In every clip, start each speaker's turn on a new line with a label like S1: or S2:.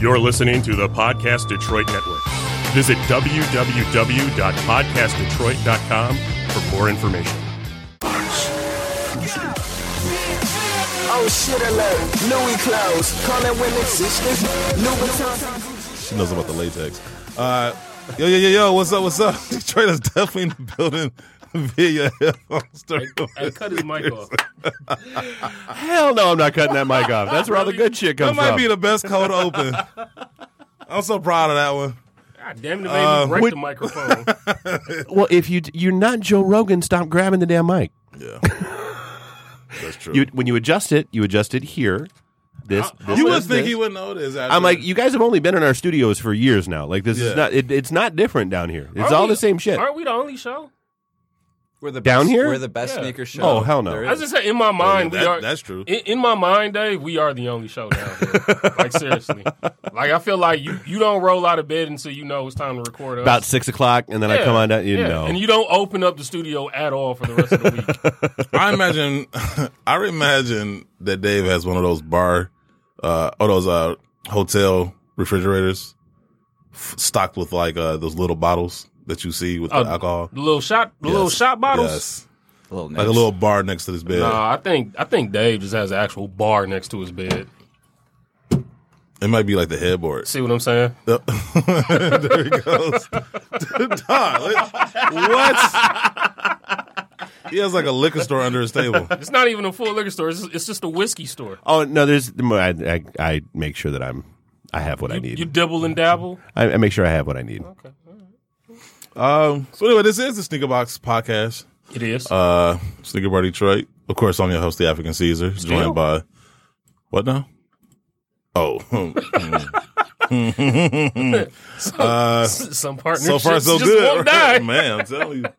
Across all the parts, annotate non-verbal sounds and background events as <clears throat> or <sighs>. S1: You're listening to the Podcast Detroit Network. Visit www.podcastdetroit.com for more information.
S2: Oh shit alert, Louis clothes, calling women sisters, Louis
S3: She knows about the latex. Uh, yo, yo, yo, yo, what's up? What's up? <laughs> Detroit is definitely in the building. <laughs> Via <laughs> headphones.
S4: I cut his mic
S5: <laughs>
S4: off.
S5: Hell no, I'm not cutting that mic off. That's where all the good shit
S3: That
S5: comes
S3: might
S5: from.
S3: be the best code <laughs> open. I'm so proud of that one.
S4: God damn it, baby, break
S5: would-
S4: the
S5: <laughs>
S4: microphone.
S5: well, if you you're not Joe Rogan, stop grabbing the damn mic.
S3: Yeah, that's true.
S5: You when you adjust it, you adjust it here. This, this
S3: You would
S5: this,
S3: think
S5: this.
S3: he would know this. after-
S5: I'm like, you guys have only been in our studios for years now. Like this
S3: Yeah.
S5: is not. It, it's not different down here. It's
S4: Aren't
S5: all
S4: we-
S5: the same shit.
S4: Aren't we the only show?
S6: We're the
S5: Down
S6: best,
S5: here?
S6: We're the best
S4: Yeah.
S6: sneaker show.
S5: Oh, hell no.
S6: there
S4: I was
S6: is.
S4: just saying, in my mind,
S3: that-
S4: we are.
S3: that's true.
S4: In, in my mind, Dave, we are the only show down here.
S5: <laughs>
S4: like seriously, like I feel like you you don't roll out of bed until you know it's time to record. Us.
S5: About six o'clock, and then I
S4: Yeah,
S5: come on down. You
S4: yeah.
S5: know,
S4: and you don't open up the studio at all for the rest of the week.
S3: <laughs>
S5: <laughs>
S3: I imagine, I imagine that Dave has one of those bar, uh, or those uh, hotel refrigerators f- stocked with like uh, those little bottles that you see with the
S4: Uh,
S3: alcohol.
S4: The little shot, the little
S3: Yes.
S4: shot bottles.
S3: Yes.
S6: little
S3: Like a
S6: niche.
S3: little bar next to this bed.
S4: Nah, I think I think Dave just has an actual bar next to his bed.
S3: It might be like the
S4: <laughs>
S3: headboard.
S4: See what I'm saying?
S3: Yep. there he goes. Dog, look- <laughs> what? He has like a liquor store under his table.
S4: It's not even a full liquor store. It's just, it's just a whiskey store.
S5: oh no, there's. I, I, I make sure that I'm. I have what I need.
S4: You dibble and dabble.
S5: I, I make sure I have what I need.
S3: Um, so anyway, this is the Sneaker Box podcast.
S4: It is.
S3: Uh, Sneaker Bar Detroit. Of course, I'm your host, the African Caesar, joined by what now? Oh,
S4: <laughs>
S3: <laughs>
S4: Some partnerships
S3: so far so
S4: just
S3: good,
S4: won't die.
S3: right? man. I'm telling you,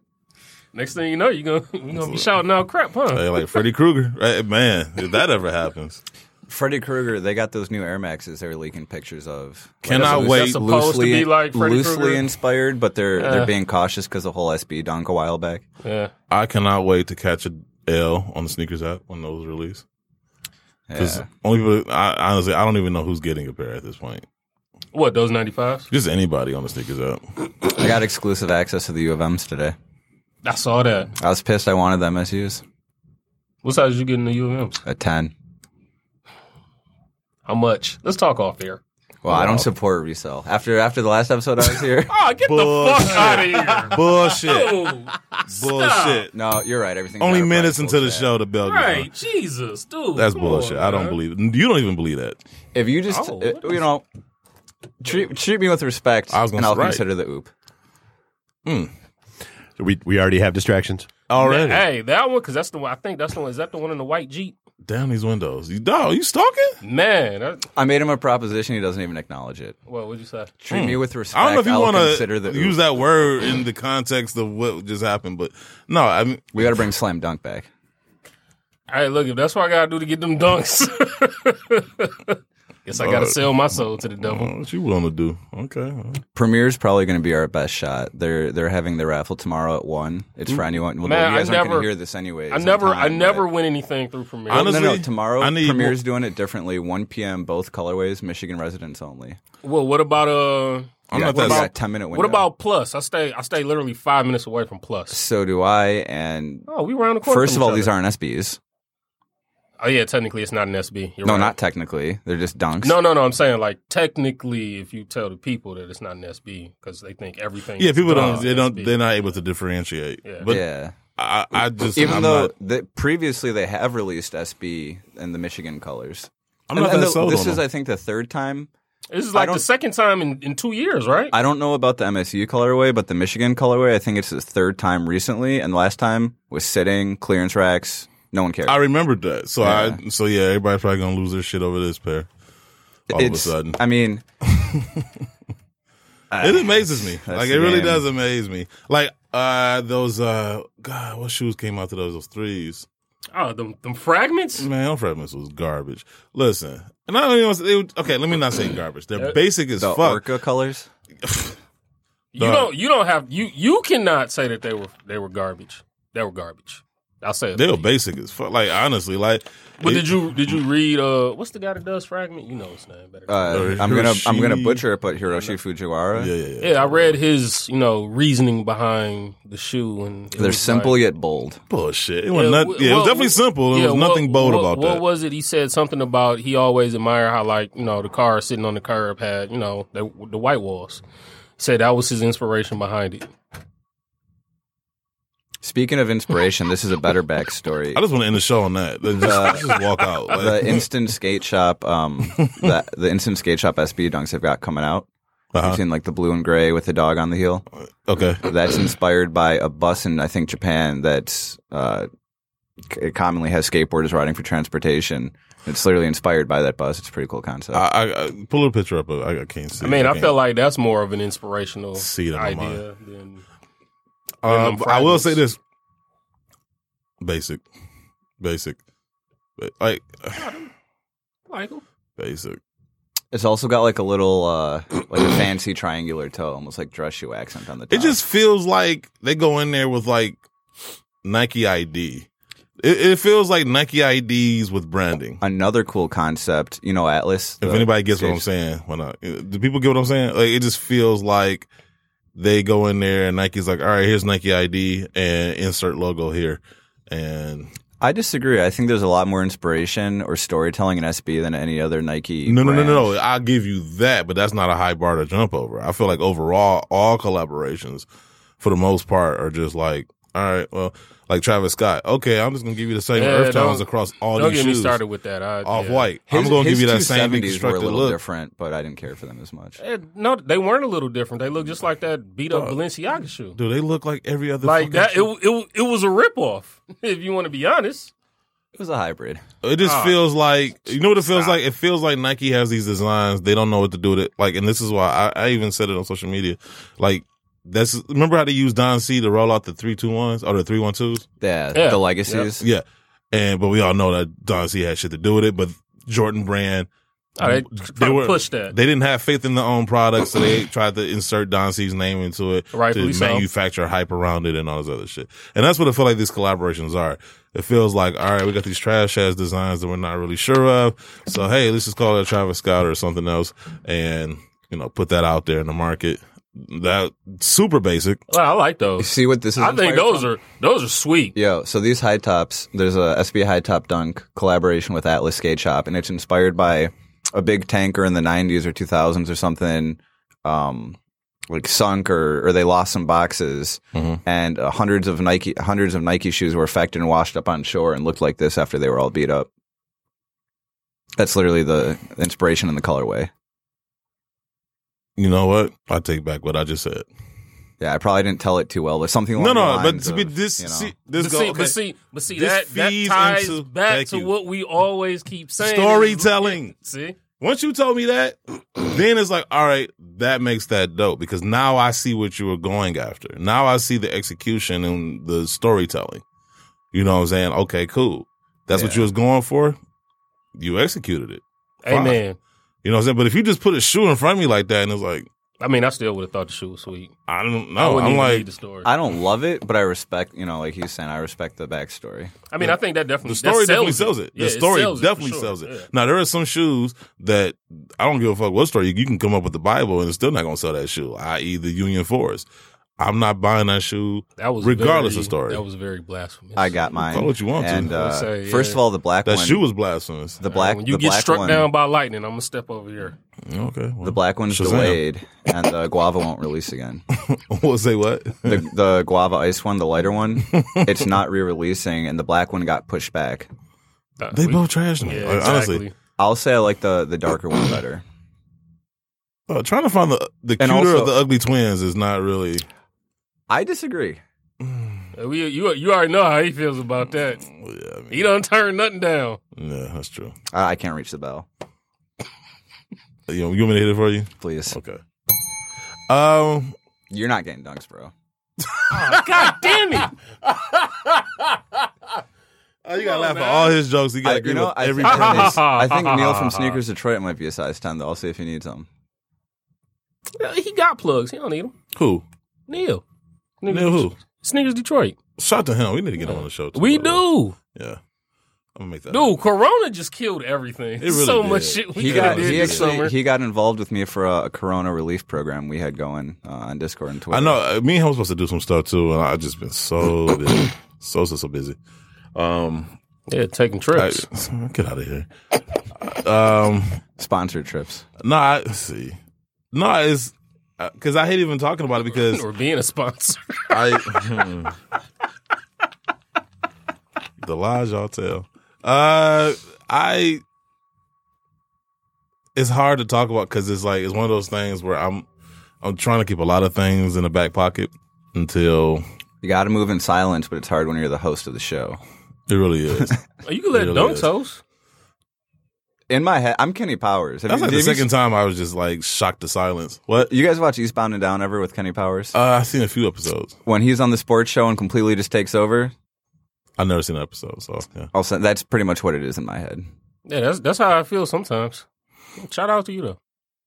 S4: <laughs> Next thing you know, you're gonna you gonna be shouting out crap, huh?
S3: Hey, like Freddy Krueger, right? Man, if that ever happens,
S6: Freddy Krueger. They got those new Air Maxes. They were leaking pictures of.
S3: Can
S6: Like,
S3: I
S6: loose-
S3: wait-
S4: Supposed to be like Freddy
S6: loosely
S4: Krueger?
S6: inspired, but they're they're being cautious because the whole SB dunk a while back.
S4: Yeah.
S3: I cannot wait to catch a L on the sneakers app when those release. Because
S6: Yeah.
S3: only people, I, honestly, I don't even know who's getting a pair at this point.
S4: What those ninety fives?
S3: Just anybody on the sneakers app.
S6: I got exclusive access to the U of M's today.
S4: I saw that.
S6: I was pissed. I wanted the MSUs.
S4: What size did you get in the U of M?
S6: A ten.
S4: How much? Let's talk off air.
S6: Well, I don't support resale. After after the last episode, I was here. <laughs>
S4: Oh, get the fuck out of here!
S3: Bullshit. <laughs>
S4: Dude,
S3: Bullshit.
S6: no, you're right. Everything.
S3: Only
S6: got a
S3: minutes
S6: price
S3: until the
S6: bullshit.
S3: show, the bell. goes on.
S4: right? Jesus, dude.
S3: That's
S4: come
S3: bullshit.
S4: on,
S3: I don't
S4: man.
S3: believe it. You don't even believe that.
S6: If you just,
S4: Oh,
S6: uh, you know, treat treat me with respect,
S3: I was gonna
S6: and I'll
S3: say, right.
S6: consider the oop.
S5: We we already have distractions.
S3: Already.
S4: Hey, that one because that's the one. I think that's the one. Is that the one in the white jeep?
S3: Down these windows. You dog, you stalking?
S4: Man, that,
S6: I made him a proposition. He doesn't even acknowledge it.
S4: what would you say?
S6: Treat me with
S3: Hmm.
S6: respect.
S3: I don't know if you
S6: I'll
S3: want
S6: consider the
S3: to
S6: oop.
S3: use that word in the context of what just happened, but no, I mean,
S6: We got to bring slam dunk back.
S4: Hey, look, if that's what I gotta do to get them dunks, <laughs> guess I
S3: Uh,
S4: gotta sell my soul to the devil.
S3: what you want to do? Okay.
S6: Premier's probably going to be our best shot. They're they're having the raffle tomorrow at one. It's for anyone. Well,
S4: Man,
S6: you guys
S4: I
S6: aren't
S4: never-
S6: going to hear this anyway.
S4: I never, I never win anything through Premiere.
S3: Honest-
S6: No, no,
S3: Honestly,
S6: tomorrow
S3: I need
S6: Premier's doing it differently. 1 p.m. Both colorways, Michigan residents only.
S4: well, what about uh?
S3: I'm
S6: Yeah,
S3: not
S6: we
S3: that.
S6: got a 10 minute window.
S4: What about Plus? I stay, I stay literally five minutes away from Plus.
S6: So do I. And
S4: Oh, we round the corner.
S6: first
S4: from
S6: of all,
S4: each
S6: these
S4: other.
S6: aren't SBs.
S4: Oh yeah, technically it's not an SB. You're
S6: No,
S4: right.
S6: not technically. They're just dunks.
S4: No, no, no. I'm saying like technically, if you tell the people that it's not an SB because they think everything.
S3: Yeah,
S4: is
S3: people
S4: done
S3: don't. They don't.
S4: SB.
S3: They're not able to differentiate.
S4: Yeah.
S3: But
S6: yeah.
S3: I, I just
S6: Even
S3: I'm
S6: though
S3: not,
S6: the, previously they have released SB in the Michigan colors.
S3: I'm not
S6: And- and
S3: that
S6: the-
S3: sold
S6: this
S3: on
S6: is,
S3: them.
S6: I think, the third time
S4: This is like the
S6: don't-
S4: second time in, in two years, right?
S6: I don't know about the MSU colorway, but the Michigan colorway, I think it's his third time recently, and last time was sitting clearance racks. No one cared.
S3: I remembered that. So I.
S6: Yeah.
S3: So yeah, everybody's probably gonna lose their shit over this pair. All of a sudden, <laughs>
S6: I mean,
S3: it amazes me. Like it
S6: the
S3: really
S6: game.
S3: does amaze me. Like uh those uh God, what shoes came out to those those threes?
S4: oh, them, them fragments.
S3: Man, Elf Fragments was garbage. Listen, and I don't even. want to say- It, okay, let me not say garbage. They're basic as
S6: the
S3: fuck.
S6: Orca colors.
S4: You
S3: Dog.
S4: don't. You don't have. You you cannot say that they were they were garbage. They were garbage. I'll say it.
S3: They were basic as fuck. Like honestly, like
S4: But
S3: it-
S4: did you did you read uh what's the guy that does fragment? You know his name better. than
S6: Uh,
S3: Or
S6: I'm gonna I'm gonna
S3: Hiroshi-
S6: butcher it, but Hiroshi Fujiwara.
S3: Oh, Yeah, yeah, yeah.
S4: me. yeah, I read his you know reasoning behind the shoe and it
S6: They're
S4: was
S6: simple
S4: like-
S6: yet bold.
S3: Bullshit. It was, not,
S4: wh-
S3: yeah, it
S4: what-
S3: was definitely simple. There
S4: yeah,
S3: was nothing
S4: what-
S3: bold
S4: what-
S3: about
S4: What
S3: that.
S4: was it? He said something about he always admired how like you know the car sitting on the curb had you know the, the white walls. Said that was his inspiration behind it.
S6: Speaking of inspiration, this is a better
S3: <laughs>
S6: backstory.
S3: I just want to end the show on that. Let's Just, let's just walk out.
S6: the
S3: Like,
S6: instant skate
S3: <laughs>
S6: shop, um, the, the instant skate shop SB dunks they've got coming out.
S3: Uh-huh.
S6: You've seen like the blue and gray with the dog on the heel.
S3: okay.
S6: That's inspired by a bus in I think Japan that's uh, c- it commonly has skateboarders riding for transportation. It's literally inspired by that bus. It's a pretty cool concept.
S3: I, I, I pull a picture up. but I, I can't see.
S4: I mean, I
S3: can't.
S4: felt like that's more of an inspirational
S3: See it in my
S4: idea than
S3: Um,
S4: them
S3: I will
S4: fragments.
S3: say this: basic, basic, But, like <sighs>
S4: Michael.
S3: basic.
S6: it's also got like a little uh, like a fancy triangular toe, almost like dress shoe accent on the top.
S3: It just feels like they go in there with like Nike ID. It, it feels like Nike IDs with branding.
S6: another cool concept. You know, Atlas.
S3: If
S6: the
S3: anybody gets what I'm
S6: skate-
S3: saying, when I do people get what I'm saying? Like it just feels like they go in there and Nike's like, all right, here's Nike ID and insert logo here. And
S6: I disagree. I think there's a lot more inspiration or storytelling in SB than any other Nike.
S3: no, no, no,
S6: brand.
S3: no, no. I'll give you that, but that's not a high bar to jump over. I feel like overall, all collaborations for the most part are just like, all right, well, like Travis Scott. Okay, I'm just gonna give you the same
S4: Yeah,
S3: earth tones
S4: don't-
S3: across all
S4: Don't
S3: these
S4: get me
S3: shoes.
S4: started with that. I,
S3: off
S4: yeah.
S3: white.
S6: His,
S3: I'm gonna
S6: his
S3: give you that same
S6: 270s were a
S3: deconstructed
S6: little
S3: look.
S6: different, but I didn't care for them as much.
S4: Eh, No, they weren't a little different. They looked just like that beat
S3: Uh,
S4: up Balenciaga shoe.
S3: Dude, they look like every other
S4: Like
S3: fucking
S4: that, it,
S3: shoe.
S4: it it was a ripoff. <laughs> If you want to be honest,
S6: It was a hybrid.
S3: It just
S4: Ah.
S3: feels like you know what it feels like. It feels like Nike has these designs. They don't know what to do with it. Like, and this is why I, I even said it on social media. Like, that's remember how they used Don C to roll out the three two ones or the three one twos.
S6: Yeah,
S4: Yeah.
S6: the legacies.
S3: Yeah, and but we all know that Don C had shit to do with it. But Jordan Brand, um,
S4: oh, they,
S3: They were-
S4: pushed that.
S3: they didn't have faith in their own product, so they tried to insert Don C's name into it
S4: Rightfully
S3: to
S4: so.
S3: manufacture hype around it and all this other shit. And that's what I feel like these collaborations are. It feels like, all right, we got these trash ass designs that we're not really sure of. So hey, let's just call it a Travis Scott or something else, and you know, put that out there in the market. That super basic.
S4: Well, I like
S6: You
S3: <laughs>
S4: those.
S6: see what this is?
S4: I think
S6: inspired
S4: those
S6: from?
S4: are those are sweet.
S6: Yo, so these high tops, there's a SB High Top Dunk collaboration with Atlas Skate Shop, and it's inspired by a big tanker in the 90s or 2000s or something, um, like sunk or, or they lost some boxes,
S3: Mm-hmm.
S6: and uh, hundreds of Nike hundreds of Nike shoes were affected and washed up on shore and looked like this after they were all beat up. That's literally the inspiration in the colorway.
S3: You know what? I take back what I just said.
S6: Yeah, I probably didn't tell it too well, but something. Along
S3: No,
S6: the
S3: no, but
S6: lines
S3: to be
S6: of,
S3: this,
S6: you know.
S3: see, this
S4: But
S3: go,
S4: see,
S3: okay.
S4: but see, but see
S3: This
S4: that that
S3: feeds
S4: ties
S3: into-
S4: back
S3: thank
S4: to
S3: you.
S4: what we always keep saying:
S3: Storytelling.
S4: <laughs> See,
S3: Once you told me that, <clears throat> then it's like, all right, that makes that dope because now I see what you were going after. Now I see the execution and the storytelling. You know what I'm saying? Okay, cool. That's what you was going for. You executed it. Fine.
S4: amen.
S3: You know what I'm saying? But if you just put a shoe in front of me like that and it's like,
S4: I mean, I still would have thought the shoe was sweet.
S3: I don't
S4: I
S3: know.
S4: wouldn't
S3: Oh, I'm
S4: even
S3: like,
S4: need the story. I,
S6: I don't love it, but I respect. You know, like he's saying, I respect the backstory.
S4: mean, I think that definitely
S3: the story
S4: that sells
S3: definitely sells it.
S4: Yeah,
S3: the story
S4: sells it for
S3: definitely
S4: sure.
S3: sells it.
S4: Yeah.
S3: Now there are some shoes that I don't give a fuck what story. You can come up with the Bible and it's still not gonna sell that shoe. I.e. the Union Forest. I'm not buying that shoe.
S4: That was
S3: regardless
S4: very,
S3: of story.
S4: That was very blasphemous.
S6: I got mine.
S3: Call it what you want to.
S6: And, uh,
S4: Say, yeah. Uh,
S6: First of all, the black
S3: That
S6: one.
S3: shoe was blasphemous.
S6: the black.
S4: when you
S6: the
S4: get
S6: black
S4: struck
S6: one,
S4: down by lightning, I'm gonna step over here.
S3: Okay. well.
S6: The black one's
S3: Shazam.
S6: delayed, and the guava won't release again.
S3: <laughs> We'll say what?
S6: The, the guava ice one, the lighter one, it's not re-releasing, and the black one got pushed back.
S4: Uh,
S3: <laughs>
S6: <laughs>
S3: they
S4: we-
S3: both trashed me.
S4: yeah,
S3: Like,
S4: exactly.
S3: Honestly,
S6: I'll say I like the the darker one better.
S3: Uh, trying to find the the
S6: And
S3: cuter
S6: also-
S3: of the ugly twins is not really.
S6: I disagree.
S4: Uh, We, you, you already know how he feels about that.
S3: Well, yeah, I mean,
S4: He don't turn nothing down.
S3: yeah, that's true.
S6: Uh, I can't reach the bell.
S3: You, know, you want me to hit it for you?
S6: Please,
S3: Okay. Um,
S6: you're not getting dunks, bro.
S4: God damn it!
S3: Oh, you gotta laugh at all his jokes. You
S6: I,
S3: gotta agree
S6: you know,
S3: with
S6: I
S3: every
S6: think,
S4: Ha, ha,
S3: premise.
S4: ha,
S6: I think
S4: ha,
S6: Neil
S4: ha,
S6: from
S4: ha.
S6: Sneakers Detroit might be a size ten. Though I'll see if he needs them.
S4: <laughs> He got plugs. He don't need them.
S3: <laughs> Who?
S4: Neil.
S3: Neil who?
S4: Sneakers Detroit.
S3: Shout out to him. We need to get him on the show. Too,
S4: We
S3: by the way.
S4: do.
S3: Yeah, I'm gonna make that.
S4: Dude, Corona just killed everything.
S3: It really
S4: so
S3: did.
S4: much shit we
S6: he
S4: got
S6: got
S4: did
S6: he
S4: this summer.
S6: actually he got involved with me for a, a corona relief program we had going uh, on Discord and Twitter.
S3: I know. uh, Me and him was supposed to do some stuff too, and I've just been so busy,
S4: <coughs>
S3: so so so busy. Um,
S4: yeah, taking
S3: I,
S4: trips.
S3: <coughs> get out of here. Um,
S6: sponsored trips.
S3: no, I see. No, it's because I hate even talking about it because
S4: or being
S3: <laughs>
S4: a sponsor.
S3: I hmm. the lies y'all tell. Uh, I it's hard to talk about because it's like it's one of those things where I'm I'm trying to keep a lot of things in the back pocket until
S6: You got to move in silence, but it's hard when you're the host of the show.
S3: it really is.
S4: Oh, You can let
S3: Really
S4: Dunks
S3: is.
S4: host.
S6: In my head, I'm Kenny Powers. Have
S3: That's
S6: you,
S3: like the
S6: have you-
S3: second time I was just like shocked to silence. What?
S6: You guys watch Eastbound and Down ever with Kenny Powers?
S3: Uh, I've seen a few episodes.
S6: when he's on the sports show and completely just takes over,
S3: I've never seen an episode, so yeah.
S6: also that's pretty much what it is in my head.
S4: Yeah, that's that's how I feel sometimes. Shout out to you though.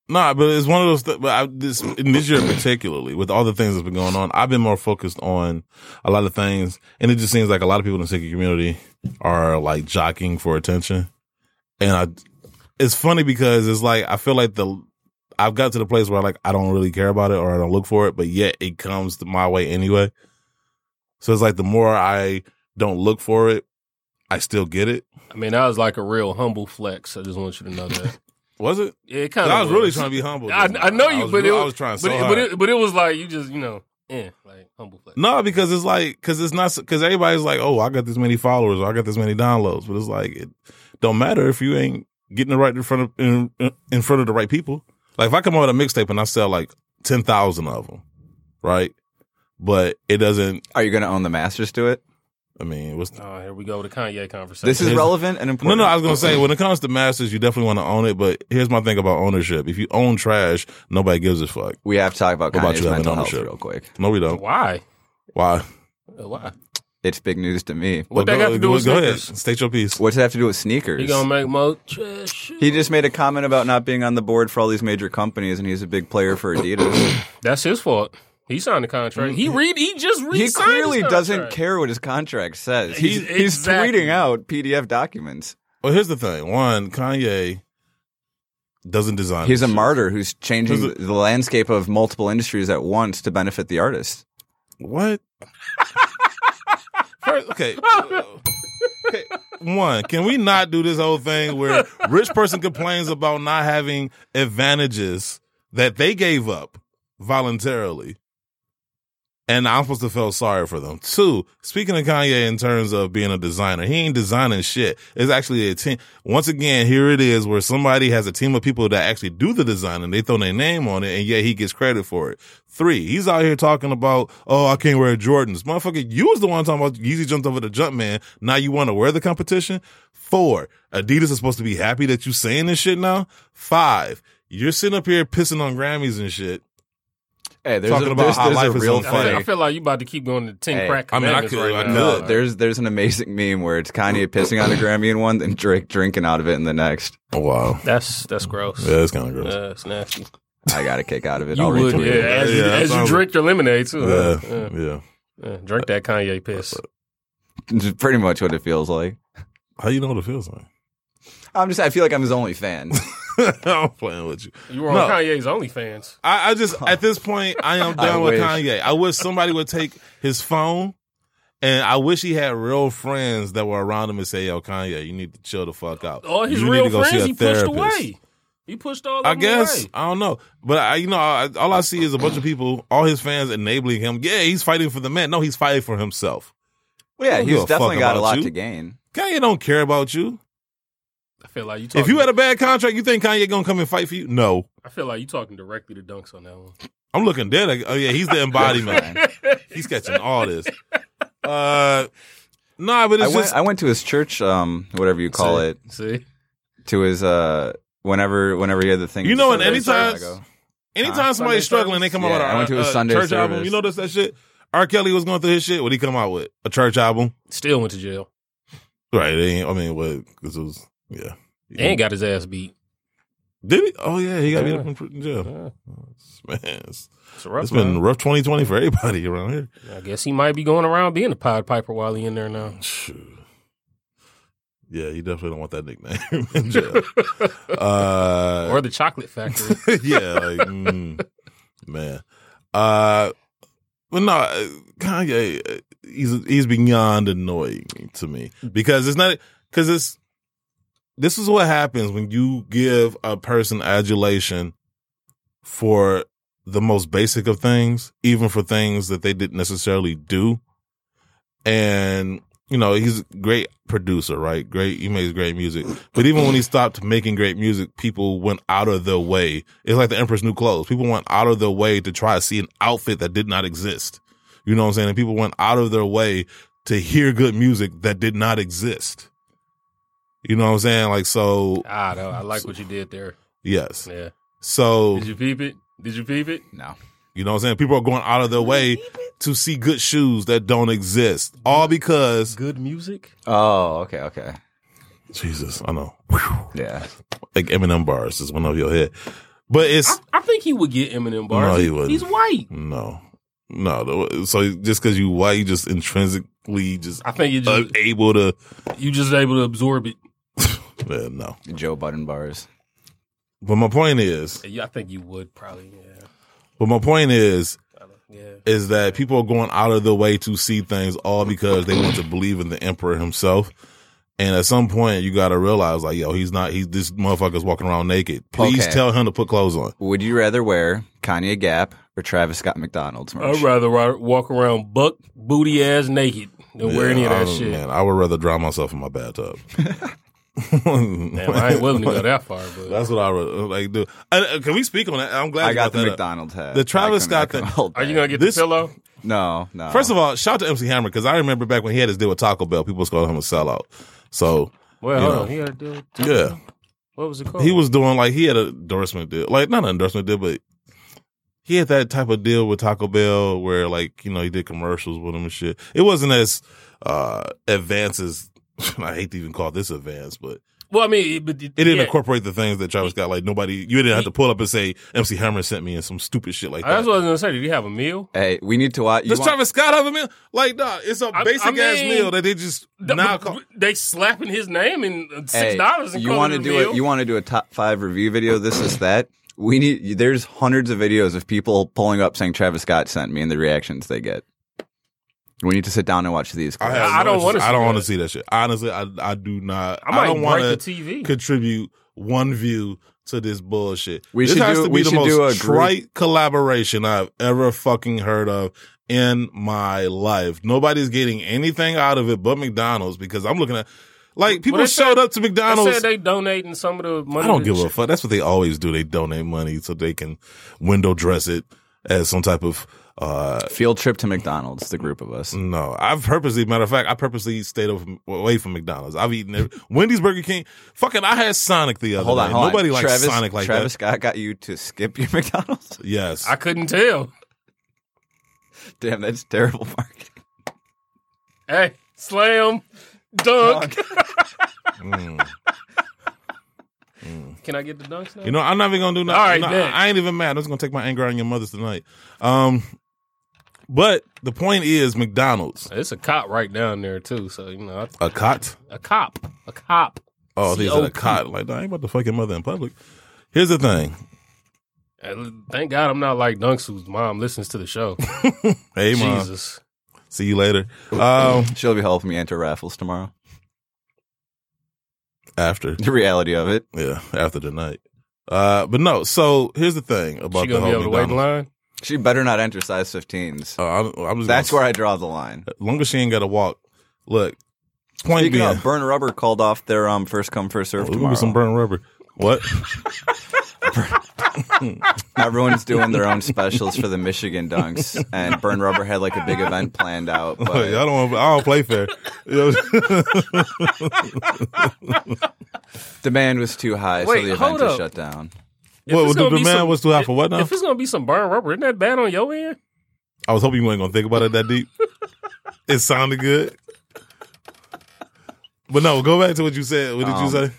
S3: Nah, but it's one of those. Th- but I, this in this year particularly, with all the things that's been going on, I've been more focused on a lot of things, and it just seems like a lot of people in the sinking community are like jockeying for attention. And I, it's funny because it's like I feel like the I've got to the place where like I don't really care about it or I don't look for it, but yet it comes to my way anyway. So it's like the more I don't look for it, I still get it.
S4: I mean, that was like a real humble flex. I just want you to know <laughs> that.
S3: Was it?
S4: Yeah, it
S3: 'Cause
S4: kind of.
S3: I was really trying to be humble.
S4: I, I know you,
S3: was
S4: but
S3: real-
S4: it,
S3: I was trying so
S4: but, it-
S3: hard.
S4: but it, but it was like you just you know, eh, like humble flex.
S3: No, because it's like because it's not because everybody's like, oh, I got this many followers, or I got this many downloads, but it's like it don't matter if you ain't getting it right in front of in, in front of the right people. Like if I come out with a mixtape and I sell like ten thousand of them, right? But it doesn't.
S6: Are you going to own the masters to it?
S3: I mean, what's
S4: Oh, here we go with the Kanye conversation.
S6: This is
S3: Is-
S6: relevant and
S3: no,
S6: important.
S3: no. I was gonna say when it comes to masters, you definitely want to own it. But here's my thing about ownership: if you own trash, nobody gives a fuck.
S6: we have to talk about
S3: What about
S6: Kanye's
S3: you having
S6: mental health
S3: ownership?
S6: real quick.
S3: No, we don't.
S4: why.
S3: Why?
S4: Uh, Why?
S6: It's big news to me.
S3: Well,
S4: What that got to do with
S3: go
S4: sneakers?
S3: ahead. State your piece.
S6: What's it have to do with sneakers?
S4: He gonna make more trash.
S6: He just made a comment about not being on the board for all these major companies, and he's a big player for Adidas.
S4: That's his fault. He signed the contract.
S3: Mm-hmm.
S4: He read. He just read.
S6: he clearly doesn't care what his contract says. He's,
S4: He's-
S6: he's
S4: exactly.
S6: tweeting out PDF documents.
S3: Well, here's the thing. One, Kanye doesn't design.
S6: He's a
S3: this shit.
S6: martyr who's changing
S3: Does it-
S6: the landscape of multiple industries at once to benefit the artist.
S3: What? <laughs> First, okay. Okay. One, can we not do this whole thing where rich person complains about not having advantages that they gave up voluntarily? And I'm supposed to feel sorry for them. Two, speaking of Kanye in terms of being a designer, he ain't designing shit. It's actually a team. Once again, here it is where somebody has a team of people that actually do the design and they throw their name on it and yet he gets credit for it. Three, he's out here talking about, oh, I can't wear Jordans. Motherfucker, you was the one talking about Yeezy jumped over the jump man. Now you want to wear the competition? Four, Adidas is supposed to be happy that you saying this shit now. Five, you're sitting up here pissing on Grammys and shit.
S6: Hey, there's
S3: Talking
S6: a,
S3: about
S6: there's,
S3: how
S6: there's
S3: life
S6: a
S3: is
S6: real
S4: I feel, I
S6: funny.
S3: unfair.
S4: feel like you about to keep going to ten
S6: Hey,
S4: crack.
S3: I mean, I
S4: commandments
S3: could- I
S4: right
S3: could.
S4: now.
S6: No, there's there's an amazing meme where it's Kanye pissing on a Grammy in one, then Drake drinking out of it in the next.
S3: Oh, wow.
S4: That's that's gross.
S3: Yeah, that's kind of gross.
S4: Uh, it's nasty.
S6: I got a kick out of it.
S4: You
S6: I'll
S4: would,
S6: retweet
S4: yeah.
S6: it.
S4: As, you,
S3: Yeah, that
S4: as you
S3: sounds-
S4: drink your lemonade too.
S3: Yeah,
S4: Yeah.
S3: yeah.
S4: Yeah, drink that Kanye piss.
S6: It's pretty much what it feels like.
S3: How you know what it feels like?
S6: I'm just I feel like I'm his
S3: <laughs>
S6: only fan.
S3: I'm playing with you.
S4: You were on
S3: No.
S4: Kanye's OnlyFans.
S3: I, I just at this point I
S4: <laughs>
S3: am
S6: I
S3: done with
S6: wish.
S3: Kanye. I wish somebody would take his phone, and I wish he had real friends that were around him and say, "Yo, Kanye, you need to chill the fuck out."
S4: All his
S3: you
S4: real
S3: need to go see
S4: friends
S3: a
S4: he pushed
S3: therapist."
S4: away. He pushed all. Of
S3: I
S4: them
S3: guess
S4: away.
S3: I don't know, but I you know I, all I see is a bunch of people, all his fans enabling him. Yeah, he's fighting for the man. No, he's fighting for himself.
S6: yeah,
S3: don't give a
S6: he's
S3: fuck
S6: definitely got a
S3: about
S6: lot
S3: you.
S6: to gain.
S3: Kanye don't care about you.
S4: I feel like you. Talking,
S3: If you had a bad contract, you think Kanye gonna come and fight for you? No,
S4: I feel like you talking directly to Dunks on that one.
S3: I'm looking dead. Like, oh yeah, he's
S4: <laughs>
S3: the embodiment. he's catching all this. Uh, nah, but
S6: I
S3: it's
S6: went,
S3: just
S6: I went to his church, um, whatever you call
S4: See?
S6: it,
S4: See,
S6: to his uh, whenever whenever he had the thing.
S3: You
S6: in
S3: know, and
S6: service,
S3: anytime-
S6: I go,
S3: Anytime
S6: Huh?
S3: somebody's struggling, they come out
S6: Yeah,
S3: with a,
S6: I went to
S3: a
S6: his Sunday
S3: church album.
S6: service.
S3: You notice that shit? R. Kelly was going through his shit. What he come out with? A church album,
S4: still went to jail.
S3: right? They ain't, I mean, what? Because it was yeah.
S4: And got his ass beat.
S3: Did he? Oh yeah, he got beat
S4: Yeah.
S3: up in prison jail.
S4: Yeah.
S3: Man, it's,
S4: It's a rough
S3: it's been
S4: one.
S3: a rough 2020 for everybody around here.
S4: I guess he might be going around being a Pied Piper while he in there <laughs> now.
S3: Shoot. Yeah, you definitely don't want that nickname in
S4: <laughs>
S3: jail. Uh,
S4: Or the Chocolate <laughs> Factory.
S3: <laughs> yeah, like, mm, man. Uh, but no, uh, Kanye, uh, he's he's beyond annoying to me because it's not because it's this is what happens when you give a person adulation for the most basic of things, even for things that they didn't necessarily do, and. You know, he's a great producer, right? Great, he makes great music. But even when he stopped making great music, people went out of their way. It's like the Emperor's New Clothes. People went out of their way to try to see an outfit that did not exist. You know what I'm saying? And people went out of their way to hear good music that did not exist. You know what I'm saying? Like, so,
S4: ah, no, I like what you did there.
S3: yes.
S4: Yeah.
S3: So,
S4: Did you peep it? Did you peep it?
S6: No.
S3: you know what I'm saying? People are going out of their way to see good shoes that don't exist. All because,
S4: Good music.
S6: Oh, okay, okay.
S3: Jesus, I know. Whew.
S6: Yeah.
S3: Like Eminem bars is one of your head. But it's,
S4: I, I think he would get Eminem bars.
S3: No, he wouldn't.
S4: He's white.
S3: No, no. the- So just because you white, you just intrinsically just
S4: I think you just
S3: able to.
S4: you just able to absorb it.
S3: Yeah, no.
S6: Joe Button bars.
S3: But my point is,
S4: Yeah, I think you would probably. Yeah.
S3: but my point is,
S4: Yeah.
S3: is that people are going out of their way to see things all because they want to believe in the emperor himself. And at some point, you got to realize, like, yo, he's not. He's this motherfucker's walking around naked. Please
S6: Okay.
S3: tell him to put clothes on.
S6: Would you rather wear Kanye Gap or Travis Scott McDonald's merch?
S4: I'd rather ri- walk around buck booty ass naked than wear any of
S3: Yeah,
S4: that
S3: I-
S4: shit.
S3: Man, I would rather drown myself in my bathtub. <laughs>
S4: Damn, I ain't willing to go that far, but
S3: That's what I would like. Do And, uh, can we speak on that? I'm glad
S6: I
S3: you
S6: got the
S3: that up.
S6: McDonald's hat.
S3: The Travis
S6: I couldn't- I
S3: Scott
S6: couldn't
S3: thing.
S6: hold
S4: are you
S6: back.
S4: gonna get
S3: This-
S4: the pillow?
S6: No, no.
S3: First of all, shout out to MC Hammer because I remember back when he had his deal with Taco Bell, people was calling him a sellout. So
S4: Well,
S3: You
S4: hold
S3: know.
S4: on. He had a deal. with-
S3: yeah,
S4: What was it called?
S3: he was doing like he had an endorsement deal, like not an endorsement deal, but he had that type of deal with Taco Bell where like you know he did commercials with him and shit. It wasn't as uh advanced as <laughs> I hate to even call this advanced, but
S4: Well, I mean, but
S3: it didn't
S4: yeah.
S3: incorporate the things that Travis got. Like nobody, you didn't have to pull up and say MC Hammer sent me and some stupid shit like
S4: That's
S3: that.
S4: what I was gonna say. Did he have a meal?
S6: hey, we need to watch. You
S3: Does
S6: want,
S3: Travis Scott have a meal? Like, nah, it's a
S4: I
S3: basic ass
S4: mean-
S3: meal that they just
S4: Th-
S3: now
S4: but
S3: call.
S4: They slapping his name in uh, six
S6: hey,
S4: dollars and
S6: you
S4: calling
S6: want
S4: it
S6: to
S4: a
S6: do
S4: meal.
S6: it? You want to do a top five review video? This is that. We need. There's hundreds of videos of people pulling up saying Travis Scott sent me and the reactions they get. We need to sit down and watch these.
S3: I,
S6: clips.
S3: have
S4: I
S3: no
S4: don't wanna
S3: interest- I
S4: see
S3: don't want to
S4: that.
S3: see that shit. Honestly, I I do not.
S4: I
S3: I,
S4: might
S3: don't
S4: break
S3: want
S4: the
S3: to
S4: TV.
S3: contribute one view to this bullshit.
S6: We
S3: this
S6: should
S3: has
S6: do-
S3: to be
S6: we
S3: the
S6: should
S3: most
S6: do a group-
S3: trite collaboration I've ever fucking heard of in my life. Nobody's getting anything out of it but McDonald's because I'm looking at like people
S4: they
S3: showed
S4: said-
S3: up to
S4: I
S3: McDonald's.
S4: said they donating some of the money.
S3: I don't
S4: to
S3: give
S4: the
S3: a fuck. That's what they always do. They donate money so they can window dress it as some type of uh
S6: Field trip to McDonald's. The group of us.
S3: No, I've purposely. Matter of fact, I purposely stayed over- away from McDonald's. I've eaten every, Wendy's, Burger King. Fucking, I had Sonic the other
S6: Hold on,
S3: day.
S6: hold
S3: Nobody
S6: on.
S3: likes
S6: Travis,
S3: Sonic like
S6: Travis Scott got you to skip your <laughs> McDonald's.
S3: that. Yes,
S4: I couldn't tell.
S6: Damn, that's terrible marketing.
S4: Hey, slam, dunk. Can I get the dunks now?
S3: you know I'm not even gonna do nothing.
S4: All right,
S3: No,
S4: bet.
S3: I ain't even mad. I'm just gonna take my anger on your mothers tonight. Um, but the point is McDonald's.
S4: it's a cop right down there too. So you know,
S3: A cot.
S4: a cop, a cop.
S3: Oh, these are a
S4: COP.
S3: cot. Like, nah, I ain't about to fuck your mother in public. Here's the thing.
S4: Uh, Thank God I'm not like Dunks whose mom listens to the show.
S3: Hey, mom.
S4: Jesus.
S3: See you later. Um,
S6: She'll be helping me enter raffles tomorrow.
S3: after.
S6: The reality of it.
S3: Yeah, after tonight. Uh, but no. So here's the thing about
S4: She
S3: the
S4: gonna
S3: whole
S4: be able to wait in
S3: McDonald's.
S4: line?
S6: She better not enter size 15s.
S3: Uh, I'm, I'm just
S6: That's
S3: gonna-
S6: where I draw the line.
S3: long as she ain't got to walk. Look, point
S6: Speaking
S3: being,
S6: of, Burn Rubber called off their um first come first serve
S3: Ooh, give me
S6: tomorrow.
S3: some burnt rubber.
S6: <laughs>
S3: What?
S6: Everyone's doing their own specials for the Michigan Dunks, and Burn Rubber had like a big event planned out. But
S3: Y'all don't. Want, I don't play fair. You know- <laughs>
S6: demand was too high,
S4: Wait,
S6: so the
S4: hold
S6: event is
S4: up.
S6: shut down.
S4: If
S3: what
S4: it's
S3: what the
S4: gonna be
S3: demand
S4: some-
S3: was too high for what now?
S4: If it's gonna be some burn rubber, isn't that bad on your end?
S3: I was hoping you weren't gonna think about it that
S4: <laughs>
S3: deep. it sounded good, but no. Go back to what you said. What did you
S6: Um,
S3: say?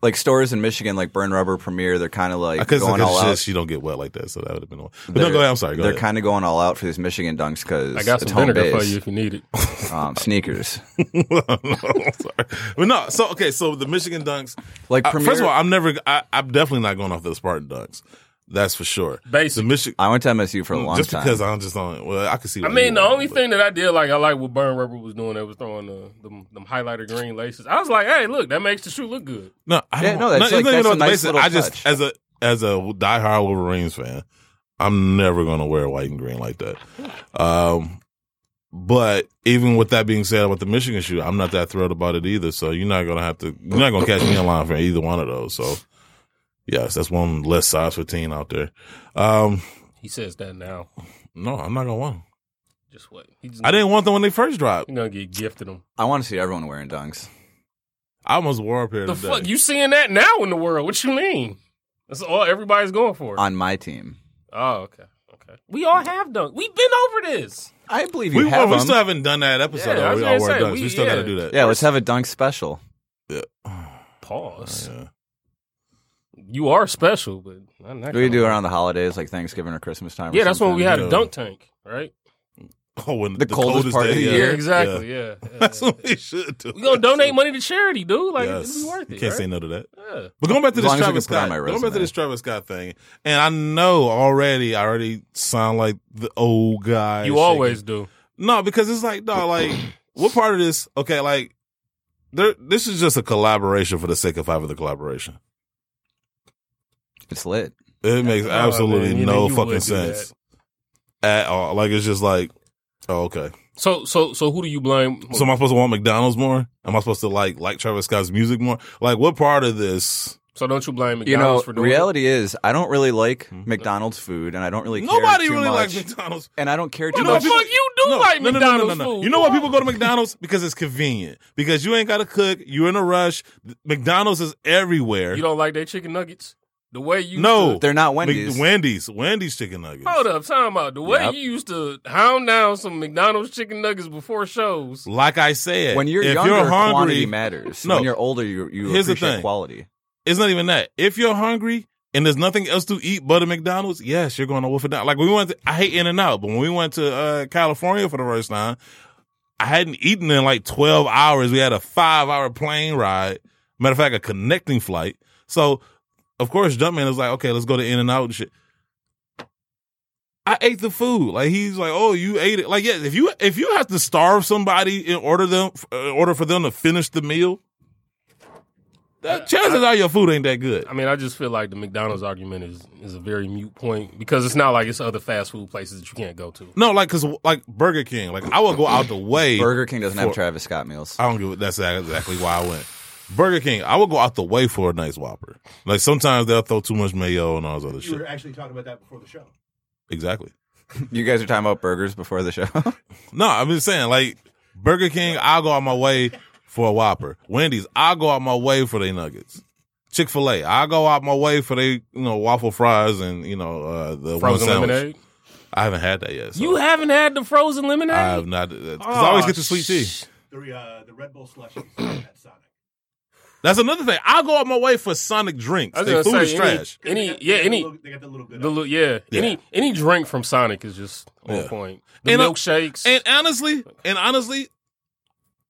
S6: like stores in Michigan, like Burn Rubber Premier, they're kind of like
S3: Because
S6: going all out.
S3: you don't get wet like that, so that would have been. one. But no,
S6: They're-
S3: go ahead. I'm sorry. Go
S6: they're
S3: ahead.
S6: kind of going all out for these Michigan dunks because
S4: I got some vinegar for you if you need it.
S6: Um, sneakers,
S3: No, <laughs> I'm sorry. But no, so okay, so the Michigan Dunks.
S6: like
S3: Uh,
S6: Premier.
S3: first of all, I'm never. I, I'm definitely not going off the Spartan Dunks. That's for sure.
S4: Basic.
S3: The Michigan.
S6: I went to MSU for a long
S3: Mm, Just
S6: time.
S3: because I'm just on. Well, I can see.
S4: I
S3: why
S4: mean,
S3: you
S4: the
S3: are,
S4: only
S3: but-
S4: thing that I did like I like what Burn Rubber was doing, they was throwing the them, them highlighter green laces. I was like, hey, look, that makes the shoe look good.
S3: No, I
S6: Yeah,
S3: don't.
S6: no, that's
S3: it's
S6: like-
S3: not even
S6: that's a
S3: about the
S6: nice
S3: basic.
S6: little
S3: I just
S6: touch.
S3: as a as a diehard Wolverines fan, I'm never gonna wear white and green like that. Um, but even with that being said, with the Michigan shoe, I'm not that thrilled about it either. So you're not gonna have to. You're not gonna catch me in line for either one of those. So yes, that's one less size 15 out there. Um,
S4: He says that now.
S3: no, I'm not gonna want. 'em.
S4: Just wait. He just,
S3: I didn't want them when they first dropped.
S4: He gonna get gifted them.
S6: I want to see everyone wearing dunks.
S3: I almost wore a pair
S4: The
S3: today.
S4: fuck you seeing that now in the world? What you mean? That's all everybody's going for.
S6: on my team.
S4: oh, okay, okay. We all have done. We've been over this.
S6: I believe
S3: we,
S6: you have
S3: we
S6: them.
S3: still haven't done that episode.
S4: Yeah, I
S3: where
S4: was
S3: we Oh,
S4: gonna
S3: all wore
S4: say,
S3: dunks.
S4: we-
S3: We, still
S4: yeah.
S3: gotta do that.
S6: yeah, let's have a dunk special.
S4: Pause. Oh,
S3: Yeah. <laughs>
S4: You are special, but I'm not
S6: We
S4: gonna-
S6: do around the holidays, like Thanksgiving or Christmas time. or
S4: Yeah, that's when we
S6: something.
S4: had
S3: yeah.
S4: a dunk tank, right?
S3: Oh, when
S6: The coldest part of the
S4: Yeah,
S6: year.
S4: exactly. Yeah, yeah.
S3: <laughs> That's what we should do.
S4: we gonna donate money to charity, dude. Like
S3: Yes.
S4: it'd be worth it.
S3: You can't
S4: right?
S3: say no to that.
S4: Yeah.
S3: But going back to
S6: As
S3: this
S6: long as I
S3: Travis
S6: can put it
S3: Scott,
S6: on my
S3: going back to
S6: resume.
S3: this Travis Scott thing, and I know already, I already sound like the old guy.
S4: You
S3: shaking-
S4: always do.
S3: no, because it's like no, like what part of this? Okay, like there, this is just a collaboration for the sake of having the collaboration.
S6: It's lit.
S3: It makes
S4: Oh,
S3: absolutely
S4: man, you know
S3: no
S4: you
S3: fucking
S4: would do that.
S3: sense at all. Like it's just like, oh, okay.
S4: So, so, so, who do you blame?
S3: So am I supposed to want McDonald's more? Am I supposed to like like Travis Scott's music more? Like what part of this?
S4: So don't you blame McDonald's
S6: You know,
S4: for doing
S6: reality is I don't really like McDonald's food, and I don't really care
S3: Mm-hmm. Nobody
S6: too
S3: really
S6: much,
S3: likes McDonald's.
S6: and I don't care
S4: What
S6: too
S4: the
S6: much.
S4: fuck you do like McDonald's food?
S3: You know why people go to
S4: <laughs>
S3: McDonald's? Because it's convenient. Because you ain't got to cook. You're in a rush. McDonald's is everywhere.
S4: it? You don't like their chicken nuggets the way you
S3: No.
S4: used to-
S6: They're not
S3: Mc-
S6: Wendy's.
S3: Wendy's. Wendy's chicken nuggets.
S4: Hold up, time out. The way
S6: Yep.
S4: you used to hound down some McDonald's chicken nuggets before shows.
S3: Like I said,
S6: when you're
S3: if
S6: younger,
S3: you're hungry,
S6: quantity matters.
S3: No.
S6: When you're older, you you
S3: Here's the
S6: appreciate
S3: thing.
S6: quality.
S3: it's not even that. If you're hungry and there's nothing else to eat but a McDonald's, yes, you're going to wolf it down. Like we went, to, I hate In and Out, but when we went to uh, California for the first time, I hadn't eaten in like 12 hours. We had a five hour plane ride. Matter of fact, a connecting flight. So, of course, Jumpman was like, okay, let's go to In and Out and shit. I ate the food. Like he's like, oh, you ate it. Like yes, if you if you have to starve somebody in order them in order for them to finish the meal, that, chances are your food ain't that good.
S4: I mean, I just feel like the McDonald's argument is is a very mute point because it's not like it's other fast food places that you can't go to.
S3: No, like because like Burger King, like I would go out the way.
S6: <laughs> Burger King doesn't have
S3: for-
S6: Travis Scott meals.
S3: I don't give. a- That's exactly why I went. Burger King, I would go out the way for a nice Whopper. Like sometimes they'll throw too much mayo and all this other
S7: You
S3: shit.
S7: were actually talking about that before the show.
S3: Exactly.
S6: You guys are talking about burgers before the show. <laughs>
S3: No, I'm just saying like Burger King, I'll go out my way for a Whopper. Wendy's, I'll go out my way for their nuggets. Chick fil A, I'll go out my way for they you know waffle fries and you know uh, the one
S4: Frozen
S3: sandwich.
S4: lemonade.
S3: I haven't had that yet. So
S4: You haven't had the frozen lemonade.
S3: I have not. Because I always
S4: Oh,
S7: Ah,
S3: get the sweet tea.
S4: sh-
S7: The, uh, the Red Bull slushies at Sonic.
S3: That's another thing. I'll go out my way for Sonic drinks.
S4: I was
S3: Their food
S4: gonna
S3: is
S4: say any,
S3: trash.
S7: They
S4: any yeah
S7: got the
S4: any
S7: little- They got the little good.
S4: The li- yeah.
S3: Yeah.
S4: any any drink from Sonic is just on
S3: Yeah.
S4: point. The
S3: And, uh,
S4: milkshakes,
S3: And honestly, and honestly,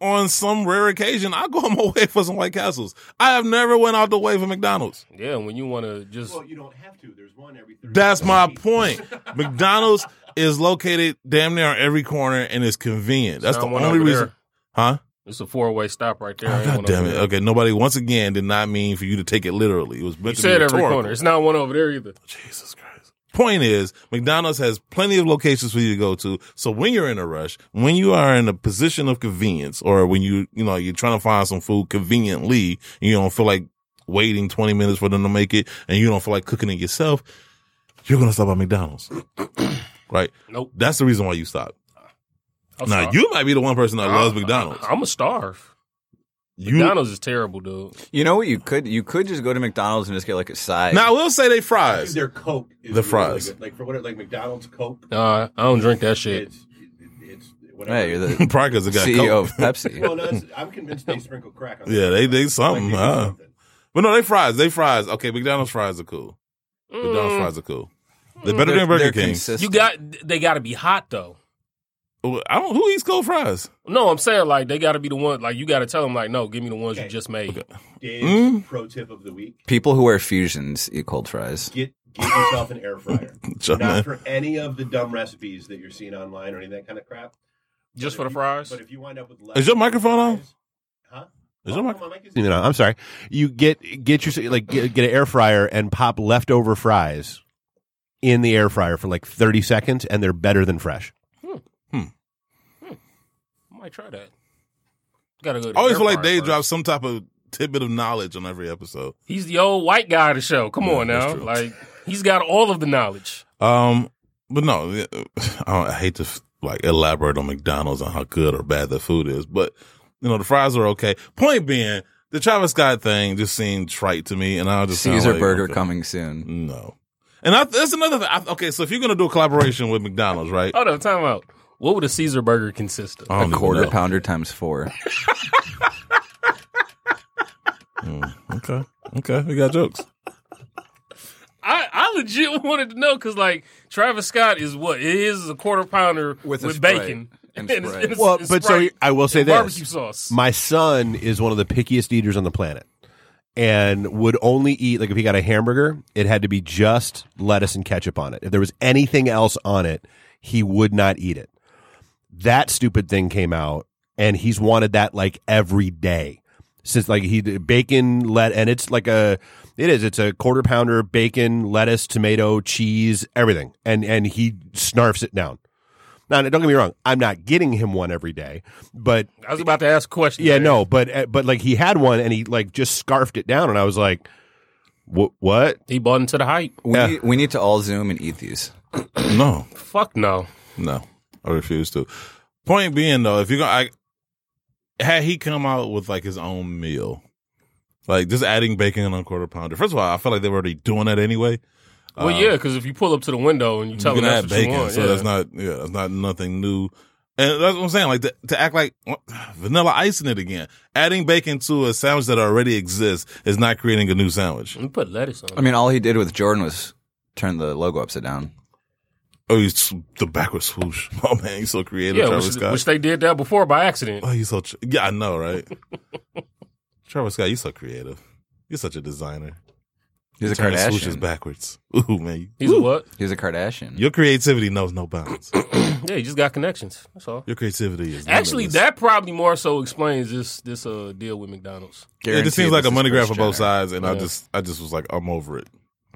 S3: on some rare occasion, I go on my <laughs> way for some White Castles. I have never went out the way for McDonald's.
S4: yeah. When you want to just
S7: well, you don't have to. There's one every Thursday.
S3: That's my point. McDonald's is located damn near on every corner and it's convenient. That's
S4: Nah,
S3: the
S4: one
S3: only
S4: over
S3: reason.
S4: there.
S3: Huh?
S4: It's a four way stop right there.
S3: Oh,
S4: Ain't
S3: God
S4: one
S3: damn
S4: over
S3: it.
S4: there.
S3: Okay, nobody once again did not mean for you to take it literally. It was meant
S4: You
S3: to be
S4: said every
S3: rhetorical.
S4: corner. It's not one over there either.
S3: Jesus Christ. Point is, McDonald's has plenty of locations for you to go to. So when you're in a rush, when you are in a position of convenience, or when you you know you're trying to find some food conveniently, and you don't feel like waiting 20 minutes for them to make it, and you don't feel like cooking it yourself, you're gonna stop at McDonald's, <clears throat> right?
S4: Nope.
S3: That's the reason why you stop.
S4: I'm
S3: Now
S4: sorry.
S3: you might be the one person that loves McDonald's.
S4: I'm a starve.
S3: You
S4: McDonald's is terrible, dude.
S6: you know what? You could you could just go to McDonald's and just get like a side.
S3: now I will say they
S7: Dude,
S3: fries. <laughs>
S4: <laughs>
S7: their Coke. Is
S3: The
S7: really
S3: fries.
S7: good. Like for what? Like McDonald's Coke.
S4: Nah, I don't drink that shit.
S7: It's it's whatever.
S6: hey,
S3: <laughs>
S6: you're the
S3: Probably because it got
S6: CEO
S3: Coke. <laughs>
S6: of
S7: <laughs>
S6: Pepsi.
S7: well, no, that's, I'm convinced they sprinkle crack on.
S3: Yeah, they- they
S7: Like,
S3: something,
S7: do
S3: huh?
S7: something.
S3: But But no, they fries. They fries. Okay, McDonald's fries are cool. McDonald's
S4: Mm.
S3: fries are cool. They're better
S6: They're-
S3: than Burger
S6: they're
S3: King.
S6: consistent.
S4: You got they got to be hot though.
S3: I don't. Who eats cold fries? <laughs>
S4: No, I'm saying like they got to be the one. Like you got to tell them like no, give me the ones you just made.
S7: Dave's
S3: Mm.
S7: pro tip of the week:
S6: People who wear fusions eat cold fries.
S7: get get yourself an <laughs> air fryer.
S3: John,
S7: Not
S3: man.
S7: for any of the dumb recipes that you're seeing online or any of that kind of crap.
S4: Just
S7: But
S4: for the
S7: if you-
S4: fries?
S7: But if you wind up with
S3: Is your microphone on?
S7: fries- Huh?
S3: Is your
S7: Oh,
S3: mic-
S7: my mic is- No, no, I'm sorry. You get get your like get, get an air fryer and pop leftover fries in the air fryer for like 30 seconds, and they're better than fresh.
S4: I might try that. Got to go. to
S3: I always
S4: air
S3: feel like
S4: fryer
S3: Dave
S4: first.
S3: drops some type of tidbit of knowledge on every episode.
S4: He's the old white guy of the show. Come on
S3: that's
S4: now,
S3: true.
S4: like he's got all of the knowledge.
S3: Um, but no, I, don't, <laughs> I hate to like elaborate on McDonald's and how good or bad the food is, but you know the fries are okay. Point being, the Travis Scott thing just seemed trite to me, and I was just kinda
S6: Caesar
S3: like,
S6: burger
S3: okay,
S6: coming soon.
S3: No, and I, that's another thing. I, okay, so if you're gonna do a collaboration with McDonald's, right?
S4: Oh no, time out. What would a Caesar burger consist of?
S3: I don't
S6: A
S3: even
S6: quarter
S3: know.
S6: pounder times four.
S3: <laughs> Okay, okay, we got jokes.
S4: I, I legit <laughs> wanted to know because like Travis Scott is what it is a quarter pounder with,
S6: With a Sprite
S4: bacon <laughs>
S6: and
S4: it's-
S6: Sprite.
S4: it's-
S5: Well,
S4: it's
S5: but so
S4: Sprite
S5: I will say
S4: and
S5: this:
S4: barbecue sauce.
S5: My son is one of the pickiest eaters on the planet and would only eat, like, if he got a hamburger, it had to be just lettuce and ketchup on it. If there was anything else on it, he would not eat it. That stupid thing came out, and he's wanted that like every day since like he bacon let and it's like a it is it's a quarter pounder bacon lettuce tomato cheese everything and and he snarfs it down now don't get me wrong i'm not getting him one every day but
S4: I was about to ask a question.
S5: yeah,
S4: Dave.
S5: no, but uh, but like he had one and he like just scarfed it down, and I was like, "What? What?
S4: he bought into the hype.
S6: We,
S5: Yeah.
S6: need, we need to all zoom and eat these.
S3: No,
S4: Fuck no.
S3: No, I refuse to. Point being, though, if you're gonna, I, had he come out with like his own meal, like just adding bacon on a quarter pounder. First of all, I feel like they were already doing that anyway.
S4: Well, yeah, because if you pull up to the window and you tell
S3: Uh, you
S4: them
S3: can
S4: that's
S3: add
S4: what
S3: bacon,
S4: you want,
S3: so
S4: yeah.
S3: that's not yeah, that's not nothing new. And that's what I'm saying. Like to, to act like <sighs> vanilla ice in it again, adding bacon to a sandwich that already exists is not creating a new sandwich.
S4: you put lettuce on.
S6: I mean, all he did with Jordan was turn the logo upside down.
S3: Oh, you s the backward swoosh. <laughs> Oh man, he's so
S4: it.
S3: creative,
S4: yeah,
S3: Travis
S4: which,
S3: Scott.
S4: which they did that before by accident.
S3: Oh, you so tr- yeah, I know, right? <laughs> Travis Scott, you so creative. You're such a designer.
S6: He's a
S3: Turn the swooshes
S6: Kardashian.
S3: backwards. Ooh man, you-
S4: He's a what?
S6: He's a Kardashian.
S3: your creativity knows no bounds.
S4: Yeah, he just got connections. That's all.
S3: Your creativity is
S4: Actually,
S3: limitless.
S4: that probably more so explains this this uh deal with McDonald's.
S3: Yeah, this seems
S6: Guaranteed
S3: like a
S6: is
S3: money grab for
S6: Kris
S3: both
S6: Jenner.
S3: sides, and I
S4: Yeah.
S3: just I just was like I'm over it.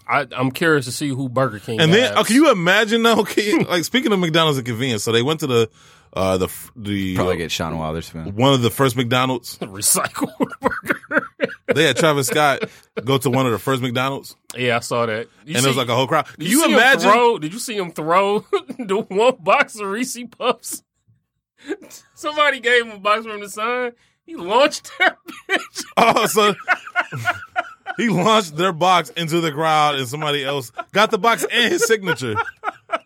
S4: I, I'm curious to see who Burger King.
S3: And then,
S4: has.
S3: oh, can you imagine though? <laughs> Can you- like speaking of McDonald's and convenience, so they went to the uh the f- the
S6: Probably
S3: uh,
S6: get Sean Witherspoon.
S3: one of the first
S6: <laughs>
S3: McDonald's.
S4: recycle <laughs> burger?
S3: They had Travis Scott go to one of the first McDonald's,
S4: yeah, I saw that. You
S3: and it was
S4: see-
S3: like a whole crowd.
S4: did
S3: Can you
S4: see him
S3: imagine?
S4: Throw, did you see him throw <laughs> the one box of Reese Puffs? <laughs> Somebody gave him a box from the sign. He launched that <laughs> bitch.
S3: Oh, so he launched their box into the crowd, and somebody else got the box and his signature,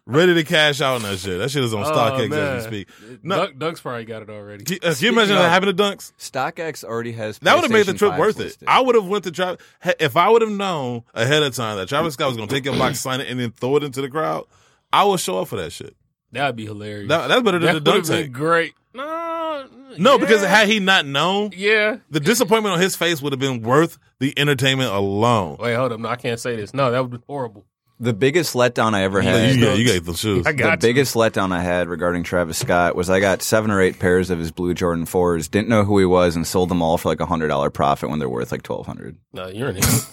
S3: ready to cash out on that shit. That shit is on StockX
S4: Oh, man.
S3: as we speak. No, uh,
S4: Dunk, Dunk's probably got it already.
S3: can, uh, can you imagine that happened to Dunks?
S6: StockX already has.
S3: That would have made the
S6: PlayStation
S3: trip
S6: 5s
S3: worth it.
S6: listed.
S3: I would have went to Travis if I would have known ahead of time that Travis Scott was going to take your
S4: <clears throat>
S3: box, sign it, and then throw it into the crowd. I would show up for that shit.
S4: That'd be hilarious.
S3: That, that's better than
S4: That
S3: the dunk
S4: would've been
S3: tank.
S4: great. No,
S3: No,
S4: yeah,
S3: because had he not known,
S4: yeah.
S3: the disappointment on his face would have been worth the entertainment alone.
S4: Wait, hold up. No, I can't say this. No, that would be horrible.
S6: The biggest letdown I ever had.
S3: you, got, you got the shoes.
S4: I
S6: the
S4: got you.
S6: biggest letdown I had regarding Travis Scott was I got seven or eight pairs of his blue Jordan fours, didn't know who he was, and sold them all for like a hundred dollar profit when they're worth like twelve hundred.
S4: No, you're an idiot.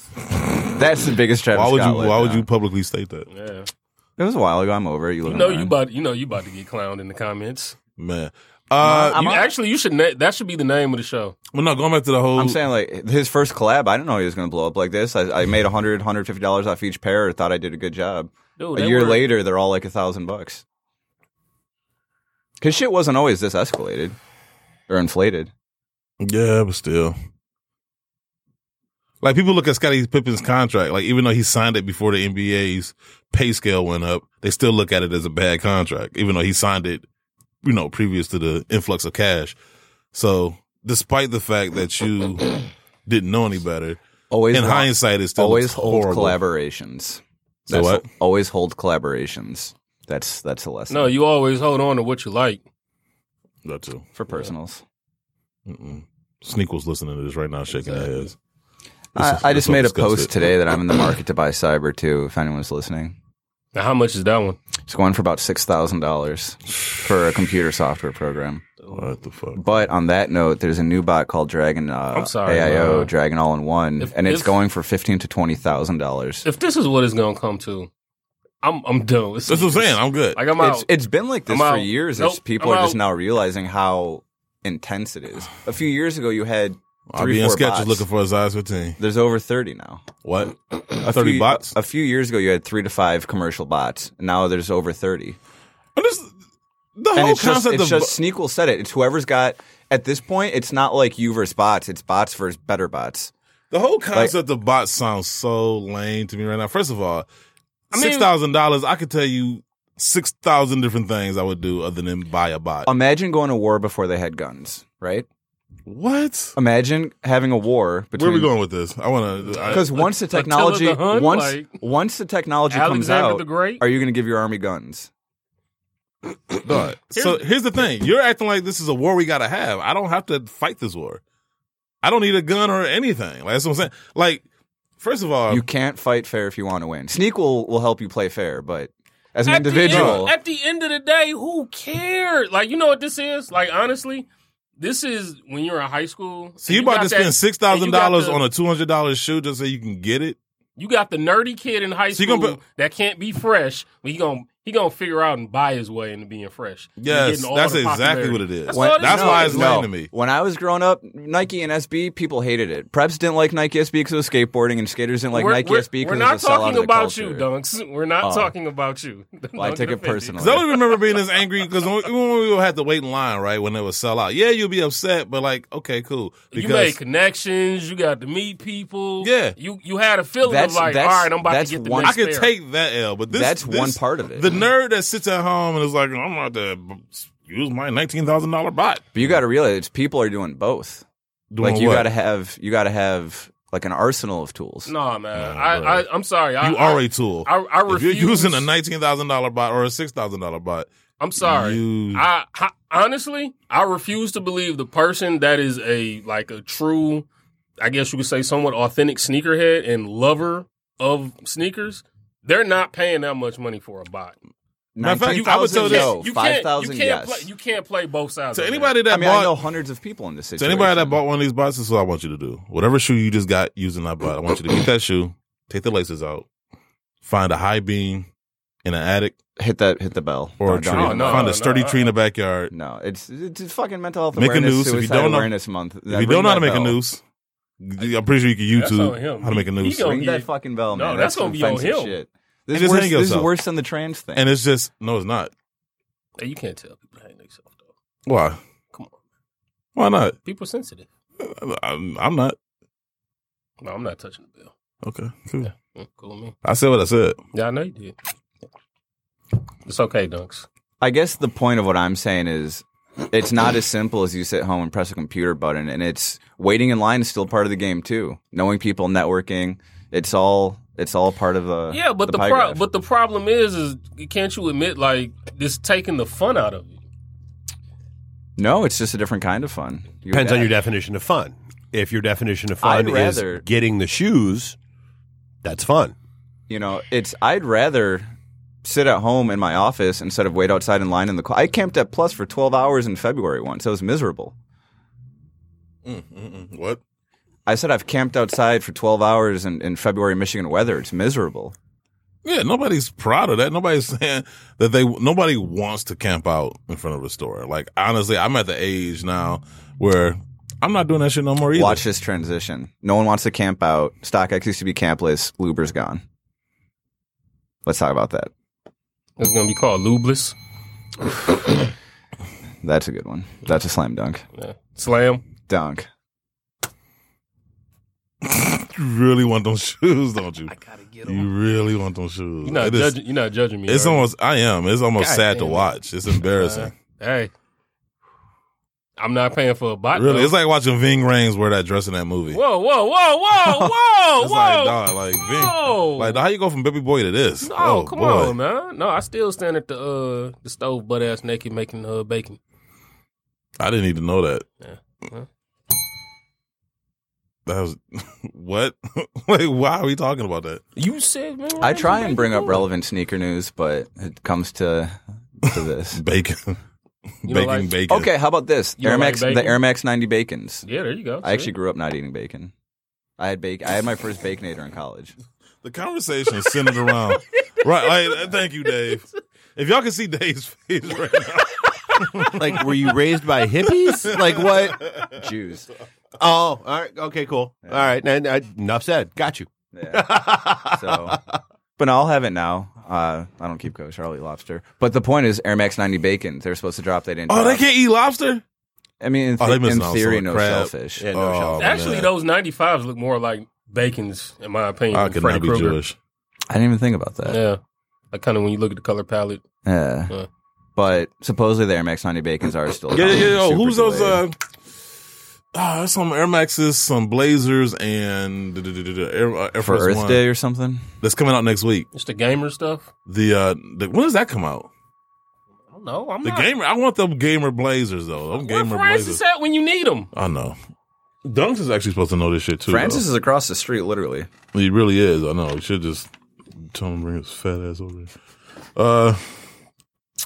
S6: That's the biggest Travis
S3: Why would you?
S6: Scott.
S3: Why would
S6: letdown.
S3: you publicly state that?
S4: <laughs> yeah.
S6: It was a while ago. I'm over it. You,
S4: You
S6: live
S4: know
S6: and
S4: you
S6: learn.
S4: about you know you about to get clowned in the comments.
S3: Man. Uh,
S6: I'm
S4: You
S6: on-
S4: actually you should na- that should be the name of the show.
S3: well, no, going back to the whole.
S6: I'm saying like his first collab. I didn't know he was going to blow up like this. I, I made 100 150 dollars off each pair. Thought I did a good job.
S4: Dude,
S6: a
S4: they
S6: year
S4: were-
S6: later, they're all like a thousand bucks. Cause shit wasn't always this escalated or inflated.
S3: yeah, but still. Like people look at Scottie Pippen's contract, like even though he signed it before the NBA's pay scale went up, they still look at it as a bad contract, even though he signed it, you know, previous to the influx of
S6: <clears throat>
S3: cash. So, despite the fact that you didn't know any better,
S6: Always
S3: In
S6: wa-
S3: hindsight, it still
S6: always
S3: looks
S6: hold
S3: horrible.
S6: collaborations.
S3: So
S6: That's-
S3: what?
S6: Always hold collaborations. That's that's a lesson.
S4: No, you always hold on to what you like.
S3: That too.
S6: for personals.
S3: Mm-mm. Sneak was listening to this right now, shaking
S4: Exactly.
S3: his
S6: I,
S3: head.
S6: I just made a post
S3: today.
S6: today that I'm in the market to buy cyber too. If anyone's listening,
S4: Now, how much is that one?
S6: it's going for about six thousand dollars for a computer software program.
S3: What the fuck?
S6: But on that note, there's a new bot called Dragon uh,
S4: I'm sorry,
S6: AIO
S4: bro.
S6: Dragon All in One,
S4: If-
S6: and it's
S4: if-
S6: going for fifteen to twenty thousand dollars.
S4: If this is what it's gonna come to, I'm I'm done. With
S3: That's what I'm saying. I'm good.
S4: Like I'm
S6: It's
S4: out.
S6: it's been like this
S4: I'm
S6: for
S4: out.
S6: years.
S4: Nope,
S6: it's people
S4: I'm
S6: are just
S4: out.
S6: now realizing how intense it is. A few years ago, you had
S3: I'll
S6: three,
S3: be in
S6: four
S3: sketches
S6: bots.
S3: looking for a size 15.
S6: There's over thirty now. <clears throat>
S3: What?
S6: A
S3: 30
S6: few-
S3: bots?
S6: A few years ago, you had three to five commercial bots. Now there's over thirty.
S3: But this- the
S6: and
S3: whole
S6: it's just,
S3: concept
S6: it's
S3: of.
S6: just Sneakle said it. It's whoever's got at this point. It's not like you versus bots. It's bots versus better bots.
S3: the whole concept of bots sounds so lame to me right now. First of all,
S4: I mean-
S3: $6,000, I could tell you 6,000 different things I would do other than buy a bot.
S6: Imagine going to war before they had guns, right?
S3: what?
S6: Imagine having a war
S3: Where
S6: between.
S3: are we going with this? I want to.
S6: Because once the
S4: Attila
S6: technology,
S4: the Hun,
S6: once
S4: like-
S6: once the technology comes
S4: Alexander
S6: out,
S4: the Great?
S6: are you going to give your army guns? <laughs>
S3: Dog. So here's the thing. You're acting like this is a war we gotta have. I don't have to fight this war. I don't need a gun or anything. Like that's what I'm saying. Like, first of all,
S4: Oh.
S6: you can't fight fair if you want to win. Sneak will will help you play fair, but as an
S4: At the end-
S6: individual,
S4: at the end of the day, who cares? Like you know what this is? Like honestly, this is when you're in high school.
S3: so you about to
S4: got
S3: spend
S4: that-
S3: six thousand dollars
S4: and you got the-
S3: on a two hundred dollars shoe just so you can get it?
S4: You got the nerdy kid in high
S3: So you
S4: school
S3: gonna put-
S4: that can't be fresh, but he gonna he gonna figure out and buy his way into being fresh. You're
S3: Yes,
S4: getting all
S3: that's
S4: the
S3: exactly
S4: popularity.
S3: what it is.
S4: That's,
S3: When-
S4: all it is.
S3: that's
S4: No,
S3: why it's
S4: no.
S3: lame to me.
S6: When I was growing up, Nike and SB people hated it. Preps didn't like Nike SB because it was skateboarding, and skaters didn't like
S4: we're,
S6: Nike
S4: we're-
S6: SB because
S4: we're
S6: it
S4: not
S6: was a sellout of
S4: talking
S6: the
S4: about
S6: culture.
S4: you, Dunks. We're not
S6: Oh.
S4: talking about you.
S6: <laughs> Well, I
S4: Dunk
S6: take it
S4: offended.
S6: personally.
S3: Cause I don't remember being this angry because when when we would have to wait in line, right, when it would sell out. Yeah, you'll be upset, but like, okay, cool. Because
S4: you made connections. You got to meet people.
S3: Yeah.
S4: you you had a feeling
S6: That's-
S4: of like, all
S6: that's-
S4: right, I'm about
S6: that's
S4: to get the
S6: one-
S4: next
S3: I could
S4: pair.
S3: take that L, but this
S6: That's one
S3: this-
S6: part of it.
S3: The nerd that sits at home and is like, I'm about to b- use my nineteen thousand dollar bot.
S6: But you got to realize it's people are doing both.
S3: Doing
S6: like you
S3: what?
S6: got to have you got to have like an arsenal of tools.
S4: No, man.
S3: Nah, bro.
S4: I, I I'm sorry. I,
S3: you are a tool.
S4: I, I
S3: if you're
S4: refuse.
S3: using a nineteen thousand dollar bot or a six thousand dollar bot,
S4: I'm sorry.
S3: you-
S4: I, I honestly, I refuse to believe the person that is a like a true, I guess you could say, somewhat authentic sneakerhead and lover of sneakers. They're not paying that much money for a bot.
S3: Matter of fact, you- I would tell
S6: 19,000,
S3: this-
S6: no,
S4: you
S6: five
S4: can't.
S6: thousand.
S4: you can't.
S6: Yes.
S4: Play, you can't play both sides.
S3: to
S4: of that.
S3: anybody that
S6: I mean,
S3: bought
S6: I know hundreds of people in this
S3: to
S6: situation.
S3: anybody that bought one of these bots, this is what I want you to do. Whatever shoe you just got using that bot, I want you to get that shoe, take the laces out, find a high beam in an attic
S6: hit that hit the bell
S3: or
S6: No,
S3: a tree,
S6: don't hit the
S4: no,
S3: find
S4: Oh, no,
S3: a sturdy
S4: no, uh,
S3: tree in the
S6: bell.
S3: backyard.
S6: No, it's it's it's fucking mental health
S3: Make a
S6: awareness.
S3: noose if you
S6: suicide
S3: don't know-
S6: awareness month.
S3: If you don't know how to make a noose, I'm pretty sure you
S4: That's
S3: can
S4: on
S3: YouTube
S4: him.
S3: how to make a
S4: He
S3: noose.
S4: gonna-
S6: Ring
S4: Yeah.
S6: that fucking bell,
S4: No,
S6: man.
S4: that's gonna
S6: some
S4: be on
S6: offensive
S4: him.
S6: Shit. This,
S3: just
S6: is worse,
S3: hang
S6: this is
S3: yourself.
S6: worse than the trans thing.
S3: And it's just no, it's not.
S4: Hey, you can't tell people to hang themselves though.
S3: Why?
S4: Come on,
S3: Why not?
S4: people are sensitive.
S3: I'm, I'm not.
S4: No, I'm not touching the bill.
S3: Okay, cool.
S4: Mm, Cool with me.
S3: I said what I said.
S4: Yeah, I know you did. It's okay, Dunks.
S6: I guess the point of what I'm saying is it's not as simple as you sit home and press a computer button and it's waiting in line is still part of the game too. Knowing people, networking, it's all it's all part of Uh, the
S4: Yeah, but the,
S6: pie
S4: pro-
S6: graph.
S4: but the problem is, is can't you admit like this taking the fun out of it?
S6: no, it's just a different kind of fun. You
S5: Depends on your
S6: adapt.
S5: definition of fun. If your definition of fun
S6: I'd
S5: is
S6: rather-
S5: getting the shoes, that's fun.
S6: you know, it's I'd rather sit at home in my office instead of wait outside in line in the car. I camped at Plus for 12 hours in February once. It was miserable.
S4: Mm,
S3: What?
S6: I said I've camped outside for 12 hours in, in February Michigan weather. It's miserable.
S3: Yeah, nobody's proud of that. Nobody's <laughs> saying that they nobody wants to camp out in front of a store. Like honestly, I'm at the age now where I'm not doing that shit no more either.
S6: Watch this transition. No one wants to camp out. StockX used to be campless. Luber's gone. Let's talk about that.
S4: It's gonna be called lubeless
S6: That's a good one. That's a slam dunk.
S4: yeah. slam.
S6: Dunk.
S3: You really want those <laughs> shoes, don't you? I gotta get You really want those shoes.
S4: You're not
S3: It is-
S4: judging. You're not judging me.
S3: it's
S4: are you? Uh,
S3: almost. I am. It's almost
S4: God
S3: sad to
S4: damn it.
S3: watch. It's embarrassing.
S4: Hey, I'm not paying for a bot.
S3: Really,
S4: though.
S3: it's like watching Ving Rhames wear that dress in that movie.
S4: whoa, whoa, whoa, whoa,
S3: <laughs>
S4: whoa,
S3: it's
S4: whoa.
S3: like dog, like
S4: Whoa.
S3: Ving, like oh, how you go from baby boy to this?
S4: No, come on, man. No, I still stand at the uh the stove butt ass naked making uh bacon.
S3: I didn't even know that.
S4: Yeah. Huh?
S3: That was <laughs> what? like, why are we talking about that?
S4: You said, man.
S6: I try and bring up
S4: relevant.
S6: relevant sneaker news, but it comes to to this.
S3: Bacon, <laughs>
S4: You
S3: bacon,
S4: don't like-
S3: bacon.
S6: okay, how about this?
S4: You
S6: Air
S4: don't like
S6: Max, the
S4: bacon?
S6: Air Max 90 bacons.
S4: Yeah, there you go.
S6: I actually grew up not eating bacon. I had bacon. I had my first baconator in <laughs> college.
S3: The conversation is centered around right. Like, uh, thank you, Dave. If y'all can see Dave's <laughs> face right now,
S5: Like, were you raised by hippies? Like, what?
S6: Jews.
S5: <laughs> Oh, all right. Okay, cool. All right. Now- now, enough said. Got you.
S6: Yeah.
S5: <laughs>
S6: So, but no, I'll have it now. Uh, I don't keep kosher. I'll eat lobster. But the point is, Air Max 90 bacon. They're supposed to drop. They didn't.
S3: oh, they
S6: drop.
S3: can't eat lobster.
S6: I mean, in,
S3: Oh, they
S6: the- in
S3: missing out on
S6: theory,
S3: some
S6: no
S3: crab.
S6: shellfish.
S5: Yeah, no
S3: Oh,
S5: shell.
S4: Actually,
S3: man.
S4: those 95s look more like bacon's, in my opinion.
S3: I
S4: than
S3: could
S4: Freddy
S3: not be
S4: Krueger.
S3: Jewish.
S6: I didn't even think about that.
S4: Yeah. Like kind of when you look at the color palette.
S6: Yeah.
S4: Huh.
S6: But supposedly the Air Max 90 bacons are still.
S3: Yeah, yeah, yeah. yo,
S6: super
S3: Who's those?
S6: delayed.
S3: Uh, ah, that's some Air Maxes, some Blazers, and duh, duh, duh, duh, duh, Air, uh, Air
S6: for
S3: Force
S6: Earth
S3: One.
S6: Day or something?
S3: that's coming out next week.
S4: It's the gamer stuff.
S3: The, uh, the when does that come out?
S4: I don't know. I'm
S3: The
S4: not.
S3: gamer. I want them gamer Blazers though. Them
S4: Where
S3: gamer
S4: Francis
S3: Blazers.
S4: at when you need him?
S3: I know. Dunks is actually supposed to know this shit too.
S6: Francis is across the street, literally.
S3: though. he really is. I know. He should just tell him to bring his fat ass over. Here. Uh,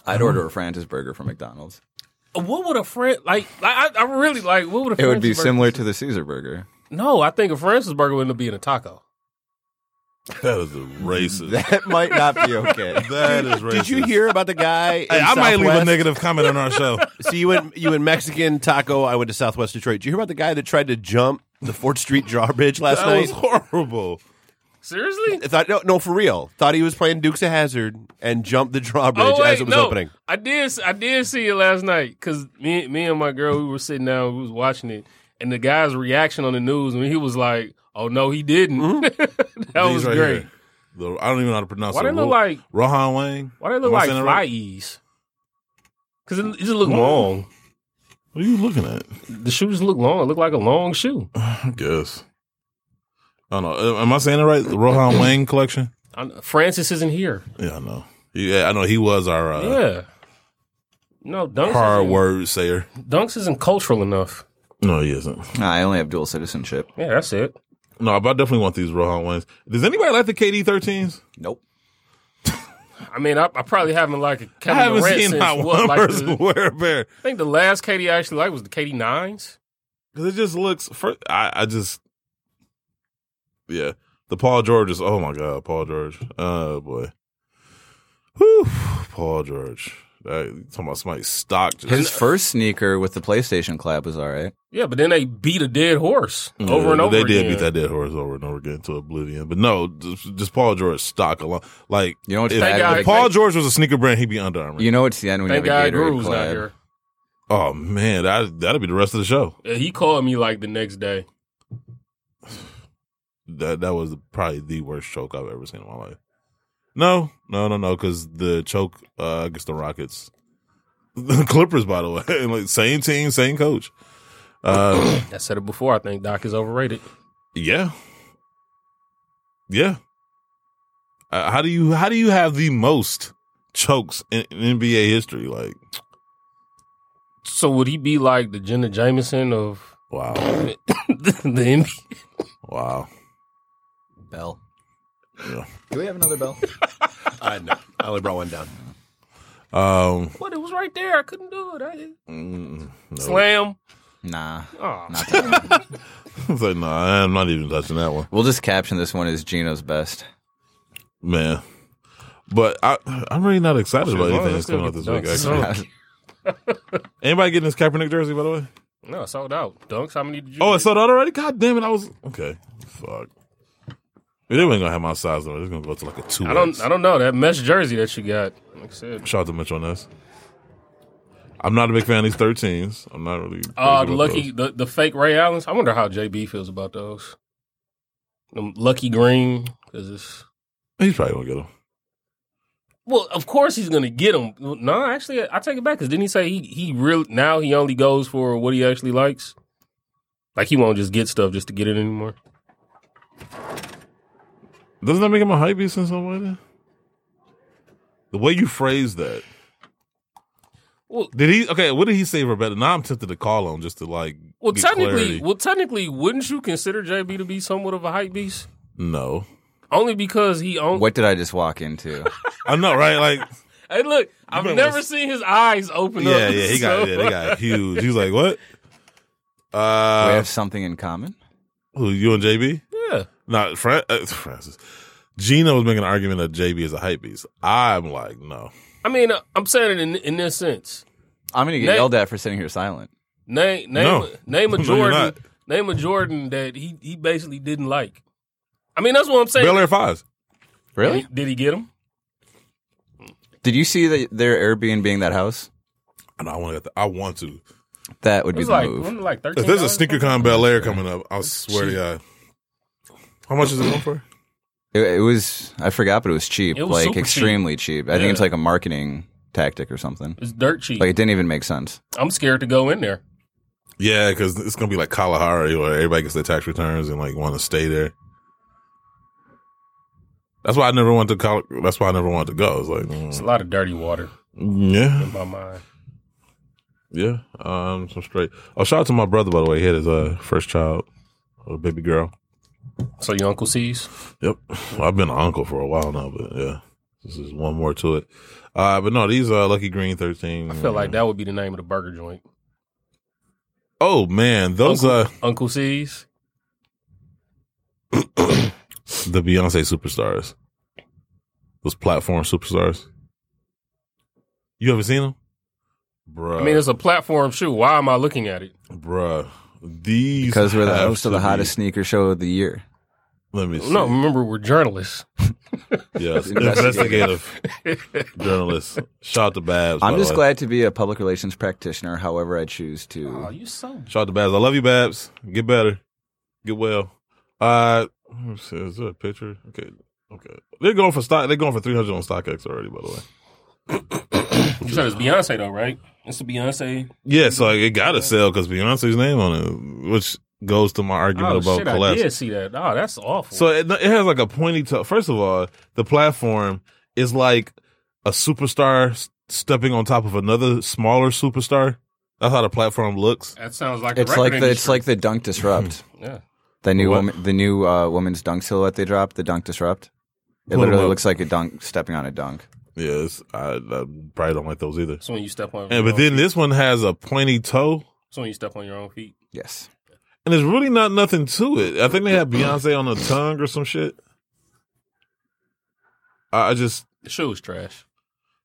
S6: I'd order a Francis burger from McDonald's.
S4: What would a friend like? like I, I really like. What would a
S6: It would be
S4: Francis burger-
S6: similar to the Caesar burger.
S4: No, I think a Francis burger would end up being a taco.
S3: that is a racist.
S6: That might not be okay.
S3: <laughs> that is racist.
S5: Did you hear about the guy? in
S3: Hey, I might leave a
S5: Southwest?
S3: negative comment on our show.
S5: So you went you went Mexican taco. I went to Southwest Detroit. Did you hear about the guy that tried to jump the Fort Street drawbridge last
S3: that was
S5: night?
S3: horrible.
S4: Seriously?
S5: I thought no, no, for real. Thought he was playing Dukes of Hazard and jumped the drawbridge
S4: Oh wait,
S5: as it was
S4: no.
S5: opening.
S4: I did. s- I did see it last night because me, me and my girl, we were sitting down, we was watching it, and the guy's reaction on the news when he was like, "Oh no, he didn't." <laughs> that
S3: These
S4: was
S3: right
S4: great.
S3: here. The- I don't even know how to pronounce
S4: Why
S3: it.
S4: they look
S3: Ro-
S4: like-
S3: Rohan Wang?
S4: Why they look
S3: Am I
S4: like
S3: saying that
S4: fly
S3: right?
S4: ease? Because it, it just look long.
S3: What are you looking at?
S4: The shoe just look long. It look like a long shoe.
S3: I guess. I don't know. Am I saying it right? The
S4: <clears throat>
S3: Rohan Wang collection?
S4: I kn- Francis isn't here.
S3: Yeah, I know. Yeah, I know. He was our uh,
S4: yeah. No, Dunks
S3: hard
S4: isn't,
S3: word sayer.
S4: Dunks isn't cultural enough.
S3: No, he isn't.
S6: Nah, I only have dual citizenship.
S4: Yeah, that's it.
S3: No, but I definitely want these Rohan Wangs. Does anybody like the KD 13s?
S6: Nope.
S4: I mean, I, I probably haven't like a
S3: I
S4: Kevin
S3: haven't
S4: Durant
S3: seen
S4: since
S3: not
S4: what,
S3: one
S4: like
S3: person
S4: the,
S3: wear a pair.
S4: I think the last KD I actually liked was the KD nines.
S3: Because it just looks. First, I, I just. Yeah. The Paul George is. Oh my God, Paul George. Oh boy. Whew. Paul George. That, you talking about somebody's stock. Just,
S6: His first sneaker with the PlayStation collab was all right.
S4: Yeah, but then they beat a dead horse
S3: Yeah,
S4: over and over.
S3: They did
S4: again.
S3: beat that dead horse over and over again to oblivion. But no, just, just Paul George stock alone. Like,
S6: You know what's
S3: if,
S4: Thank God-
S3: if Paul George was a sneaker brand, he'd be Under Armour.
S6: You know it's the end when
S4: Thank
S6: you
S4: God
S6: have a Gatorade
S4: Guru's
S6: collab.
S4: not here.
S3: oh man, that, that'll be the rest of the show.
S4: Yeah, he called me like the next day.
S3: That that was probably the worst choke I've ever seen in my life. No, no, no, no, because the choke uh, against the Rockets, <laughs> the Clippers, by the way, <laughs> and like same team, same coach. Uh, <clears throat>
S4: I said it before. I think Doc is overrated.
S3: yeah, yeah. Uh, how do you how do you have the most chokes in, in NBA history? Like,
S4: So would he be like the Jenna Jameson of <laughs>
S3: wow,
S4: the NBA?
S3: wow.
S6: Bell.
S3: Yeah.
S6: Do we have another bell?
S5: I know. I only brought one down.
S3: Um, <laughs>
S4: What? It was right there. I couldn't do it. I,
S3: mm, no.
S4: Slam.
S6: nah.
S4: Oh,
S3: it's like, no, I'm not even touching that one.
S6: We'll just caption this one as Gino's best.
S3: man. But I, I'm really not excited about
S4: As long
S3: anything that's
S4: as I still
S3: coming out
S4: get
S3: this
S4: the
S3: week.
S4: dunks.
S3: Actually,
S4: <laughs>
S3: anybody getting this Kaepernick jersey? By the way,
S4: no, it sold out. Dunks. How many did you?
S3: oh,
S4: get?
S3: it's sold out already. God damn it! I was okay. Fuck. They ain't gonna have my size though. It's gonna go to like a two.
S4: I don't. I don't know that mesh jersey that you got. Like I said,
S3: Shout out to Mitch on this. I'm not a big fan of these 13s. I'm not really. crazy
S4: uh,
S3: about
S4: the lucky
S3: those.
S4: the, the fake Ray Allen's. I wonder how JB feels about those. Them lucky green because it's
S3: He's probably gonna get them.
S4: Well, of course he's gonna get them. No, actually, I take it back because didn't he say he he real now he only goes for what he actually likes? Like he won't just get stuff just to get it anymore.
S3: Doesn't that make him a hype beast in some way? Then? The way you phrase that.
S4: Well-
S3: did he? Okay, what did he say for better? Now I'm tempted to call him just to like.
S4: Well,
S3: get
S4: technically,
S3: clarity.
S4: well, technically, wouldn't you consider JB to be somewhat of a hype beast?
S3: no,
S4: Only because he owns.
S6: What did I just walk into?
S3: I know, right? Like,
S4: Hey, look, I've
S3: better
S4: never
S3: listen.
S4: seen his eyes <laughs> open up.
S3: yeah, yeah, he got,
S4: so-
S3: yeah, they got huge. He was like, what?
S6: we
S3: Uh,
S6: have something in common.
S3: who you and JB?
S4: Yeah.
S3: Not Fran- uh, Francis. Gina was making an argument that JB is a hype beast. I'm like, no.
S4: I mean, uh, I'm saying it in in this sense.
S6: I'm gonna get
S4: Nate-
S6: yelled at for sitting here silent.
S4: Name name
S3: No.
S4: name
S3: <laughs>
S4: a
S3: No, you're
S4: Jordan.
S3: not.
S4: name a Jordan that he he basically didn't like. I mean, that's what I'm saying.
S3: Bel Air Fives.
S6: Really?
S4: Did he get him?
S6: Did you see the, their Airbnb being that house?
S3: I know, I want to. I want to.
S6: That would
S4: It
S6: be
S4: was
S6: the
S4: like
S6: move.
S4: wasn't it like thirteen.
S3: If there's a SneakerCon Bel Air coming up, I swear to God. How much is it going for?
S6: It, it was I forgot, but it was cheap.
S4: It was super
S6: like
S4: cheap.
S6: extremely cheap. I
S4: Yeah.
S6: think it's like a marketing tactic or something.
S4: It's dirt cheap.
S6: Like it didn't even make sense.
S4: I'm scared to go in there.
S3: Yeah, because it's gonna be like Kalahari, where everybody gets their tax returns and like want to stay there. That's why I never wanted to. Call, that's why I never wanted to go. It's like,
S4: It's a
S3: mm,
S4: lot of dirty water
S3: yeah,
S4: in my mind.
S3: yeah. Um, some straight. Oh, shout out to my brother by the way. He had his uh, first child, a baby girl.
S4: So your uncle sees.
S3: Yep. <laughs> Well, I've been an uncle for a while now, but yeah, this is one more to it. Uh, but no, these are Lucky Green thirteen.
S4: I feel like that would be the name of the burger joint.
S3: Oh man, those
S4: Uncle,
S3: uh
S4: Uncle C's.
S3: the Beyonce superstars, those platform superstars. You haven't seen them, bruh?
S4: I mean, it's a platform shoe. Why am I looking at it?
S3: bruh. These
S6: Because we're the
S3: have
S6: host of the
S3: to
S6: hottest
S3: Be,
S6: sneaker show of the year.
S3: let me see.
S4: No, remember we're journalists.
S6: <laughs>
S3: yes,
S6: Investigative.
S3: investigative journalist. Shout out to Babs. by
S6: I'm
S3: the
S6: just
S3: way.
S6: glad to be a public relations practitioner, however I choose to.
S4: Oh, you so
S3: Shout out to Babs. I love you, Babs. Get better. Get well. Uh, let me see. is there a picture? Okay, okay. They're going for stock. They're going for three hundred on StockX already. By the way,
S4: you said it's Beyonce though, right? It's a Beyonce.
S3: yeah. So like, it got to sell because Beyonce's name on it, which goes to my argument
S4: Oh
S3: about
S4: shit! I
S3: collapse.
S4: did see that. Oh, that's awful.
S3: So it, it has like a pointy toe. First of all, the platform is like a superstar s- stepping on top of another smaller superstar. That's how the platform looks.
S4: that sounds like
S6: it's
S4: a record
S6: like the, it's
S4: industry.
S6: like the Dunk Disrupt.
S4: <laughs> yeah.
S6: the new
S3: What?
S6: woman, the new uh, woman's dunk silhouette they dropped, the Dunk Disrupt. It
S3: Pull 'em
S6: literally
S3: up.
S6: looks like a dunk stepping on a dunk.
S3: Yes, I, I probably don't like those either.
S4: It's when you step on. your
S3: And but
S4: own
S3: then
S4: feet.
S3: this one has a pointy toe.
S4: it's when you step on your own feet.
S6: Yes.
S3: And there's really not nothing to it. I think they have Beyonce on the tongue or some shit. I I just
S4: The shoe is trash.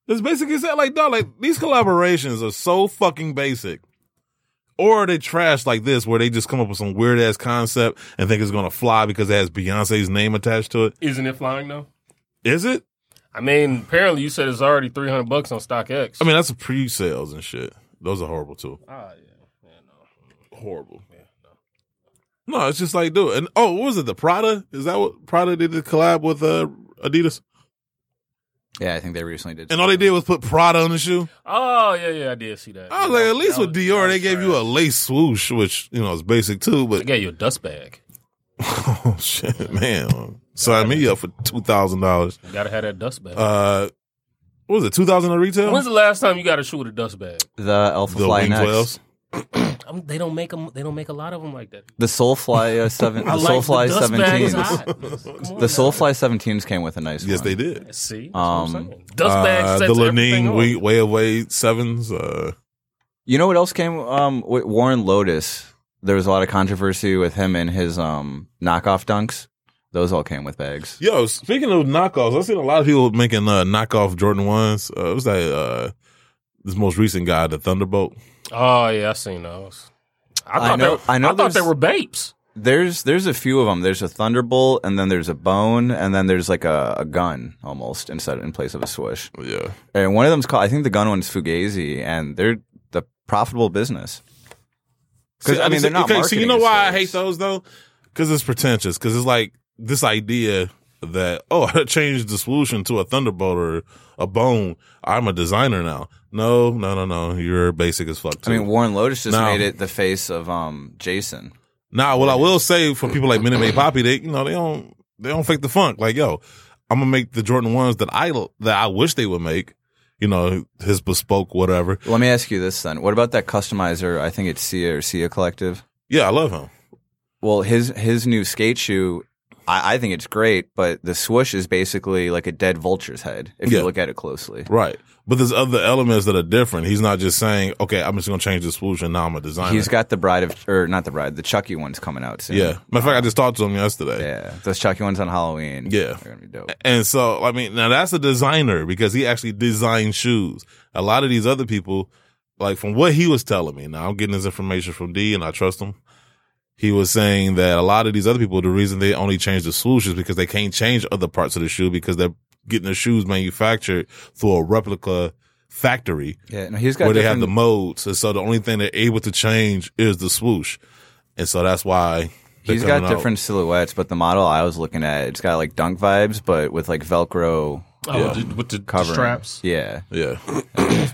S3: it's basic as that. Like, dog, like these collaborations are so fucking basic. Or they trash like this, where they just come up with some weird ass concept and think it's gonna fly because it has Beyonce's name attached to it.
S4: Isn't it flying though?
S3: Is it?
S4: I mean, apparently you said it's already three hundred bucks on StockX.
S3: I mean, that's pre sales and shit. Those are horrible too.
S4: Ah, yeah.
S3: Horrible. No, it's just like, dude. And oh, what was it? The Prada? Is that what Prada did the collab with uh, Adidas?
S6: Yeah, I think they recently did.
S3: And all they did was put Prada on the shoe.
S4: Oh yeah, yeah, I did see that.
S3: I was like, at least
S4: That
S3: with
S4: was-
S3: Dior,
S4: that
S3: they
S4: was
S3: gave you a
S4: trash.
S3: lace swoosh, which you know is basic too.
S4: They
S3: But
S4: gave you a dust bag.
S3: <laughs> oh shit, man, sign me up for two thousand dollars.
S4: You gotta have that dust bag.
S3: Uh, what was it two thousand at retail?
S4: When's the last time you got a shoe with a dust bag?
S6: the Alpha
S3: the
S6: Fly
S3: Wing
S6: next.
S3: Twelves.
S4: I'm, Um, they don't make them. They don't make a lot of them like that.
S6: The Soulfly uh, seven.
S4: <laughs>
S6: the
S4: I like
S6: Soulfly
S4: the dust bag is
S6: seventeens.
S4: hot. Come on
S6: The
S4: now.
S6: Soulfly seventeens came with a nice.
S3: Yes,
S6: one.
S3: they did.
S4: See, That's
S6: Um,
S4: what I'm saying. dust bags.
S3: Uh,
S4: sets
S3: the
S4: everything
S3: Lanine
S4: on.
S3: Way- Way Away Sevens. Uh,
S6: You know what else came? Um, with Warren Lotus. There was a lot of controversy with him and his um knockoff dunks. Those all came with bags.
S3: yo, speaking of knockoffs, I've seen a lot of people making uh, knockoff Jordan ones. Uh, it was that uh, this most recent guy, the Thunderbolt.
S4: Oh yeah, I seen those. I thought
S6: know-
S4: They,
S6: I know
S4: thought they
S6: there's-
S4: were babes.
S6: There's there's a few of them. There's a thunderbolt, and then there's a bone, and then there's like a, a gun almost instead in place of a swoosh.
S3: Yeah,
S6: And one of them's called I think the gun one's Fugazi, and they're the profitable business. Because
S3: See,
S6: I mean they're not.
S3: okay, so you
S6: marketing
S3: know
S6: as
S3: why I
S6: theirs.
S3: hate those though? Because it's pretentious. Because it's like this idea that <laughs> oh I changed the solution to a thunderbolt or a bone. I'm a designer now. No, no, no, no. You're basic as fuck.
S6: I
S3: Too.
S6: mean, Warren Lotus just
S3: No.
S6: made it the face of um Jason.
S3: Nah, what I will say for people like Minute Maid Poppy, they you know they don't they don't fake the funk. Like yo, I'm gonna make the Jordan ones that I that I wish they would make. You know his bespoke whatever.
S6: Let me ask you this then: What about that customizer? I think it's Sia or Sia Collective.
S3: Yeah, I love him.
S6: Well, his his new skate shoe, I, I think it's great, but the swoosh is basically like a dead vulture's head if
S3: Yeah.
S6: you look at it closely.
S3: Right. But there's other elements that are different. He's not just saying, okay, I'm just gonna change the solution. Now I'm a designer.
S6: He's got the bride of, or not the bride, the Chucky one's coming out soon.
S3: yeah. Matter of fact, I just talked to him yesterday.
S6: yeah. Those Chucky ones on Halloween.
S3: Yeah.
S6: they're gonna be dope.
S3: And so, I mean, now that's a designer because he actually designed shoes. A lot of these other people, like from what he was telling me, now I'm getting this information from D and I trust him. He was saying that a lot of these other people, the reason they only change the swoosh is because they can't change other parts of the shoe because they're getting the shoes manufactured through a replica factory
S6: Yeah, no, he's got.
S3: where they have the
S6: different-
S3: modes. And so the only thing they're able to change is the swoosh. And so that's why they're
S6: He's got
S3: coming out.
S6: different silhouettes, but the model I was looking at, it's got like dunk vibes, but with like Velcro
S4: Oh, with the, with the
S6: covering.
S4: straps.
S6: Yeah,
S3: Yeah.
S6: it's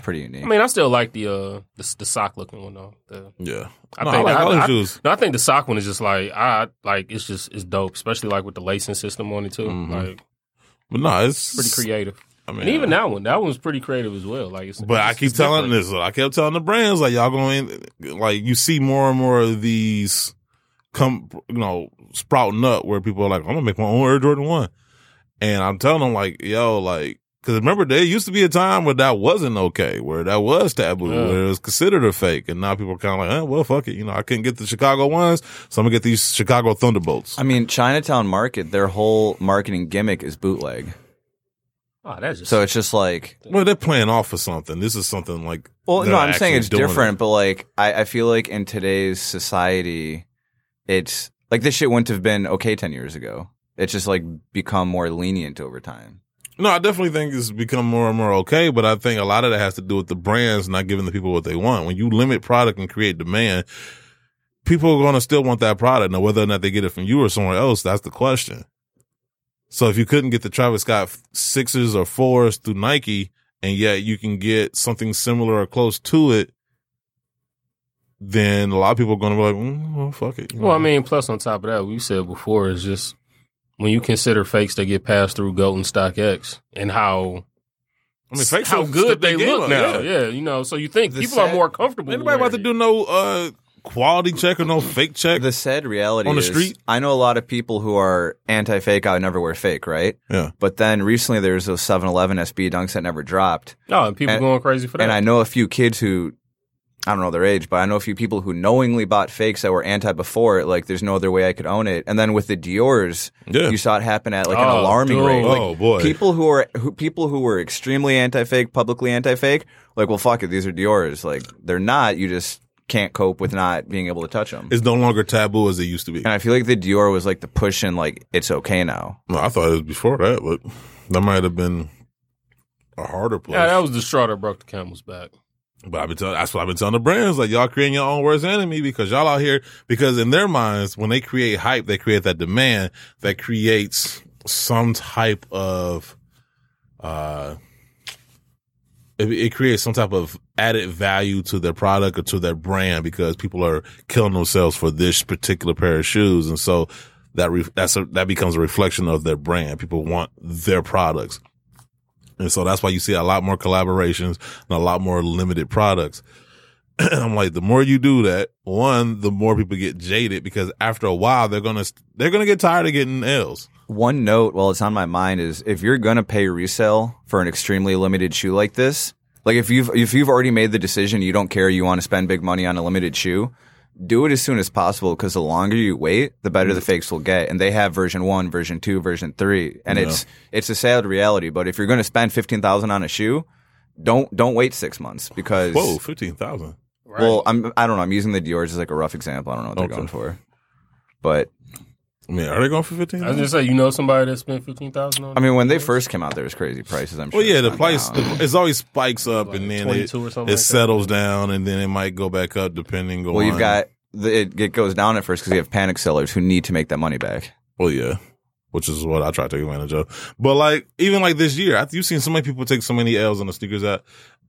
S4: <clears throat>
S6: pretty unique.
S4: I mean, I still like the uh the, the sock looking one though. The,
S3: Yeah.
S4: I
S3: No,
S4: think
S3: like
S4: I,
S3: all his
S4: I-
S3: shoes.
S4: no, I think the sock one is just like I like it's just it's dope, especially like with the lacing system on it too. Like
S3: But no, it's
S4: pretty creative.
S3: I mean,
S4: And even that one, that one's pretty creative as well. Like, it's,
S3: But I
S4: it's-
S3: keep
S4: it's
S3: telling
S4: different.
S3: this. I kept telling the brands like y'all going like you see more and more of these come you know sprouting up where people are like I'm gonna make my own Air Jordan One, and I'm telling them like yo like because remember there used to be a time where that wasn't okay where that was taboo
S4: Yeah.
S3: where it was considered a fake and now people are kind of like eh, well fuck it you know I couldn't get the Chicago ones so I'm gonna get these Chicago Thunderbolts.
S6: I mean, Chinatown Market, their whole marketing gimmick is bootleg.
S4: Oh, that's just
S6: So it's just like,
S3: well, they're playing off for something. This is something like
S6: well,
S3: they're
S6: no, I'm saying
S3: actually
S6: it's
S3: doing it.
S6: different, but like, I, I feel like in today's society, it's like this shit wouldn't have been okay 10 years ago. It's just like become more lenient over time.
S3: No, I definitely think it's become more and more okay, but I think a lot of that has to do with the brands not giving the people what they want. When you limit product and create demand, people are going to still want that product. Now, whether or not they get it from you or somewhere else, that's the question. So if you couldn't get the Travis Scott sixes or fours through Nike, and yet you can get something similar or close to it, then a lot of people are going to be like, mm, well, fuck it. you
S4: Well, I
S3: know.
S4: mean, plus on top of that, we said before is just when you consider fakes that get passed through Goat and Stock X and how
S3: I mean, fake
S4: how
S3: stuff
S4: good they
S3: stepped their game
S4: look
S3: up,
S4: now.
S3: yeah.
S4: Yeah. you know. So you think
S6: The
S4: people
S6: set-
S4: are more comfortable?
S3: Anybody about to
S4: wearing
S3: do no uh, quality check or no fake check?
S6: The sad reality
S3: On the
S6: is,
S3: street?
S6: I know a lot of people who are anti fake, I would never wear fake, right?
S3: Yeah.
S6: But then recently there's those 7 Eleven SB dunks that never dropped.
S4: it? No, and people
S6: and-
S4: going crazy for that.
S6: And I know a few kids who, I don't know their age, but I know a few people who knowingly bought fakes that were anti before it. Like, there's no other way I could own it. And then with the Dior's,
S3: Yeah.
S6: you saw it happen at like an
S4: Oh,
S6: alarming
S4: dude.
S6: rate. Like,
S3: Oh, boy.
S6: people who are who, people who were extremely anti fake, publicly anti fake, like, well, fuck it, these are Dior's. Like, they're not. You just can't cope with not being able to touch them.
S3: It's no longer taboo as it used to be.
S6: and I feel like the Dior was like the push in like it's okay now.
S3: No, I thought it was before that, but that might have been a harder place.
S4: yeah, that was the straw that broke the camel's back.
S3: but I've been telling, that's what I've been telling the brands. Like y'all creating your own worst enemy because y'all out here, because in their minds, when they create hype, they create that demand that creates some type of, uh, it, it creates some type of added value to their product or to their brand because people are killing themselves for this particular pair of shoes, and so that re- that's a, that becomes a reflection of their brand. People want their products, and so that's why you see a lot more collaborations and a lot more limited products. <clears throat> I'm like, the more you do that, one, the more people get jaded because after a while they're gonna they're gonna get tired of getting L's.
S6: One note while it's on my mind is if you're gonna pay resale for an extremely limited shoe like this, like if you've if you've already made the decision you don't care you want to spend big money on a limited shoe, do it as soon as possible because the longer you wait, the better
S3: Mm.
S6: the fakes will get. And they have version one, version two, version three, and it's it's a sad reality. But if you're gonna spend fifteen thousand on a shoe, don't don't wait six months because
S3: Whoa, fifteen thousand.
S6: well I'm I don't know I'm using the Dior's as like a rough example. I don't know what they're
S3: Okay.
S6: going for, but
S3: I mean, are they going for fifteen?
S4: I was gonna say, you know, somebody that spent fifteen thousand on.
S6: I mean, when they first came out, there was crazy prices. I'm sure.
S3: Well, yeah,
S6: it's
S3: the
S6: gone
S3: price
S6: down.
S3: the, it's always spikes up
S4: Like
S3: and then
S4: 22
S3: it,
S4: or something like
S3: it
S4: that.
S3: settles down and then it might go back up depending on.
S6: well, you've got the, it, it goes down at first because you have panic sellers who need to make that money back.
S3: Well, yeah, which is what I try to take advantage of. But like, even like this year, I, you've seen so many people take so many L's on the sneakers that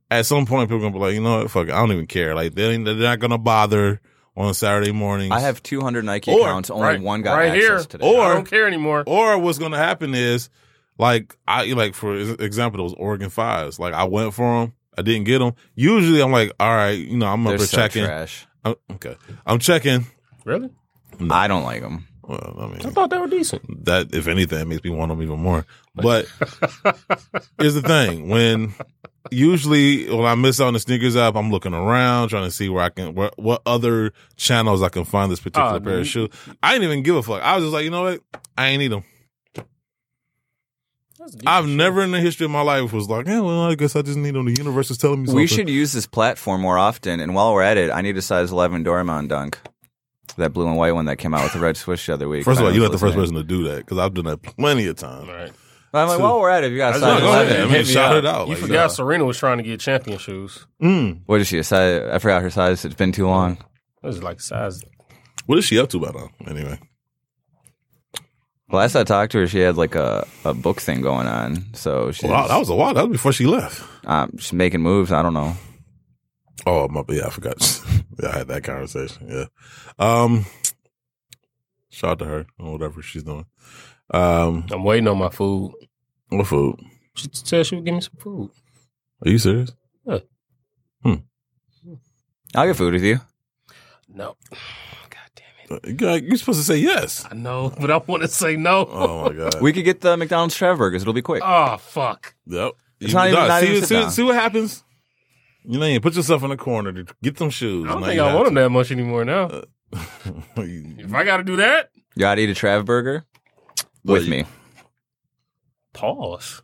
S3: at some point people gonna be like, you know what, fuck, it, I don't even care. Like they ain't- they're not gonna bother on Saturday mornings.
S6: I have 200 Nike
S3: Or-
S6: accounts. Only
S4: right,
S6: one got
S4: right
S6: access
S4: here.
S6: today.
S3: Or-
S4: I don't care anymore.
S3: Or what's gonna happen is, like I like for example, those Oregon fives. Like I went for them, I didn't get them. Usually, I'm like, all right, you know, I'm
S6: they're
S3: up for
S6: so
S3: checking.
S6: trash.
S3: I'm- okay, I'm checking.
S4: Really?
S6: I don't like them.
S3: Well, I mean,
S4: I thought they were decent.
S3: that if anything it makes me want them even more. But here's the thing: when usually when I miss out on the sneakers app, I'm looking around trying to see where I can where, what other channels I can find this particular
S4: Ah,
S3: pair
S4: dude.
S3: of shoes. I didn't even give a fuck. I was just like, you know what? I ain't need them.
S4: That's
S3: I've
S4: decent.
S3: never in the history of my life was like, yeah, well, I guess I just need them. The universe is telling me something.
S6: We should use this platform more often. And while we're at it, I need a size 11 Doraemon dunk. That blue and white one that came out with the red swoosh the other week.
S3: First of
S6: I
S3: all,
S6: was
S3: you're not the first
S6: listening.
S3: person to do that because I've done that plenty of times.
S4: All right.
S6: I'm like, while we're at it, if you got a
S4: I
S6: size
S4: just- go ahead.
S3: I
S6: 11.
S3: mean,
S4: Hit me
S3: shout it
S6: Oh,
S3: out.
S4: You
S3: Like,
S4: forgot
S3: uh,
S4: Serena was trying to get champion shoes.
S3: Mm.
S6: What is she? A size? I forgot her size. It's been too long.
S4: This is like size.
S3: What is she up to by now? Anyway,
S6: Last I talked to her, she had like a, a book thing going on. So she's,
S3: wow, that was a while. That was before she left.
S6: um, she's making moves. I don't know.
S3: Oh, my, yeah, I forgot. <laughs> yeah, I had that conversation. Yeah. Um, shout out to her on whatever she's doing. Um,
S4: I'm waiting on my food.
S3: what food?
S4: She said she would give me some food.
S3: Are you serious?
S6: I'll get food with you.
S4: No. <sighs> God damn it.
S3: Uh, you got- You're supposed to say yes.
S4: I know, but I want to say no.
S3: Oh my god.
S6: <laughs> We could get the McDonald's Trav burgers. It'll be quick.
S4: Oh, fuck.
S3: yep.
S6: It's not even-
S3: Nah,
S6: not
S3: see,
S6: even
S3: see,
S6: sit down.
S3: see what happens. You know, you put yourself in a corner to get some shoes.
S4: I don't
S3: Now
S4: think
S3: you
S4: I
S3: have
S4: want them that much anymore now.
S3: <laughs> to- You-
S4: if I got to do that,
S6: You gotta eat a Trav burger with
S3: Like-
S6: me.
S4: pause.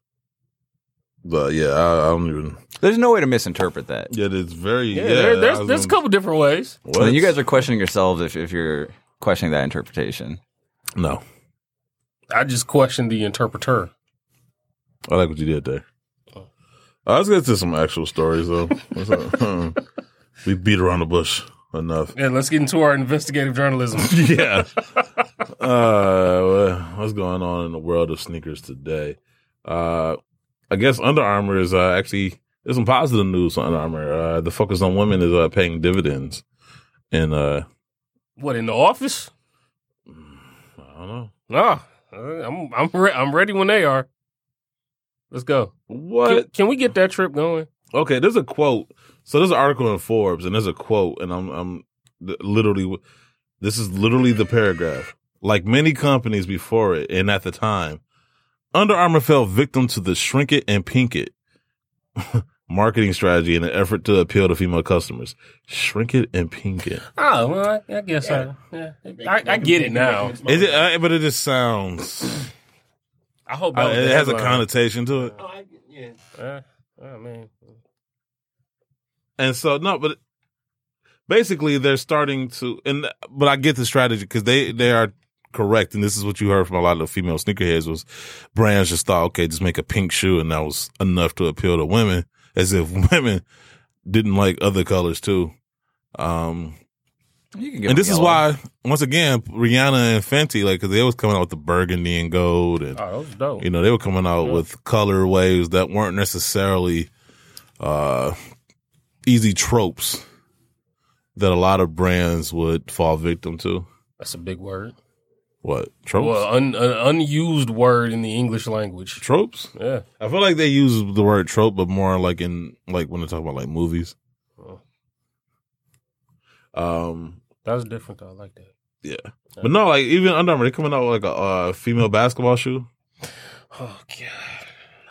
S3: but yeah, I, I don't even.
S6: There's no way to misinterpret that.
S3: Yeah, it's very.
S4: Yeah,
S3: Yeah,
S4: there-
S3: I
S4: there's,
S3: was
S4: there's a
S3: gonna-
S4: couple different ways.
S3: What?
S6: And you guys are questioning yourselves if, if you're questioning that interpretation.
S3: no.
S4: I just questioned the interpreter.
S3: I like what you did there. Uh, let's get to some actual stories, <laughs> though. What's up? Hmm. we beat around the bush <laughs> enough.
S4: And let's get into our investigative <laughs> journalism.
S3: yeah. Uh, well, what's going on in the world of sneakers today? Uh, I guess Under Armour is uh, actually there's some positive news on Under Armour. Uh, the focus on women is uh, paying dividends, and uh,
S4: what, in the office?
S3: I don't know
S4: Nah. Uh, I'm, I'm, re- I'm ready when they are. Let's go. Can,
S3: what.
S4: can we get that trip going?
S3: Okay, there's a quote. So there's an article in Forbes, and there's a quote, and I'm I'm th- literally this is literally the paragraph. Like many companies before it, and at the time, Under Armour fell victim to the shrink it and pink it <laughs> marketing strategy in an effort to appeal to female customers. Shrink it and pink it.
S4: Oh, well, I, I guess I, yeah, I, I get it now.
S3: Is it? Uh, but it just sounds.
S4: I hope that
S3: Uh,
S4: was
S3: it
S4: the
S3: has a
S4: headline.
S3: connotation to it.
S4: Uh, I mean,
S3: And so no, but basically they're starting to and but I get the strategy because they they are correct and this is what you heard from a lot of the female sneakerheads was brands just thought okay just make a pink shoe and that was enough to appeal to women as if <laughs> women didn't like other colors too. Um
S6: You can get
S3: and this is why once again Rihanna and Fenty like cuz they was coming out with the burgundy and gold and
S4: oh, that was dope.
S3: you know, they were coming out with colorways that weren't necessarily uh, easy tropes that a lot of brands would fall victim to.
S4: That's a big word.
S3: What tropes?
S4: Well, un, an unused word in the English language.
S3: tropes?
S4: Yeah.
S3: I feel like they use the word trope, but more like in like when they talk about like movies. Um,
S4: That was different though. I like that.
S3: yeah, but no, like even Under Armour, they're coming out with like a uh, female basketball shoe.
S4: Oh god.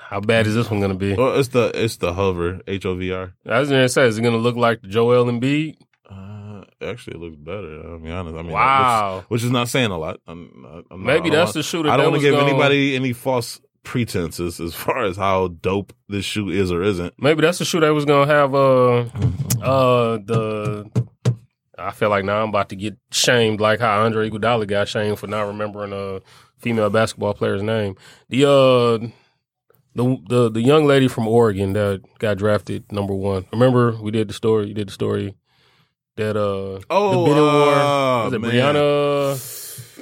S4: How bad is this one gonna be? I
S3: Well, it's the it's the hover H O V R.
S4: was gonna say, is it gonna look like Joel Embiid?
S3: Uh, actually, it looks better. I'll be honest. I mean,
S4: Wow.
S3: which, which is not saying a lot. I'm, I'm not-
S4: Maybe
S3: I don't
S4: that's
S3: want-
S4: the shoe that
S3: I
S4: they
S3: don't want
S4: was
S3: to give
S4: gonna-
S3: anybody any false pretenses as far as how dope this shoe is or isn't.
S4: Maybe that's the shoe they was gonna have. Uh, uh, the. I feel like now I'm about to get shamed, like how Andre Iguodala got shamed for not remembering a female basketball player's name. The uh, the the the young lady from Oregon that got drafted number one. Remember we did the story. You did the story that uh,
S3: Oh,
S4: the bidding war.
S3: uh,
S4: Was it
S3: man.
S4: Brianna?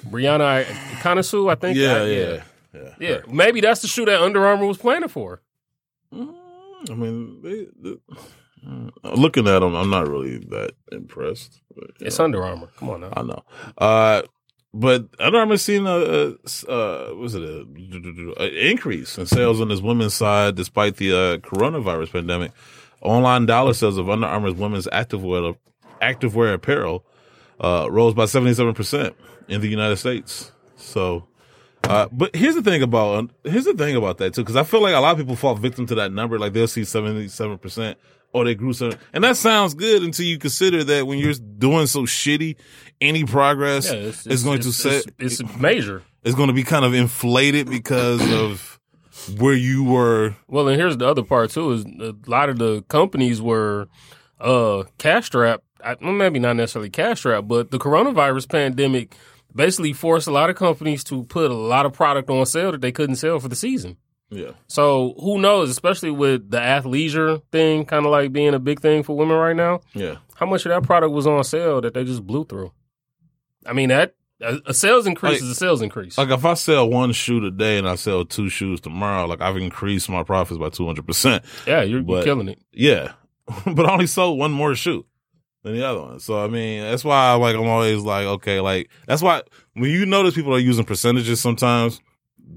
S4: Brianna Konasu, I think.
S3: Yeah,
S4: I-
S3: yeah, yeah.
S4: Yeah, maybe that's the shoe that Under Armour was planning for.
S3: Mm, I mean, they, they- mm, looking at them, I'm not really that impressed. but, you
S4: It's
S3: know,
S4: Under Armour. Come on now.
S3: I know. Uh, but Under Armour seen a, a uh, what was it a, an increase in sales on this women's side despite the uh, coronavirus pandemic. Online dollar sales of Under Armour's women's activewear activewear apparel uh, rose by 77% in the United States. So uh, but here's the thing about here's the thing about that too, because I feel like a lot of people fall victim to that number. Like they'll see seventy seven percent, or they grew some, and that sounds good until you consider that when you're doing so shitty, any progress
S4: Yeah,
S3: is going to
S4: it's-
S3: set
S4: it's, it's major.
S3: is going to be kind of inflated because of where you were.
S4: Well, and here's the other part too: is a lot of the companies were uh, cash strapped. I- well, Maybe not necessarily cash strapped, but the coronavirus pandemic basically forced a lot of companies to put a lot of product on sale that they couldn't sell for the season.
S3: Yeah,
S4: So who knows? Especially with the athleisure thing, kind of like being a big thing for women right now.
S3: yeah,
S4: How much of that product was on sale that they just blew through? I mean, that a, a sales increase
S3: Like-
S4: is a sales increase.
S3: like if I sell one shoe today and I sell two shoes tomorrow, like I've increased my profits by two hundred percent.
S4: yeah, you're, you're
S3: but-
S4: killing it.
S3: Yeah, <laughs> but I only sold one more shoe than the other one. So I mean, that's why I'm like I'm always like, okay, like that's why when you notice people are using percentages sometimes,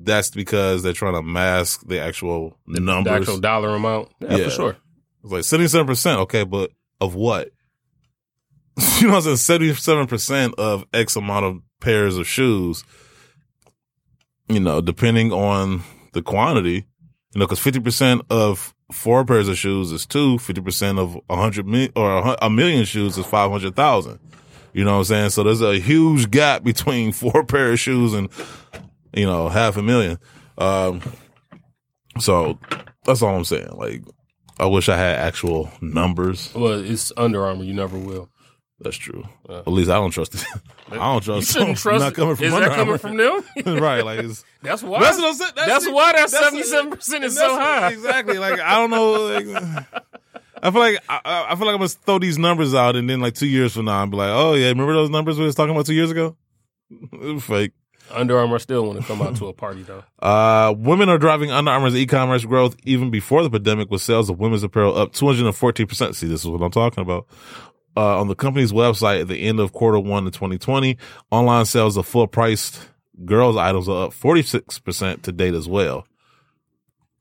S3: that's because they're trying to mask the actual
S4: The
S3: numbers.
S4: actual dollar amount. yeah.
S3: Yeah.
S4: for sure.
S3: it's like seventy seven percent, okay, but of what? <laughs> you know, what I'm saying seventy seven percent of X amount of pairs of shoes. You know, depending on the quantity, you know, because fifty percent of four pairs of shoes is two. Fifty percent of a hundred million or a hun- a million shoes is five hundred thousand. You know what I'm saying? So there's a huge gap between <laughs> four pair of shoes and you know half a million. Um, so that's all I'm saying. Like, I wish I had actual numbers.
S4: Well, it's Under Armour. You
S3: <laughs>
S4: never will.
S3: That's true. At least I don't trust it. <laughs> I don't
S4: Uh. You
S3: trust.
S4: shouldn't trust.
S3: Not coming from
S4: is
S3: Under
S4: that coming
S3: Armour.
S4: from them?
S3: <laughs>
S4: <laughs>
S3: right? Like it's,
S4: that's why.
S3: that's what I'm saying.
S4: That's
S3: it.
S4: why that
S3: That's it.
S4: 77% is
S3: And
S4: so
S3: that's-
S4: high.
S3: Exactly. Like I don't know. Like, <laughs> I feel like I- I, I feel like I'm gonna throw these numbers out, and then like two years from now, I'm be like, oh yeah, remember those numbers we was talking about two years ago? <laughs> Fake.
S4: Under Armour still want to come out to a party <laughs> though.
S3: Uh, women are driving Under Armour's e-commerce growth even before the pandemic, with sales of women's apparel up 214 percent. See, this is what I'm talking about. Uh, on the company's website at the end of quarter one of 2020, online sales of full-priced girls' items are up 46 percent to date as well.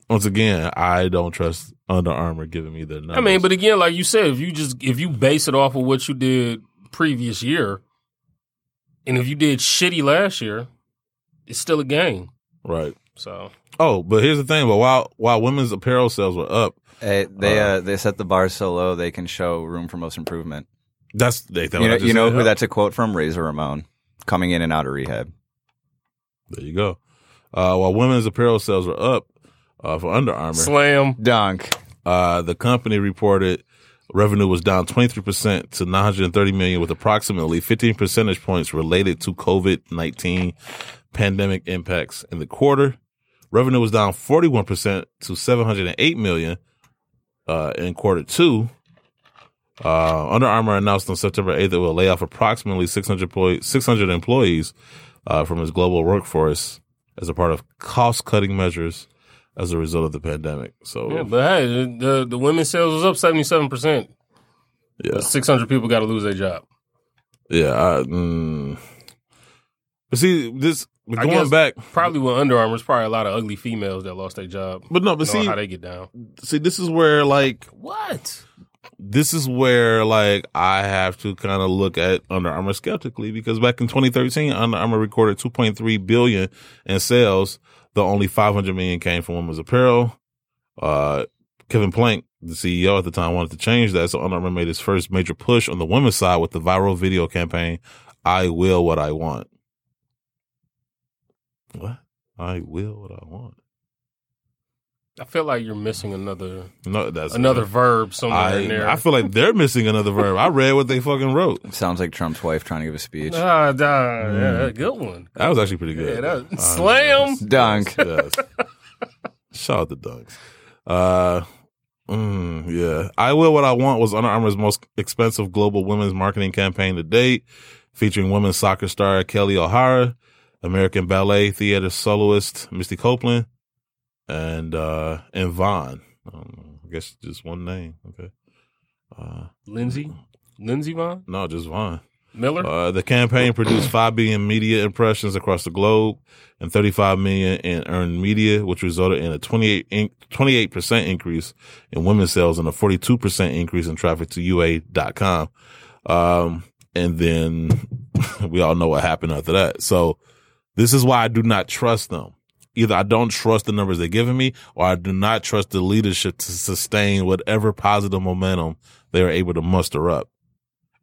S3: Once again, I don't trust Under Armour giving me their numbers.
S4: I mean, but again, like you said, if you just if you base it off of what you did previous year, and if you did shitty last year, it's still a game.
S3: right?
S4: So
S3: Oh, but here's the thing. But while while women's apparel sales were up,
S6: Eh, they uh, they set the bar so low they can show room for most improvement.
S3: that's they.
S6: you know, you know who that's a quote from? Razor Ramon, coming in and out of rehab.
S3: There you go. Uh, while women's apparel sales were up uh, for Under Armour,
S4: slam.
S6: Dunk.
S3: uh, the company reported revenue was down 23% to 930 million with approximately 15 percentage points related to COVID-19 pandemic impacts in the quarter. Revenue was down 41% to 708 million uh, in quarter two. Uh, Under Armour announced on September 8th it will lay off approximately 600, ploy- 600 employees uh, from its global workforce as a part of cost cutting measures as a result of the pandemic. So,
S4: Yeah, but hey, the- the the women's sales was up seventy seven percent.
S3: yeah.
S4: Six hundred people got to lose their job.
S3: Yeah. I, mm. But see, this but
S4: I
S3: going
S4: guess-
S3: back,
S4: Probably with Under Armour, it's probably a lot of ugly females that lost their job.
S3: but no, but
S4: knowing
S3: see,
S4: how they get down.
S3: see, this is where like
S4: What?
S3: this is where like I have to kind of look at Under Armour skeptically because back in 2013, Under Armour recorded 2.3 billion in sales. The only 500 million came from women's apparel. Uh, Kevin Plank, the CEO at the time, wanted to change that, so Under Armour made its first major push on the women's side with the viral video campaign "I Will What I Want." What? I will what I want.
S4: I feel like you're missing another
S3: No, that's
S4: another verb somewhere in there.
S3: I, I feel like they're missing another verb. I read what they fucking wrote.
S6: Sounds like Trump's wife trying to give a speech.
S3: Uh,
S4: Ah, da, yeah,
S3: Mm.
S4: that's a good one.
S3: That was actually pretty good.
S4: Yeah, that-
S3: Uh,
S4: slam.
S3: yes,
S6: Dunk.
S3: yes. Shout out to Dunks. Uh, mm, yeah. I Will What I Want was Under Armour's most expensive global women's marketing campaign to date. featuring women's soccer star Kelly O'Hara, American Ballet Theater soloist Misty Copeland, and uh, and Vaughn. Um, I guess just one name. Okay. Uh,
S4: Lindsay, Lindsay Vaughn
S3: no, just Vaughn.
S4: Miller.
S3: Uh, the campaign produced 5 billion media impressions across the globe and 35 million in earned media, which resulted in a 28 in- 28% increase in women's sales and a 42% increase in traffic to UA.com. Um, and then <laughs> we all know what happened after that. So this is why I do not trust them. Either I don't trust the numbers they're giving me or I do not trust the leadership to sustain whatever positive momentum they are able to muster up.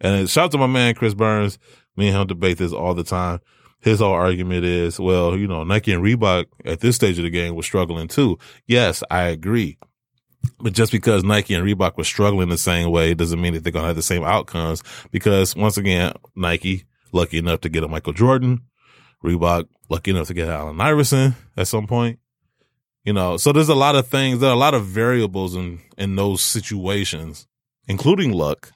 S3: And shout out to my man Chris Burns. Me and him debate this all the time. His whole argument is, well, you know, Nike and Reebok at this stage of the game were struggling too. Yes, I agree. But just because Nike and Reebok were struggling the same way doesn't mean that they're going to have the same outcomes. Because once again, Nike lucky enough to get a Michael Jordan, Reebok lucky enough to get Allen Iverson at some point. You know, so there's a lot of things. There are a lot of variables in in those situations, including luck,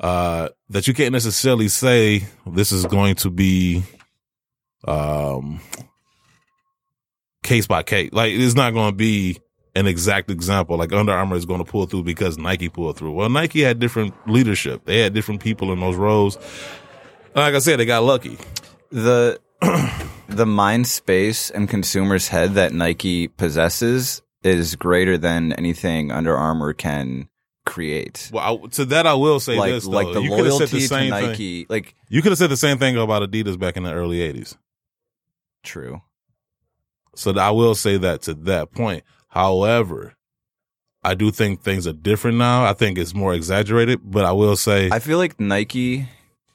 S3: uh, that you can't necessarily say this is going to be um, case by case. Like it's not going to be an exact example. Like Under Armour is going to pull through because Nike pulled through. Well, Nike had different leadership. They had different people in those roles. Like I said, they got lucky.
S6: the <clears throat> the mind space and consumer's head that Nike possesses is greater than anything Under Armour can create.
S3: Well, I, to that I will say
S6: like
S3: this: though.
S6: like the
S3: you could have said
S6: loyalty
S3: the
S6: to
S3: same Thing.
S6: Nike, like
S3: You could have said the same thing about Adidas back in the early '80s.
S6: true.
S3: So I will say that to that point. However, I do think things are different now. I think it's more exaggerated, but I will say
S6: I feel like Nike.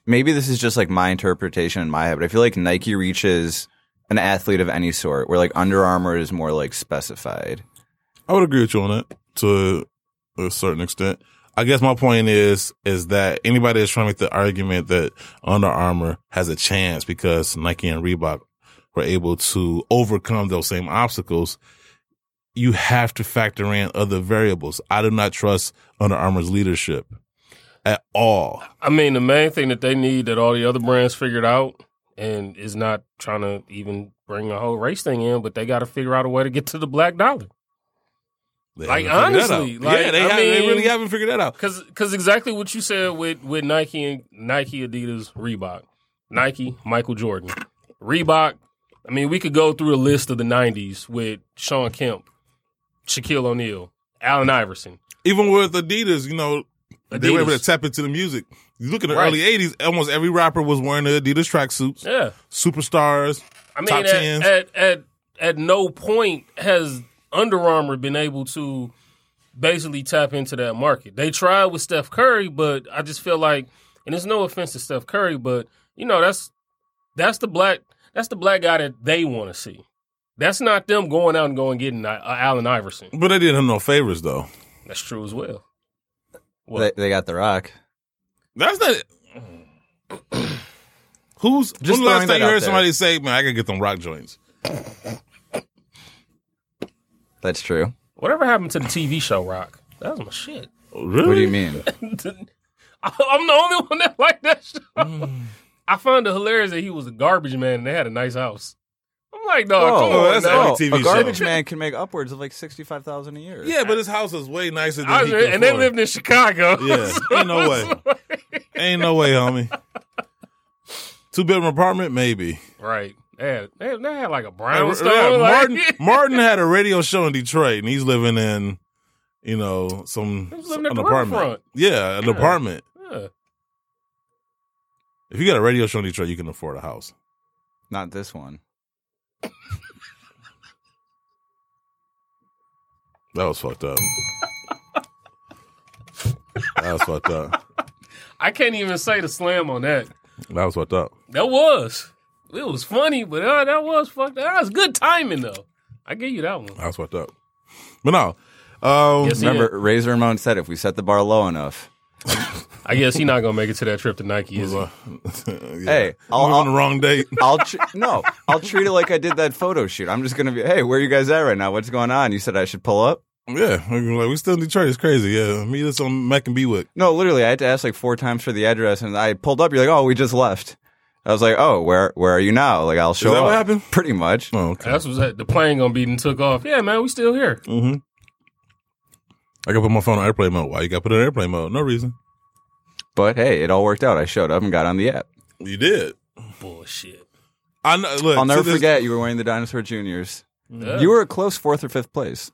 S6: Maybe this is just like my interpretation in my head, but I feel like Nike reaches an athlete of any sort, where like Under Armour is more like specified.
S3: I would agree with you on that to a certain extent. I guess my point is is that anybody that's trying to make the argument that Under Armour has a chance because Nike and Reebok were able to overcome those same obstacles, you have to factor in other variables. I do not trust Under Armour's leadership at all.
S4: I mean, the main thing that they need that all the other brands figured out and is not trying to even bring the whole race thing in, but they got to figure out a way to get to the black dollar.
S3: They
S4: Like,
S3: haven't figured that
S4: honestly,
S3: out.
S4: like,
S3: yeah, they,
S4: I
S3: haven't, they
S4: mean-
S3: really haven't figured that out.
S4: Cause, cause exactly what you said with with Nike and Nike, Adidas, Reebok, Nike, Michael Jordan, Reebok. I mean, we could go through a list of the '90s with Sean Kemp, Shaquille O'Neal, Allen Iverson.
S3: even with Adidas, you know, they were able to
S4: Adidas.
S3: tap into the music. You look at the
S4: Right.
S3: early '80s; almost every rapper was wearing the Adidas tracksuits.
S4: Yeah,
S3: Superstars,
S4: I mean,
S3: top
S4: at,
S3: tens.
S4: at at at no point has Under Armour been able to basically tap into that market. They tried with Steph Curry, but I just feel like, and it's no offense to Steph Curry, but you know that's that's the black that's the black guy that they want to see. That's not them going out and going getting uh, Allen Iverson.
S3: but they did him no favors though.
S4: That's true as well. What?
S6: They, they got the Rock.
S3: That's
S4: <clears throat>
S3: not. Who's
S6: Just
S3: when the last
S6: throwing that
S3: time you
S6: out
S3: heard
S6: there.
S3: somebody say, "Man, I could get them rock joints"?
S6: That's true.
S4: Whatever happened to the TV show Rock? That was my shit.
S3: Really?
S6: What do
S3: <laughs>
S6: you mean?
S4: <laughs> I'm the only one that liked that show. Mm. <laughs> I found it hilarious that he was a garbage man and they had a nice house. I'm like, dog,
S6: Oh,
S4: come on.
S3: that's
S4: now.
S3: every TV
S6: a garbage
S3: show.
S6: man can make upwards of like sixty five thousand a year.
S3: Yeah, but his house is way nicer than
S4: I was-
S3: he could
S4: and they
S3: afford.
S4: lived in Chicago. <laughs>
S3: Yeah, ain't no way, ain't no way, homie. Two bedroom apartment, maybe.
S4: right. They had, they, they had like a
S3: Yeah,
S4: brownstone. <laughs> like,
S3: Martin Martin had a radio show in Detroit, and he's living in, you know, some
S4: He's living at
S3: an
S4: the
S3: apartment.
S4: riverfront.
S3: Yeah, an apartment.
S4: Yeah.
S3: If you got a radio show in Detroit, you can afford a house.
S6: Not this one.
S3: That was fucked up. that was fucked up.
S4: I can't even say the slam on that.
S3: That was fucked up.
S4: That was. It was funny, but uh, that was fucked. That was good timing, though. I give you that one.
S3: That was fucked up. But no, um, <laughs>
S4: Yes, he
S6: Remember, Razor Ramon said if we set the bar low enough,
S4: I guess he's not gonna make it to that trip to Nike. Is he?
S6: Hey, I'll-
S3: I'm on the
S6: I'll-
S3: wrong date.
S6: I'll tr- <laughs> no, I'll treat it like I did that photo shoot. I'm just gonna be, hey, where you guys at right now? What's going on? You said I should pull up.
S3: Yeah, like, like, we still in Detroit. It's crazy. Yeah, meet us on Mac and Bewick.
S6: No, literally, I had to ask like four times for the address, and I pulled up. You're like, "Oh, we just left." I was like, "Oh, where where are you now?" Like, I'll show
S3: that
S6: up.
S3: what happened?
S6: <laughs> Pretty much.
S3: Oh, okay.
S4: That's what's that. The plane gonna be and took off. Yeah, man, we still here.
S3: hmm I gotta put my phone on airplane mode. Why you gotta put it on airplane mode? No reason.
S6: But hey, it all worked out. I showed up and got on the app.
S3: You did.
S4: Bullshit.
S3: I know, look,
S6: I'll never
S3: to this-
S6: forget you were wearing the Dinosaur Juniors.
S4: Yeah.
S6: You were a close fourth or fifth place.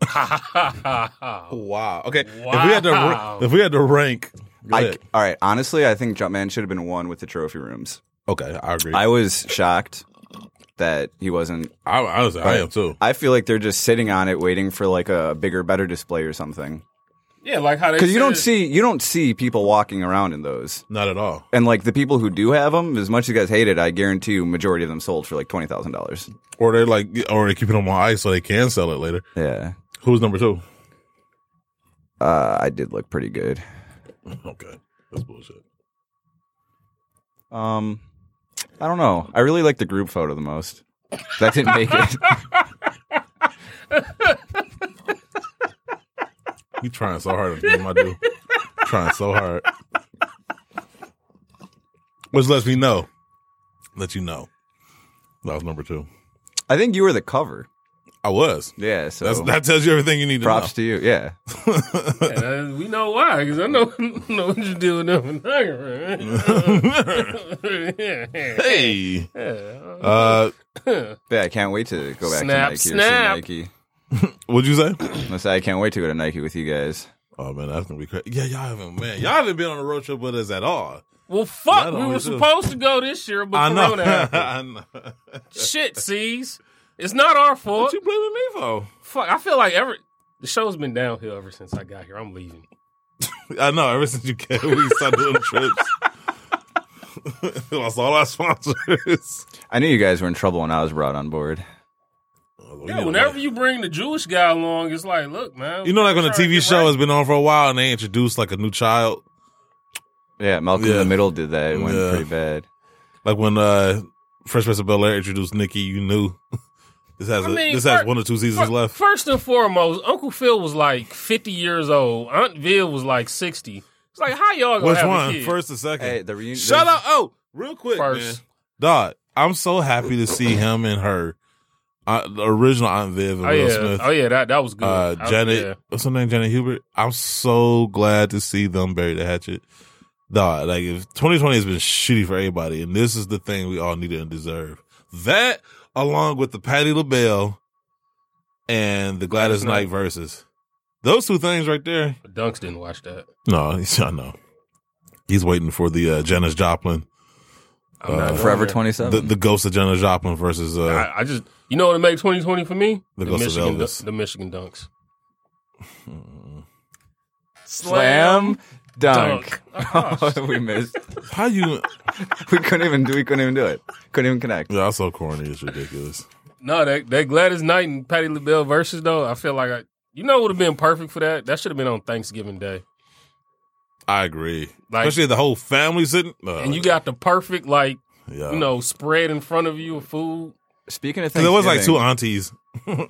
S4: <laughs>
S3: Wow. Okay. If we had to, ra-
S4: Wow.
S3: if we had to rank, go
S6: I,
S3: ahead.
S6: all right, honestly, I think Jumpman should have been one with the trophy rooms.
S3: okay, I agree.
S6: I
S3: I,
S6: was shocked that he wasn't.
S3: I honestly, I am too.
S6: I feel like they're just sitting on it, waiting for like a bigger, better display or something.
S4: yeah, like how they
S6: Because you don't
S4: said-
S6: see you don't see people walking around in those.
S3: Not at all.
S6: And like the people who do have them, as much as you guys hate it, I guarantee you, majority of them sold for like twenty thousand dollars.
S3: Or they're like, or they keep it on my ice so they can sell it later.
S6: Yeah,
S3: Who's number two?
S6: uh, I did look pretty good.
S3: Okay, that's bullshit.
S6: Um, I don't know. I really like the group photo the most. That didn't make
S3: <laughs>
S6: it.
S3: You trying so hard to get my dude. trying so hard. Which lets me know, let you know, that was number two.
S6: I think you were the cover.
S3: I was.
S6: Yeah, so
S3: That's, that tells you everything you need to
S6: Oh. props to you. Yeah,
S4: Yeah, we know why, because I know, <laughs> know what you do with them photographer.
S3: know. <laughs> hey. Uh,
S6: yeah. I can't wait to go back
S4: Snap,
S6: to Nike.
S4: snap.
S6: Or see Nike.
S3: what'd you say?
S6: I say I can't wait to go to Nike with you guys.
S3: Oh man, that's gonna be crazy. Yeah, y'all haven't man, y'all haven't been on a road trip with us at all.
S4: <laughs> well, fuck,
S3: That
S4: we were
S3: always is.
S4: supposed to go this year, but
S3: I know.
S4: Corona happened.
S3: <laughs> I know.
S4: Shit, sees. It's not our
S3: What
S4: fault.
S3: you blaming me for?
S4: Fuck, I feel like every the show's been downhill ever since I got here. I'm leaving.
S3: I know. Ever since you came, we started doing trips. <laughs> Lost all our sponsors.
S6: I knew you guys were in trouble when I was brought on board.
S4: Yeah, whenever you bring the Jewish guy along, it's like, look, man.
S3: you know, like on
S4: we're
S3: the
S4: trying to
S3: TV
S4: get
S3: show
S4: right.
S3: has been on for a while, and they introduced like a new child.
S6: Yeah, Malcolm in
S3: Yeah.
S6: the Middle did that. It went
S3: Yeah.
S6: pretty bad.
S3: Like when uh Fresh Prince of Bel Air introduced Nikki, you knew <laughs> this has
S4: I
S3: a,
S4: mean,
S3: this has
S4: fir-
S3: one or two seasons
S4: Fir-
S3: left.
S4: First and foremost, Uncle Phil was like 50 years old. Aunt Viv was like 60. It's like, how y'all gonna
S3: Which
S4: have a
S3: one?
S4: kid?
S3: First or second?
S6: Hey, the reunion.
S3: Shut up! Oh, real quick, man.
S4: First.
S3: dog. I'm so happy to see him and her, uh, the original Aunt Viv and
S4: Oh
S3: Will
S4: yeah,
S3: Smith.
S4: oh yeah, that that was good.
S3: uh,
S4: I-
S3: Janet,
S4: yeah.
S3: what's her name? Janet Hubert. I'm so glad to see them bury the hatchet. Dog, like if 2020 has been shitty for everybody, and this is the thing we all needed and deserve. That, along with the Patty LaBelle and the Gladys
S4: Gladys Knight.
S3: Knight versus, those two things right there.
S4: Dunks didn't watch that.
S3: No, <laughs> he's, I know. He's waiting for the uh, Janis Joplin,
S4: I'm
S3: Uh,
S4: not going
S6: Forever
S4: there.
S6: twenty
S3: the,
S6: seven.
S3: the ghost of Janis Joplin versus uh,
S4: I, I just, you know what made 2020 for me?
S3: The Ghost of
S4: Michigan,
S3: Elvis.
S4: dun- the Michigan dunks.
S6: Slam dunk.
S4: Oh, gosh.
S6: <laughs> we missed.
S3: How you?
S6: We couldn't even do. We couldn't even do it. Couldn't even connect.
S3: Yeah, that's so corny. It's ridiculous.
S4: no, that that Gladys Knight and Patty LaBelle versus though, I feel like I, you know, would have been perfect for that. That should have been on Thanksgiving Day.
S3: I agree.
S4: Like-
S3: Especially the whole family sitting. Uh,
S4: and you got the perfect like
S3: yeah.
S4: you know spread in front of you of food.
S6: Speaking
S3: 'Cause
S6: of things,
S3: there was like two aunties.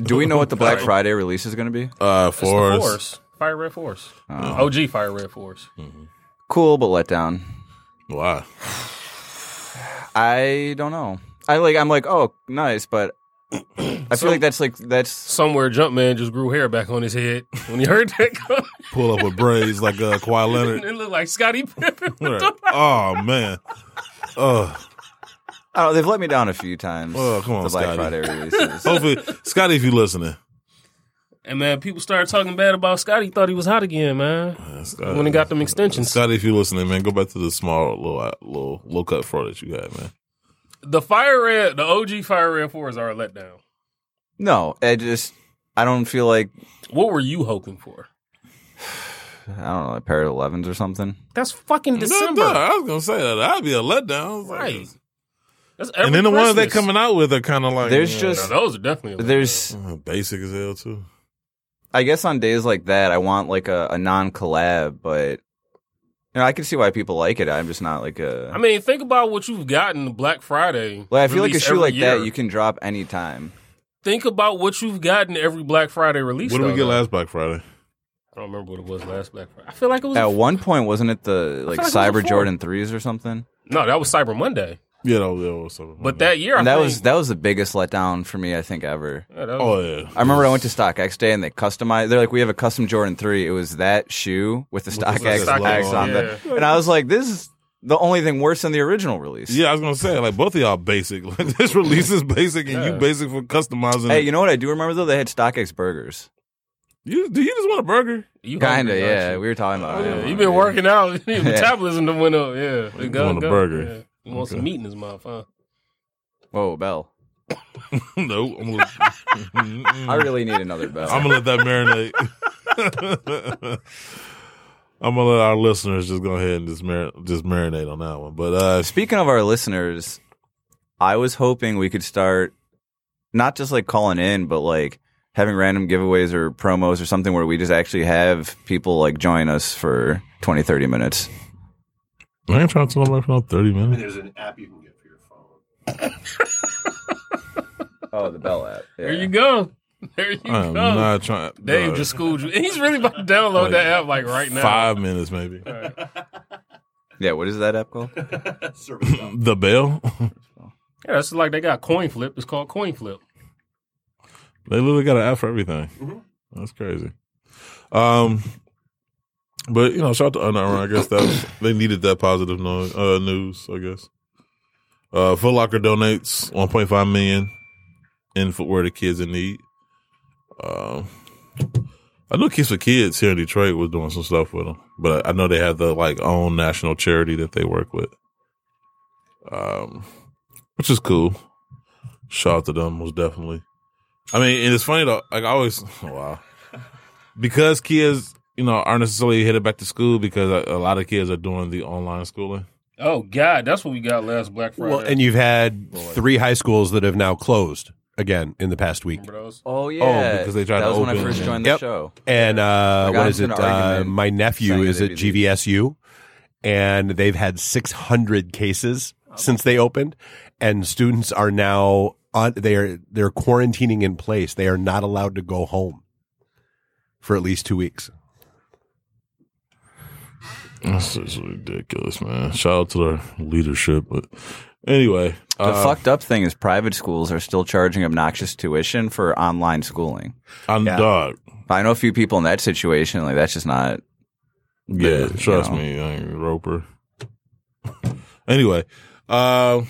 S6: Do we know what the Black Friday release is going to be?
S3: Uh,
S4: It's
S3: fours.
S4: the force, fire red force, OG fire red force.
S6: Cool, but let down.
S3: Why?
S6: I don't know. I like. I'm like, oh, nice, but I feel like that's like that's
S4: Somewhere, Jumpman just grew hair back on his head when he heard
S3: <laughs>
S4: that. <laughs> Comment.
S3: Pull up with braids like uh,
S4: <laughs>
S3: Kawhi Leonard.
S4: it looked like Scotty Pippen.
S3: Right. Oh man. Uh,
S6: I don't know, they've let me down a few times.
S3: Oh, come on,
S6: the Black
S3: Scotty.
S6: <laughs> Friday releases.
S3: hopefully, Scotty, if you listening,
S4: And man, people started talking bad about Scotty. Thought he was hot again, man. when he got them extensions,
S3: Scotty, if you listening, man, go back to the small little uh, little low cut fro that you had, man.
S4: the fire red, the OG fire red fours are a letdown.
S6: no, I just I don't feel like
S4: What were you hoping for?
S6: I don't know a pair of elevens or something.
S4: That's fucking December.
S3: Duh, duh, I was gonna say that. That'd be a letdown. I was like,
S4: Right. That's every
S3: And then the ones they
S4: Christmas.
S3: coming out with are kind of like
S6: There's
S3: eh,
S6: just-
S4: Now, those are definitely a letdown.
S6: There's
S3: uh, basic as hell too.
S6: I guess on days like that I want like a, a non collab, but you know I can see why people like it. I'm just not like a.
S4: I mean, think about what you've gotten Black Friday.
S6: like I feel like a
S4: release
S6: shoe
S4: every
S6: like
S4: year.
S6: that you can drop anytime.
S4: think about what you've gotten every Black Friday release.
S3: What did we
S4: though,
S3: get
S4: though.
S3: last Black Friday?
S4: I don't remember what it was last Black Friday. I feel like it was
S6: At one point, wasn't it the
S4: like
S6: like
S4: it was a four.
S6: Cyber Jordan threes or something?
S4: no, that was Cyber Monday.
S3: Yeah, that was, that was something.
S4: But that year, I
S6: And that
S4: think-
S6: was that was the biggest letdown for me, I think, ever.
S4: yeah, that
S3: Oh
S4: was-
S3: yeah.
S6: I remember I went to StockX Day and they customized. They're like, we have a custom Jordan three. It was that shoe with the StockX
S3: StockX
S6: logo
S3: logo
S6: on
S4: on
S6: the, and I was like, this is the only thing worse than the original release.
S3: Yeah, I was gonna say like both of y'all basic. <laughs> Like, this release is basic, and you basic for customizing.
S6: Hey,
S3: it.
S6: you know what I do remember though? They had StockX burgers.
S3: you do you just want a burger? <laughs>
S4: you
S6: Kinda,
S4: hungry, aren't
S6: yeah.
S4: you?
S6: We were talking
S3: Oh,
S6: about. it.
S4: Yeah, you been working
S6: <laughs>
S4: out. <laughs> Your
S6: Yeah.
S4: metabolism done went up.
S3: <laughs>
S4: Yeah, you
S3: want a burger.
S4: You want some
S3: Okay.
S4: meat in his mouth, huh?
S6: Whoa,
S3: <laughs>
S6: bell!
S3: no,
S4: <laughs>
S3: I'm gonna, Mm-mm. <laughs>
S6: I really need another bell.
S3: I'm gonna let that marinate. <laughs> I'm gonna let our listeners just go ahead and just mar- just marinate on that one. But uh,
S6: Speaking of our listeners, I was hoping we could start not just like calling in, but like having random giveaways or promos or something where we just actually have people like join us for 20, 30 minutes.
S3: I ain't trying to tell nobody for no thirty minutes.
S5: There's an app you can get for your phone.
S6: Oh, the Bell app. Yeah.
S4: There you go. <laughs> There you
S3: I'm
S4: go.
S3: not uh, trying.
S4: Dave
S3: dog.
S4: just schooled you. <laughs> He's really about to download
S3: Like,
S4: that app like right now.
S3: five minutes maybe.
S6: Yeah, what is that app called?
S3: The bell. <laughs>
S4: Yeah, that's like they got coin flip. It's called coin flip.
S3: They literally got an app for everything. That's crazy. Um, but you know, shout out to Under Armour. I guess that was, they needed that positive no, uh, news. I guess. Uh, Foot Locker donates 1.5 million in footwear to kids in need. Um, I know Kids for Kids here in Detroit was doing some stuff with them, but I know they have the like own national charity that they work with, um, which is cool. Shout out to them most definitely. I mean, and it's funny though. Like I always, <laughs> wow, because kids, you know, aren't necessarily headed back to school because a, a lot of kids are doing the online schooling.
S4: Oh God, that's what we got last Black Friday.
S5: Well, and you've had three high schools that have now closed again in the past week.
S4: Remember those?
S6: Oh, yeah.
S3: because they tried to
S6: that was when I
S3: open
S6: first
S3: it.
S6: joined the
S5: Yep.
S6: show.
S5: And uh,
S6: Like, I
S5: what
S6: was
S5: is
S6: in
S5: it?
S6: an
S5: Uh,
S6: argument
S5: my nephew
S6: saying
S5: is
S6: they'd
S5: at
S6: be the-
S5: GVSU, and they've had 600 cases
S6: Oh.
S5: since they opened, and students are now on. They are they're quarantining in place. They are not allowed to go home for at least two weeks.
S3: This is ridiculous, man. Shout out to their leadership, but anyway, uh,
S6: The fucked up thing is private schools are still charging obnoxious tuition for online schooling.
S3: I'm
S5: Yeah.
S3: dog.
S6: I know a few people in that situation. Like, that's just not.
S3: Yeah,
S6: you
S3: trust
S6: know.
S3: me, I ain't Roper. <laughs> anyway, uh,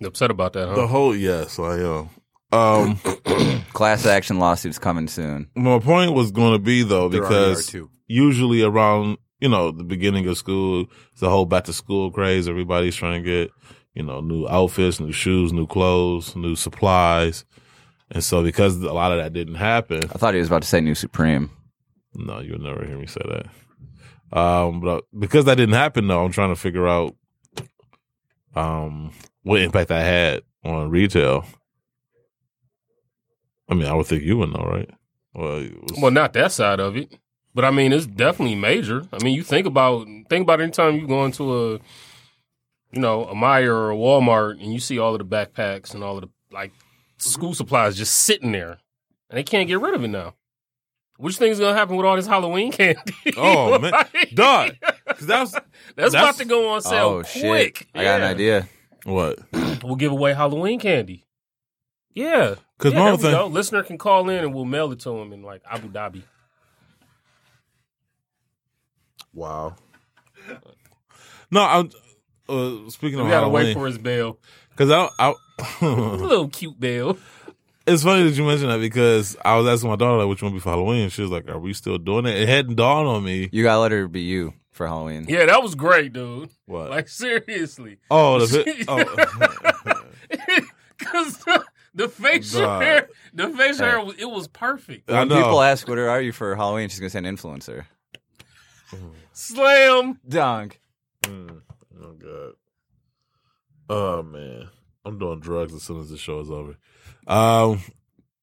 S4: You upset about that, huh?
S3: the whole yes, I am. Um,
S6: Class action lawsuits coming soon.
S3: my point was going to be though
S5: There already are
S3: because
S5: two.
S3: usually around you know the beginning of school it's the whole back to school craze everybody's trying to get you know new outfits new shoes new clothes new supplies and so because a lot of that didn't happen
S6: I thought he was about to say New Supreme.
S3: no you'll never hear me say that um but uh, because that didn't happen though i'm trying to figure out um what impact that had on retail i mean i would think you would know right well, it was-
S4: Well, not that side of it, but I mean, it's definitely major. I mean, you think about think about anytime you go into a, you know, a Meyer or a Walmart and you see all of the backpacks and all of the like
S3: Mm-hmm.
S4: school supplies just sitting there, and they can't get rid of it now. Which thing's gonna happen with all this Halloween candy? <laughs>
S3: Oh, man.
S4: Like,
S3: dog 'cause that was
S4: <laughs> that's,
S3: That's-
S4: about to go on sale
S6: oh
S4: quick.
S6: shit! I got an
S4: Yeah.
S6: idea.
S3: what
S4: We'll give away Halloween candy. Yeah,
S3: 'Cause
S4: yeah,
S3: my
S4: there
S3: whole
S4: we
S3: thing-
S4: go. listener can call in and we'll mail it to him in like Abu Dhabi.
S3: Wow. No, I'm uh, speaking of
S4: We gotta wait
S3: Halloween
S4: for his bell.
S3: because I, I <laughs>
S4: A little cute bell.
S3: it's funny that you mentioned that because I was asking my daughter like, which one be for Halloween, and she was like, "Are we still doing it?" It hadn't dawned on me.
S6: You gotta let her be you for Halloween.
S4: Yeah, that was great, dude.
S3: What?
S4: Like seriously, <laughs>
S3: oh, the pi- oh.
S4: because the, the facial
S3: Dog.
S4: hair, the facial hair, was- it was perfect.
S3: <laughs> I
S6: When people
S3: know.
S6: ask, "What are you for Halloween?" She's gonna say an influencer.
S4: Slam.
S6: Dunk.
S3: oh god. Oh man, I'm doing drugs as soon as the show is over. Um,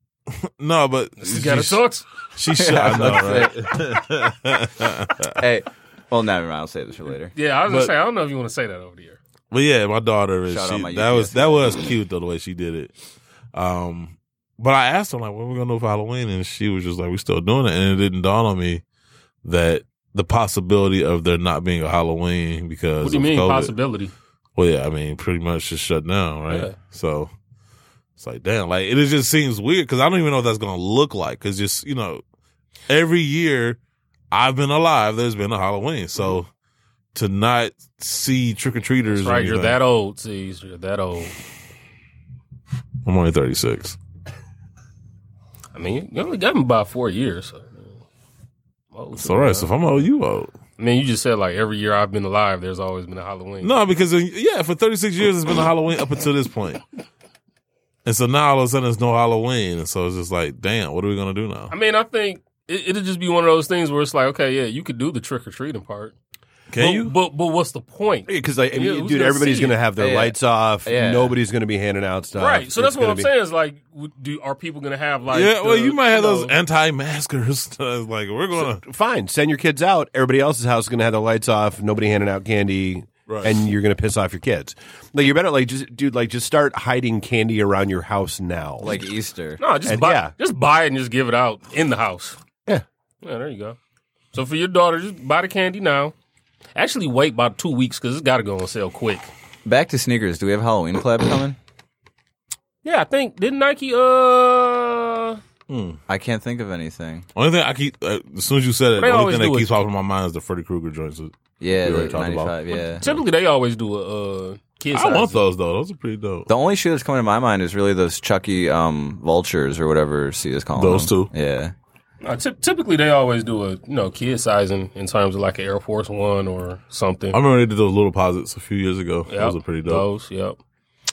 S3: <laughs> no, but
S4: You gotta talk. to-
S3: She should.
S4: <laughs>
S3: I know, right? <laughs>
S6: Hey, well, never mind. I'll save this for later.
S4: Yeah, I was gonna
S3: But-
S4: say I don't know if you want to say that over the air.
S3: But yeah, my daughter is
S6: Shout out
S3: she,
S6: my
S3: that was
S6: UPS
S3: that was cute though the way she did it. Um But I asked her like, "What are we gonna do for Halloween?" And she was just like, "We still doing it." And it didn't dawn on me that the possibility of there not being a Halloween because
S4: What do you
S3: of
S4: mean
S3: COVID.
S4: possibility?
S3: Well, yeah, I mean, pretty much just shut down, right?
S4: Yeah.
S3: So it's like, damn, like it just seems weird because I don't even know what that's gonna look like. Because just you know, every year I've been alive, there's been a Halloween, so to not see trick or treaters,
S4: Mm-hmm. That's right, you're that old, see, you're that old.
S3: I'm only 36.
S4: I mean, you only got him by four years. So. Old
S3: It's
S4: to
S3: all right.
S4: me,
S3: So
S4: huh?
S3: if I'm old, you old.
S4: I mean, you just said like every year I've been alive, there's always been a Halloween.
S3: No, because uh, yeah, for 36 years it's been a Halloween up until this point. And so now all of a sudden there's no Halloween, and so it's just like, damn, what are we gonna do now?
S4: I mean, I think it, it'll just be one of those things where it's like, okay, yeah, you could do the trick or treating part,
S3: Can
S4: but,
S3: you?
S4: But but what's the point?
S5: Because like, I mean,
S4: Yeah, who's
S5: dude,
S4: gonna
S5: everybody's
S4: see it?
S5: gonna have their
S6: Yeah.
S5: lights off.
S6: Yeah.
S5: Nobody's gonna be handing out stuff.
S4: Right. So that's
S5: It's
S4: what
S5: gonna
S4: I'm
S5: be-
S4: saying is like, w- do are people gonna have like?
S3: yeah, well,
S4: the-
S3: you might have those
S4: know-
S3: anti-maskers. <laughs> like we're
S4: <laughs>
S3: gonna
S5: Fine, send your kids out. Everybody else's house is gonna have their lights off. Nobody handing out candy,
S3: Right.
S5: and you're gonna piss off your kids. Like you better, like, just dude, like, just start hiding candy around your house now.
S6: like Easter.
S4: No, just
S5: And
S4: buy,
S5: yeah.
S4: just buy it and just give it out in the house.
S5: Yeah.
S4: Yeah, there you go. So for your daughter, just buy the candy now. Actually, wait about two weeks because it's got to go on sale quick.
S6: Back to sneakers. Do we have Halloween collab coming?
S4: Yeah, I think didn't Nike? Uh,
S6: I can't think of anything.
S3: Only thing I keep, uh, as soon as you said it,
S4: They
S3: the only
S4: always
S3: thing that
S4: do it.
S3: keeps popping in my mind is the Freddy Krueger joints.
S6: Yeah,
S3: We
S6: the
S3: already talked about
S6: 95, yeah.
S4: typically they always do a uh, kids.
S3: I want
S4: size.
S3: those though. Those are pretty dope.
S6: The only shoe that's coming to my mind is really those Chucky um, vultures or whatever she is calling
S3: Those
S6: them.
S3: two.
S6: Yeah.
S4: Uh, typ- typically they always do a you know kid sizing in terms of like an Air Force One or something.
S3: I remember they did those little posits a few years ago.
S4: Yep,
S3: Those are pretty dope.
S4: Those, yep.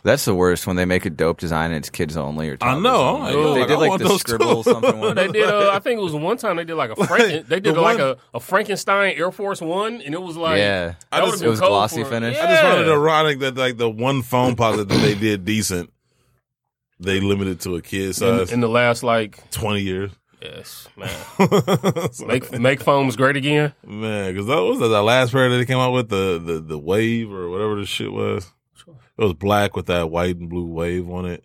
S6: That's the worst when they make a dope design and it's kids only or toddlers
S3: know, I'm
S6: only.
S3: like, yo,
S6: they
S3: like,
S6: did
S3: I
S6: like
S3: want
S6: the
S3: those
S6: scribble
S3: too.
S6: something one.
S4: <laughs> They did. Uh, I think it was one time they did like a Franken, they did
S3: the
S4: like
S3: one-
S4: a, a Frankenstein Air Force One, and it was like
S6: Yeah.
S4: that
S3: I
S4: would've
S3: just-
S4: been
S6: it was
S4: cold
S6: glossy
S4: for-
S6: finish.
S4: Yeah.
S6: I
S3: I just found it ironic that like the one phone posit that they did decent, they limited to a kid size.
S4: in, in the last like
S3: 20 years. <laughs>
S4: yes man
S3: It's like,
S4: make make foams great again.
S3: man, because that was that the last pair that they came out with the, the the wave or whatever the shit was. It was black with that white and blue wave on it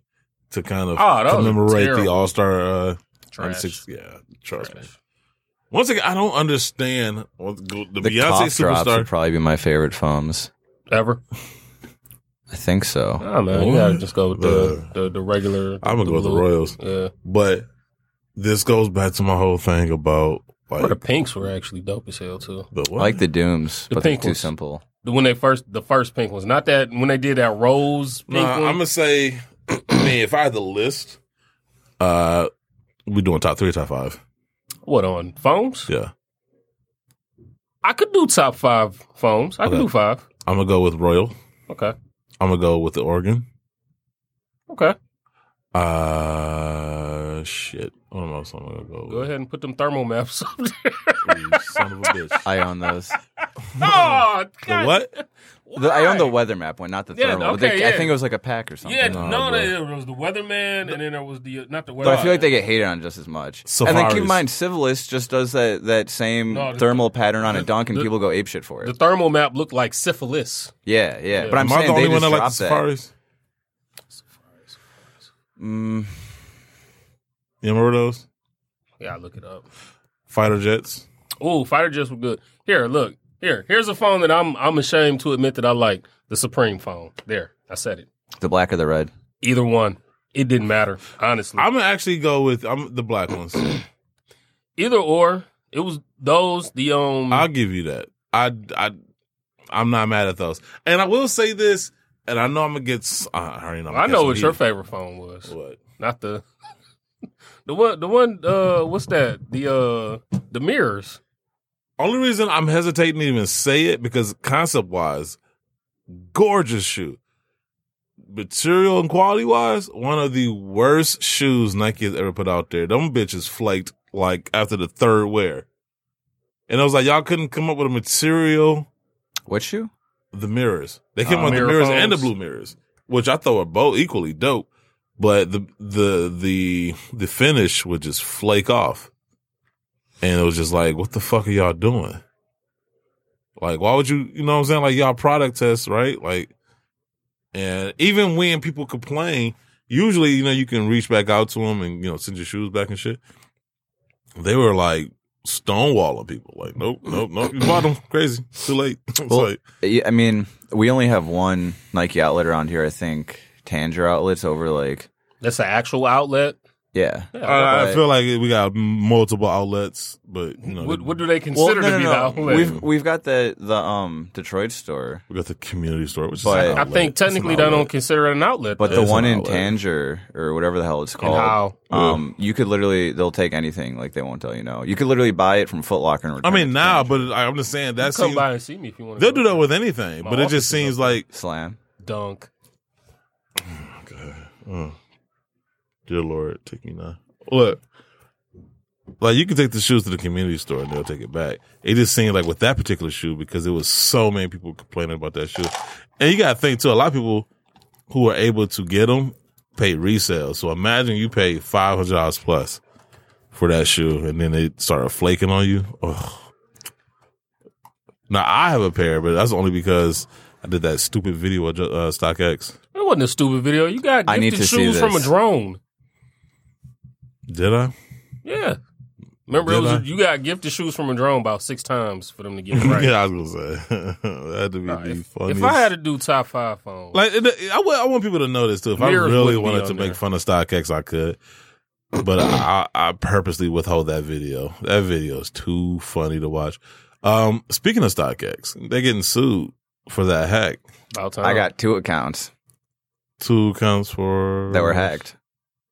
S3: to kind of
S4: Oh, that was
S3: commemorate the
S4: terrible.
S3: All Star. Uh,
S4: Trash.
S3: 96 yeah, trust me.
S4: Trash.
S3: Once again, I don't understand what- the,
S6: The
S3: Beyonce
S6: cough drops would
S3: superstar.
S6: probably be my favorite foams.
S4: Ever?
S6: I think so.
S4: Nah, man. You
S3: What?
S4: gotta just go with the
S3: The-
S4: the, the regular.
S3: I'm gonna go with the
S4: blue.
S3: Royals,
S4: Yeah,
S3: but this goes back to my whole thing about like
S4: Or the pinks were actually dope as hell too.
S3: the
S6: I
S3: what?
S6: like the dooms,
S4: The
S6: but they're
S4: pink
S6: too
S4: ones.
S6: simple.
S4: When they first the first pink ones, not that when they did that rose pink
S3: Nah,
S4: one.
S3: I'm gonna say. <clears throat> I mean, if I had the list, uh, we doing top three, or top five.
S4: what on foams?
S3: Yeah,
S4: I could do top five foams. I could
S3: Okay.
S4: do five.
S3: I'm gonna go with Royal.
S4: Okay.
S3: I'm gonna go with the Oregon.
S4: Okay.
S3: Uh, shit. What am I else I'm gonna go?
S4: Go ahead and put them thermal maps up
S3: <laughs>
S4: there.
S3: With? You son of a bitch.
S6: <laughs> I own those.
S4: oh,
S3: The
S4: God.
S3: what?
S6: The- I own the
S4: Why?
S6: weather map one, not the
S4: Yeah,
S6: thermal. but
S4: okay,
S6: they, I
S4: yeah.
S6: think it was like a pack or something.
S4: Yeah,
S3: Nah,
S4: no,
S3: bro.
S4: no, there was the weatherman, and then there was the not the weather.
S6: But I feel like they get hated on just as much. And then keep
S3: Safaris.
S6: in mind, Civilist just does that, that same
S4: No, the-
S6: thermal pattern on a
S4: the-
S6: dunk, and
S4: the-
S6: people go apeshit for it.
S4: the thermal map looked like syphilis.
S6: yeah, yeah, But I'm
S3: Am I
S6: saying
S3: the only
S6: they
S3: one
S6: just
S3: that like the
S6: dropped that.
S3: safaris?
S6: Mm.
S3: You remember those
S4: Yeah, look it up.
S3: fighter jets?
S4: Ooh, fighter jets were good. Here, look. Here, here's a phone that I'm I'm ashamed to admit that I like the Supreme phone. There, I said it.
S6: The black or the red?
S4: Either one, it didn't matter. Honestly,
S3: I'm gonna actually go with I'm the black ones.
S4: either or. It was those the um.
S3: I'll give you that. I I I'm not mad at those. And I will say this, and I know I'm gonna get. s- I already know. I'm gonna
S4: I
S3: get
S4: know
S3: some
S4: what your
S3: heat.
S4: favorite phone was.
S3: What?
S4: Not the <laughs> the one the one uh what's that? The uh the mirrors.
S3: Only reason I'm hesitating to even say it because concept wise, gorgeous shoe. Material and quality wise, one of the worst shoes Nike has ever put out there. Them bitches flaked like after the third wear. And I was like, y'all couldn't come up with a material
S6: What shoe?
S3: the mirrors. They came
S4: Uh,
S3: out with the
S4: mirror
S3: mirrors and the
S4: phones.
S3: blue mirrors, which I thought were both equally dope. But the the the the finish would just flake off, and it was just like, what the fuck are y'all doing? Like, why would you? You know what I'm saying? Like y'all product test, right? Like, and even when people complain, usually, you know, you can reach back out to them and, you know, send your shoes back and shit. They were like stonewalling people. Like, nope, nope, nope. You bought them. Crazy. Too late. <laughs> It's
S6: Well,
S3: like,
S6: Yeah, I mean, we only have one Nike outlet around here. I think Tanger outlets over like
S4: That's the actual outlet.
S6: yeah.
S4: Yeah,
S3: Uh, I, I
S6: but-
S3: feel like we got multiple outlets, but, you know,
S4: what, what do they consider to be the outlet?
S6: We've we've got the the um Detroit store,
S3: we got the community store, which is
S6: But-
S3: an
S4: I
S3: outlet.
S4: think
S3: It's an
S4: technically they
S3: outlet.
S4: don't consider it an outlet.
S6: but
S4: though.
S6: the
S3: It's
S6: one
S3: an
S6: in
S3: outlet.
S6: Tanger or whatever the hell it's
S4: and
S6: called.
S4: how
S6: Um, you could literally they'll take anything like they won't tell you no. You could literally buy it from Foot Locker and
S3: I
S6: return it
S3: mean,
S6: to
S3: now,
S6: Tanger.
S3: but I- I'm just saying that
S4: come
S3: seems,
S4: by and see me if you want. to
S3: they'll do that with anything,
S4: My
S3: but it
S4: office
S3: just
S4: is
S3: seems
S4: open.
S3: like,
S6: slam.
S4: dunk.
S3: dear Lord, take me now. Look, like you can take the shoes to the community store and they'll take it back. It just seemed like with that particular shoe because there was so many people complaining about that shoe, and you got to think too. A lot of people who are able to get them pay resale. So imagine you pay five hundred dollars plus for that shoe, and then they started flaking on you. Ugh. Now I have a pair, but that's only because I did that stupid video with uh, StockX.
S4: It wasn't a stupid video. You got
S6: I need
S4: gifted
S6: to see
S4: shoes from a
S6: this.
S4: drone.
S3: Did I?
S4: Yeah. Remember, it
S3: Did
S4: was,
S3: I?
S4: you got gifted shoes from a drone about six times for them to get it
S3: <laughs>
S4: right.
S3: yeah, I was gonna say that had to be
S4: Nah,
S3: the
S4: if,
S3: funniest.
S4: if I had to do top five phones,
S3: like, it, I, wa- I want people to know this too. If
S4: Mirrors
S3: I really
S4: wouldn't be
S3: wanted
S4: on
S3: to
S4: there.
S3: make fun of StockX, I could, but I, I, I purposely withhold that video. That video is too funny to watch. Um, speaking of StockX, they're getting sued for that hack.
S4: about
S3: Oh.
S4: time.
S6: I got two accounts
S3: Two counts for
S6: that were hacked.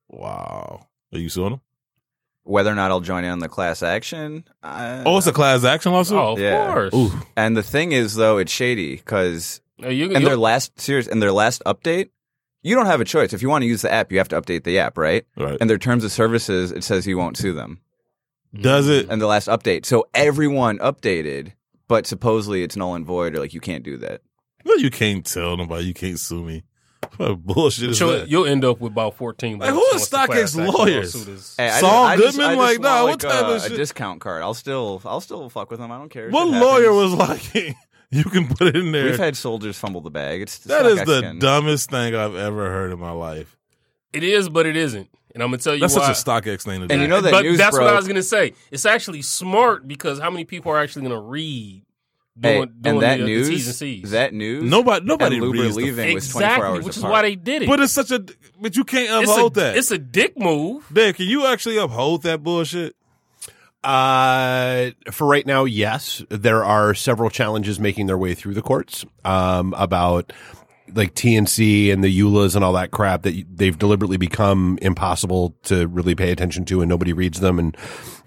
S3: Wow, are you suing them?
S6: Whether or not I'll join in on the class action, I,
S3: Oh, it's a class action lawsuit.
S4: Oh, of
S6: Yeah.
S4: course.
S3: Ooh.
S6: and the thing is though, it's shady because
S4: Now, you,
S6: <laughs> and
S4: you-
S6: their last serious and their last update you don't have a choice if you want to use the app you have to update the app right
S3: right.
S6: and their terms of services it says you won't sue them
S3: Does it?
S6: and the last update so everyone updated but supposedly it's null and void or like you can't do that
S3: No, you can't tell nobody. You can't sue me. What bullshit is
S4: you'll,
S3: that?
S4: you'll end up with about 14
S3: Like, who
S4: bucks
S3: is
S4: once the
S3: StockX
S4: class action
S3: lawyers?
S4: lawsuit is-
S6: Hey, I
S3: Saul
S6: just- I just-
S3: Goodman?
S6: I just
S3: Like,
S6: want,
S3: nah, what type
S6: a,
S3: of
S6: a
S3: shit-
S6: discount card i'll still i'll still fuck with them i don't care if
S3: What
S6: it happens.
S3: lawyer was like, <laughs> you can put it in there?
S6: we've had soldiers fumble the bag it's
S3: That
S6: it's
S3: is
S6: not
S3: the
S6: Mexican.
S3: dumbest thing I've ever heard in my life.
S4: It is, but it isn't. And I'm going to tell you
S3: That's
S4: why.
S3: such a StockX thing to do.
S6: And you know that
S4: but
S6: news
S4: that's what I
S6: broke.
S4: was going to say. It's actually smart because how many people are actually going to read
S6: Hey,
S4: doing, doing
S6: and that
S4: the, uh, the
S6: news
S4: T's and C's?
S6: that news
S3: nobody, nobody
S6: and Luber
S3: reads the-
S6: leaving was 24
S4: exactly,
S6: hours
S4: which is
S6: apart.
S4: why they did it.
S3: But it's such a. But you can't
S4: it's, a,
S3: uphold that.
S4: it's a dick move.
S3: Dave, can you actually uphold that bullshit?
S5: Uh, for right now, yes, there are several challenges making their way through the courts um, about like TNC and the EULAs and all that crap that you- they've deliberately become impossible to really pay attention to, and nobody reads them, and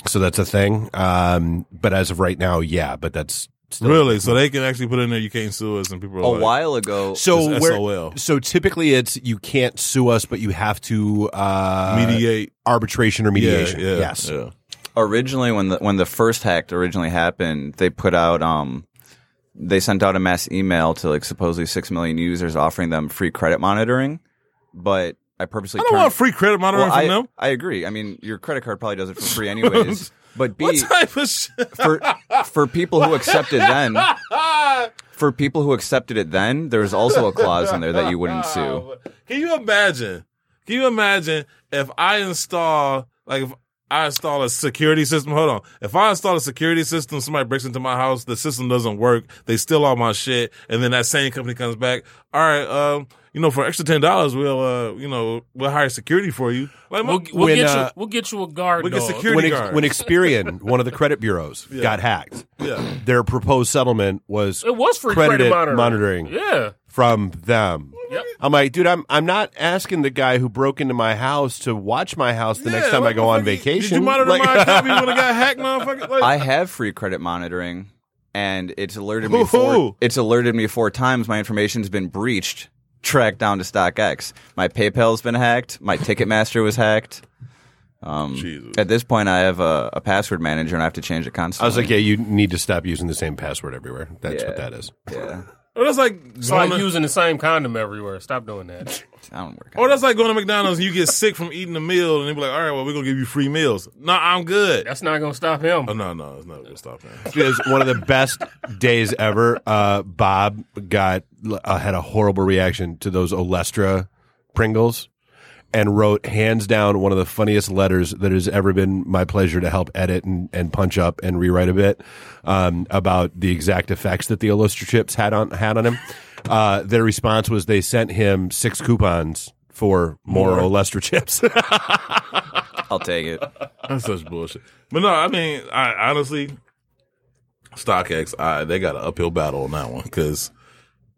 S5: so that's a thing. Um, but as of right now, yeah, but that's still
S3: Really? So they can actually put it in there. You can't sue us, and people are
S6: a
S3: like,
S6: while ago
S5: So
S3: It's
S5: where,
S3: SOL.
S5: so typically it's you can't sue us, but you have to uh,
S3: mediate
S5: arbitration or mediation.
S3: Yeah, yeah,
S5: yes,
S3: yeah.
S6: originally when the when the first hack originally happened, they put out um they sent out a mass email to like supposedly six million users offering them free credit monitoring. But I purposely
S3: I don't
S6: turned-
S3: want free credit monitoring
S6: Well, I,
S3: from them.
S6: I agree. I mean, your credit card probably does it
S3: <laughs>
S6: for free anyways. But B,
S3: What type of shit? <laughs>
S6: for for people who accepted then,
S3: Ah,
S6: for people who accepted it then, there was also a clause in there that you wouldn't sue.
S3: Can you imagine? Can you imagine if I install like if I install a security system? Hold on. If I install a security system, somebody breaks into my house, the system doesn't work, they steal all my shit, and then that same company comes back. All right, um, you know, for extra ten dollars, we'll uh, you know, we'll hire security for you. Like, my-
S4: We'll, we'll
S5: When,
S4: get
S5: uh,
S4: you. We'll get you a guard.
S3: we get
S4: dog.
S3: security
S5: when,
S3: guards.
S5: when Experian, one of the credit bureaus, got hacked,
S3: yeah.
S5: their proposed settlement was
S4: It was free
S5: credited
S4: credit monitoring. Yeah.
S5: from them.
S4: Yep.
S5: I'm like, dude, I'm I'm not asking the guy who broke into my house to watch my house the next
S3: Yeah,
S5: time
S3: what
S5: I go
S3: the
S5: on
S3: fuck you-
S5: vacation.
S3: Did you monitor
S5: Like- <laughs>
S3: my copy when I got hacked, motherfucker? Like,
S6: I have free credit monitoring, and it's alerted me
S3: Ooh.
S6: four. It's alerted me four times. My information's been breached, tracked down to StockX. My PayPal's been hacked. My Ticketmaster was hacked. Um,
S3: Jesus.
S6: At this point, I have a, a password manager, and I have to change it
S5: I
S6: constantly.
S5: was like, yeah, you need to stop using the same password everywhere. That's what
S6: Yeah.
S5: that is.
S6: yeah,
S3: Or that's like
S4: It's like
S3: going to-
S4: using the same condom everywhere. Stop doing that.
S6: I don't work.
S3: Or Oh, that's like going to McDonald's and you get sick from eating a meal and they be like, all right, well, we're going to give you free meals. No, I'm good.
S4: That's not gonna stop him.
S3: Oh, no, no, it's not going to stop that.
S5: It was one of the best days ever. Uh, Bob got uh, had a horrible reaction to those Olestra Pringles, and wrote hands down one of the funniest letters that has ever been my pleasure to help edit and, and punch up and rewrite a bit um, about the exact effects that the Illustrator chips had on had on him. Uh, their response was they sent him six coupons for more or Lester chips. <laughs>
S6: I'll take it.
S3: That's such bullshit. But no, I mean, I honestly, StockX, I, they got an uphill battle on that one because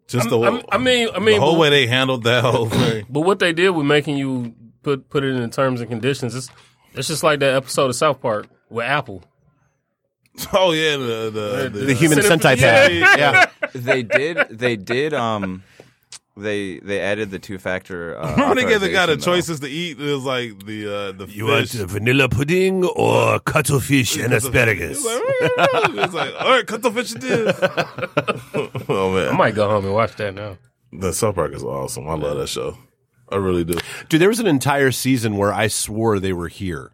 S3: just the
S4: I'm-
S3: whole,
S4: I mean, I mean,
S3: the whole
S4: but-
S3: way they handled that whole thing. <laughs>
S4: But what they did with making you put put it in terms and conditions, it's it's just like that episode of South Park with Apple.
S3: Oh yeah, the the,
S4: The
S3: <laughs>
S5: The human
S4: Centipede-
S5: sentai pad. Yeah.
S6: They did. They did. Um, they they added the two factor.
S3: <laughs>
S6: Uh,
S3: Remember they gave the guy the
S6: authorization, though.
S3: choices to eat. It was like the uh, the
S7: You want
S3: fish.
S7: vanilla pudding or cuttlefish and
S3: It's
S7: asparagus?
S3: like, it's like, <laughs> all right, cut the fish it is. <laughs> oh man,
S4: I might go home and watch that now.
S3: The South Park is awesome. I love that show. I really do.
S5: Dude, there was an entire season where I swore they were here.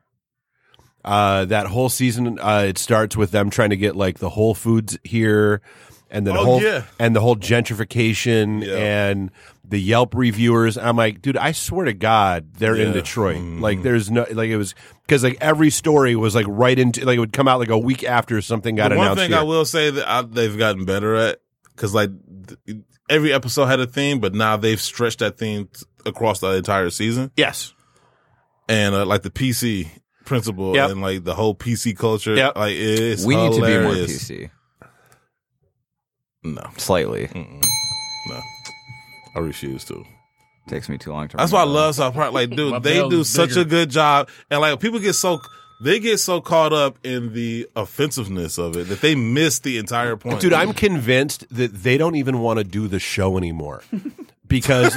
S5: Uh, that whole season, uh, it starts with them trying to get like the Whole Foods here, and then
S3: Oh,
S5: whole
S3: yeah.
S5: and the whole gentrification
S3: Yeah.
S5: and the Yelp reviewers. I'm like, dude, I swear to God, they're in
S3: Yeah. Mm-hmm.
S5: Detroit. Like, there's no like it was because like every story was like right into like it would come out like a week after something got
S3: The one
S5: announced.
S3: thing
S5: here.
S3: I will say that I, they've gotten better at because like th- every episode had a theme, but now they've stretched that theme t- across the entire season.
S5: yes,
S3: And uh, like the PC principle
S5: Yep.
S3: and like the whole PC culture,
S5: Yep.
S3: like it's
S6: We need to be more
S3: hilarious.
S6: PC.
S3: No,
S6: Slightly
S3: Mm. no, I refuse to.
S6: takes me too long to.
S3: That's why I
S6: remember.
S3: love South Park. Like,
S4: My
S3: dude, they
S4: bell's
S3: do such
S4: bigger.
S3: a good job, and like people get so they get so caught up in the offensiveness of it that they miss the entire point.
S5: <laughs> Dude, I'm convinced that they don't even want to do the show
S3: <laughs>
S5: anymore because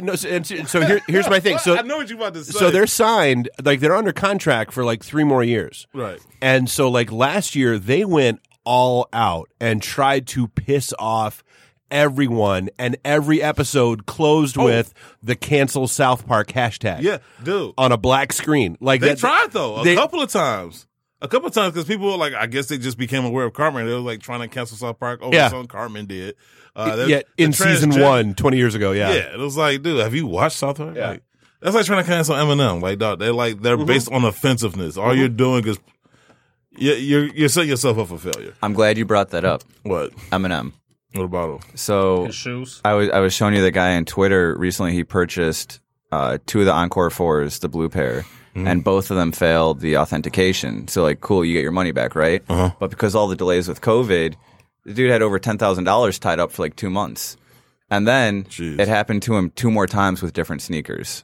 S5: no. So, and so here, here's my thing.
S3: <laughs>
S5: So
S3: I know what you're about to say.
S5: so they're signed, like they're under contract for like three more years,
S3: right.
S5: and so like last year they went all out and tried to piss off everyone, and every episode closed with the cancel South Park hashtag.
S3: Oh. Yeah, dude.
S5: on a black screen. Like
S3: They
S5: that,
S3: tried though a
S5: Uh, they-
S3: couple of times. A couple of times because people were like, I guess they just became aware of Cartman. They were like trying to cancel South Park Oh, over
S5: Yeah.
S3: something Cartman did. Uh, that-
S5: yeah,
S3: the
S5: in season
S3: transgen-
S5: one, 20 years ago.
S3: Yeah. it was like, dude, have you watched South Park?
S5: Yeah. Mm-hmm.
S3: Like, that's like trying to cancel Eminem. Like, dog, they're like they're based on offensiveness. All you're doing is you, you're you're setting yourself up for failure.
S6: I'm glad you brought that up.
S3: What?
S6: Eminem.
S3: What about him?
S6: So
S4: His shoes.
S6: I was I was showing you the guy on Twitter recently. He purchased uh, two of the Encore fours, the blue pair, and both of them failed the authentication. So like, cool, you get your money back, right? But because all the delays with COVID, the dude had over ten thousand dollars tied up for like two months, and then
S3: Jeez.
S6: it happened to him two more times with different sneakers.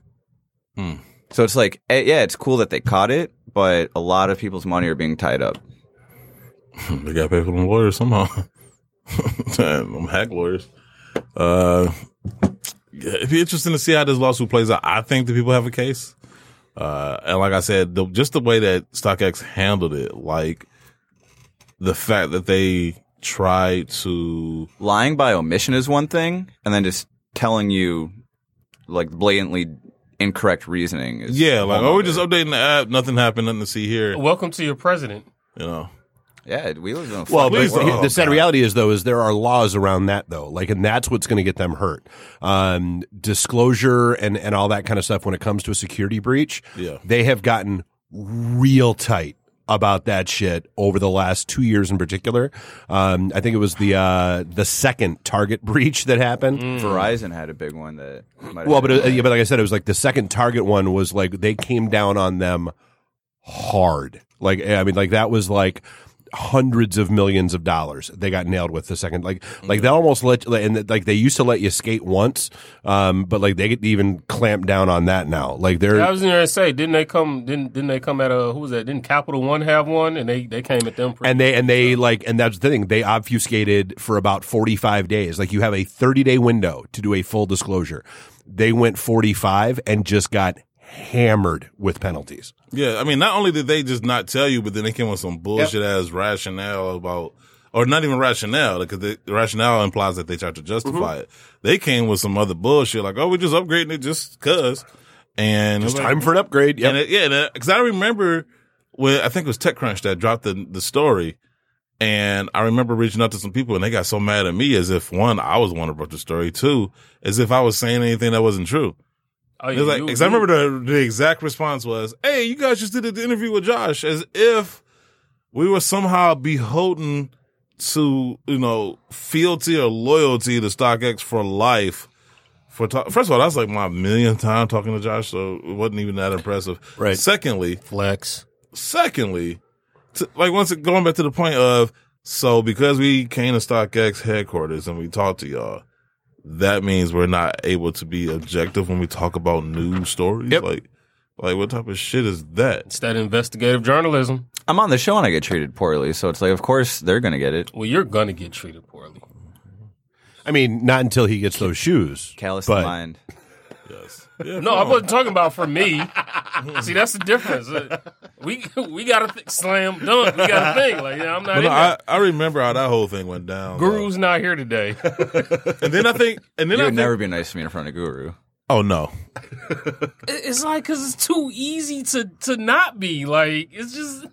S6: So it's like, eh, yeah, it's cool that they caught it, but a lot of people's money are being tied up.
S3: They got paid for them lawyers somehow. <laughs> Damn, them hack lawyers. Uh, yeah, it'd be interesting to see how this lawsuit plays out. I think the people have a case. Uh, and like I said, the, just the way that StockX handled it, like the fact that they tried to
S6: lying by omission is one thing, and then just telling you like blatantly incorrect reasoning is
S3: Yeah, like oh, we're
S6: we
S3: just updating the app. Nothing happened. Nothing to see here. You
S4: Welcome to your president.
S3: know.
S6: yeah. We live in
S5: Well, oh.
S6: a fucking
S5: but
S3: Please
S6: world.
S3: don't.
S5: the sad reality is though is there are laws around that though, like, and that's what's going to get them hurt. Um, disclosure and and all that kind of stuff when it comes to a security breach.
S3: Yeah.
S5: they have gotten real tight about that shit over the last two years in particular. Um, I think it was the uh, the second Target <laughs> breach that happened.
S6: Verizon had a big one that. Might have
S5: Well, but it,
S6: been-
S5: yeah, but like I said, it was like the second Target one was like they came down on them hard. Like I mean, like that was like hundreds of millions of dollars they got nailed with the second like like they almost let and like they used to let you skate once um but like they get even clamp down on that now like they're
S4: I was gonna say, didn't they come? Didn't didn't they come at a who was that? Didn't Capital One have one? And they they came at them. Pretty
S5: and they and they like and that's the thing they obfuscated for about 45 days like you have a 30 day window to do a full disclosure they went 45 and just got hammered with penalties
S3: Yeah, I mean, not only did they just not tell you, but then they came with some bullshit ass rationale about, or not even rationale, because the the rationale implies that they tried
S5: Mm-hmm.
S3: to justify it. They came with some other bullshit, like, oh, we're just upgrading it just cause, and
S5: It's time for an upgrade. Yep.
S3: And it, yeah, because I remember when I think it was TechCrunch that dropped the the story, and I remember reaching out to some people, and they got so mad at me as if one, I was the one who brought the story, two, as if I was saying anything that wasn't true.
S4: Oh,
S3: It's like, 'cause I remember the, the exact response was, "Hey, you guys just did an interview with Josh as if we were somehow beholden to you know fealty or loyalty to StockX for life." For talk- first of all, that's like my millionth time talking to Josh, so it wasn't even that impressive.
S5: Right.
S3: Secondly,
S4: flex.
S3: secondly, to, like once it- going back to the point of so because we came to StockX headquarters and we talked to y'all, that means we're not able to be objective when we talk about news stories.
S5: Yep.
S3: Like, like what type of shit is that?
S4: It's that investigative journalism.
S6: I'm on the show and I get treated poorly, so it's like, of course they're gonna get it.
S4: Well, you're gonna get treated poorly.
S5: I mean, not until he gets those shoes.
S6: Callous
S5: but <laughs>
S6: in mind.
S3: Yeah,
S4: No, I
S3: come on.
S4: wasn't talking about for me. <laughs> See, that's the difference. Uh, We we got to th- slam dunk. We got to think like yeah, I'm not.
S3: But
S4: in
S3: no,
S4: that.
S3: I, I remember how that whole thing went down. though.
S4: Guru's not
S3: <laughs>
S4: here today.
S3: and then I think, and then I
S6: You would
S3: think,
S6: never be nice to me in front of Guru.
S3: oh no,
S4: It's like because it's too easy to to not be like. It's just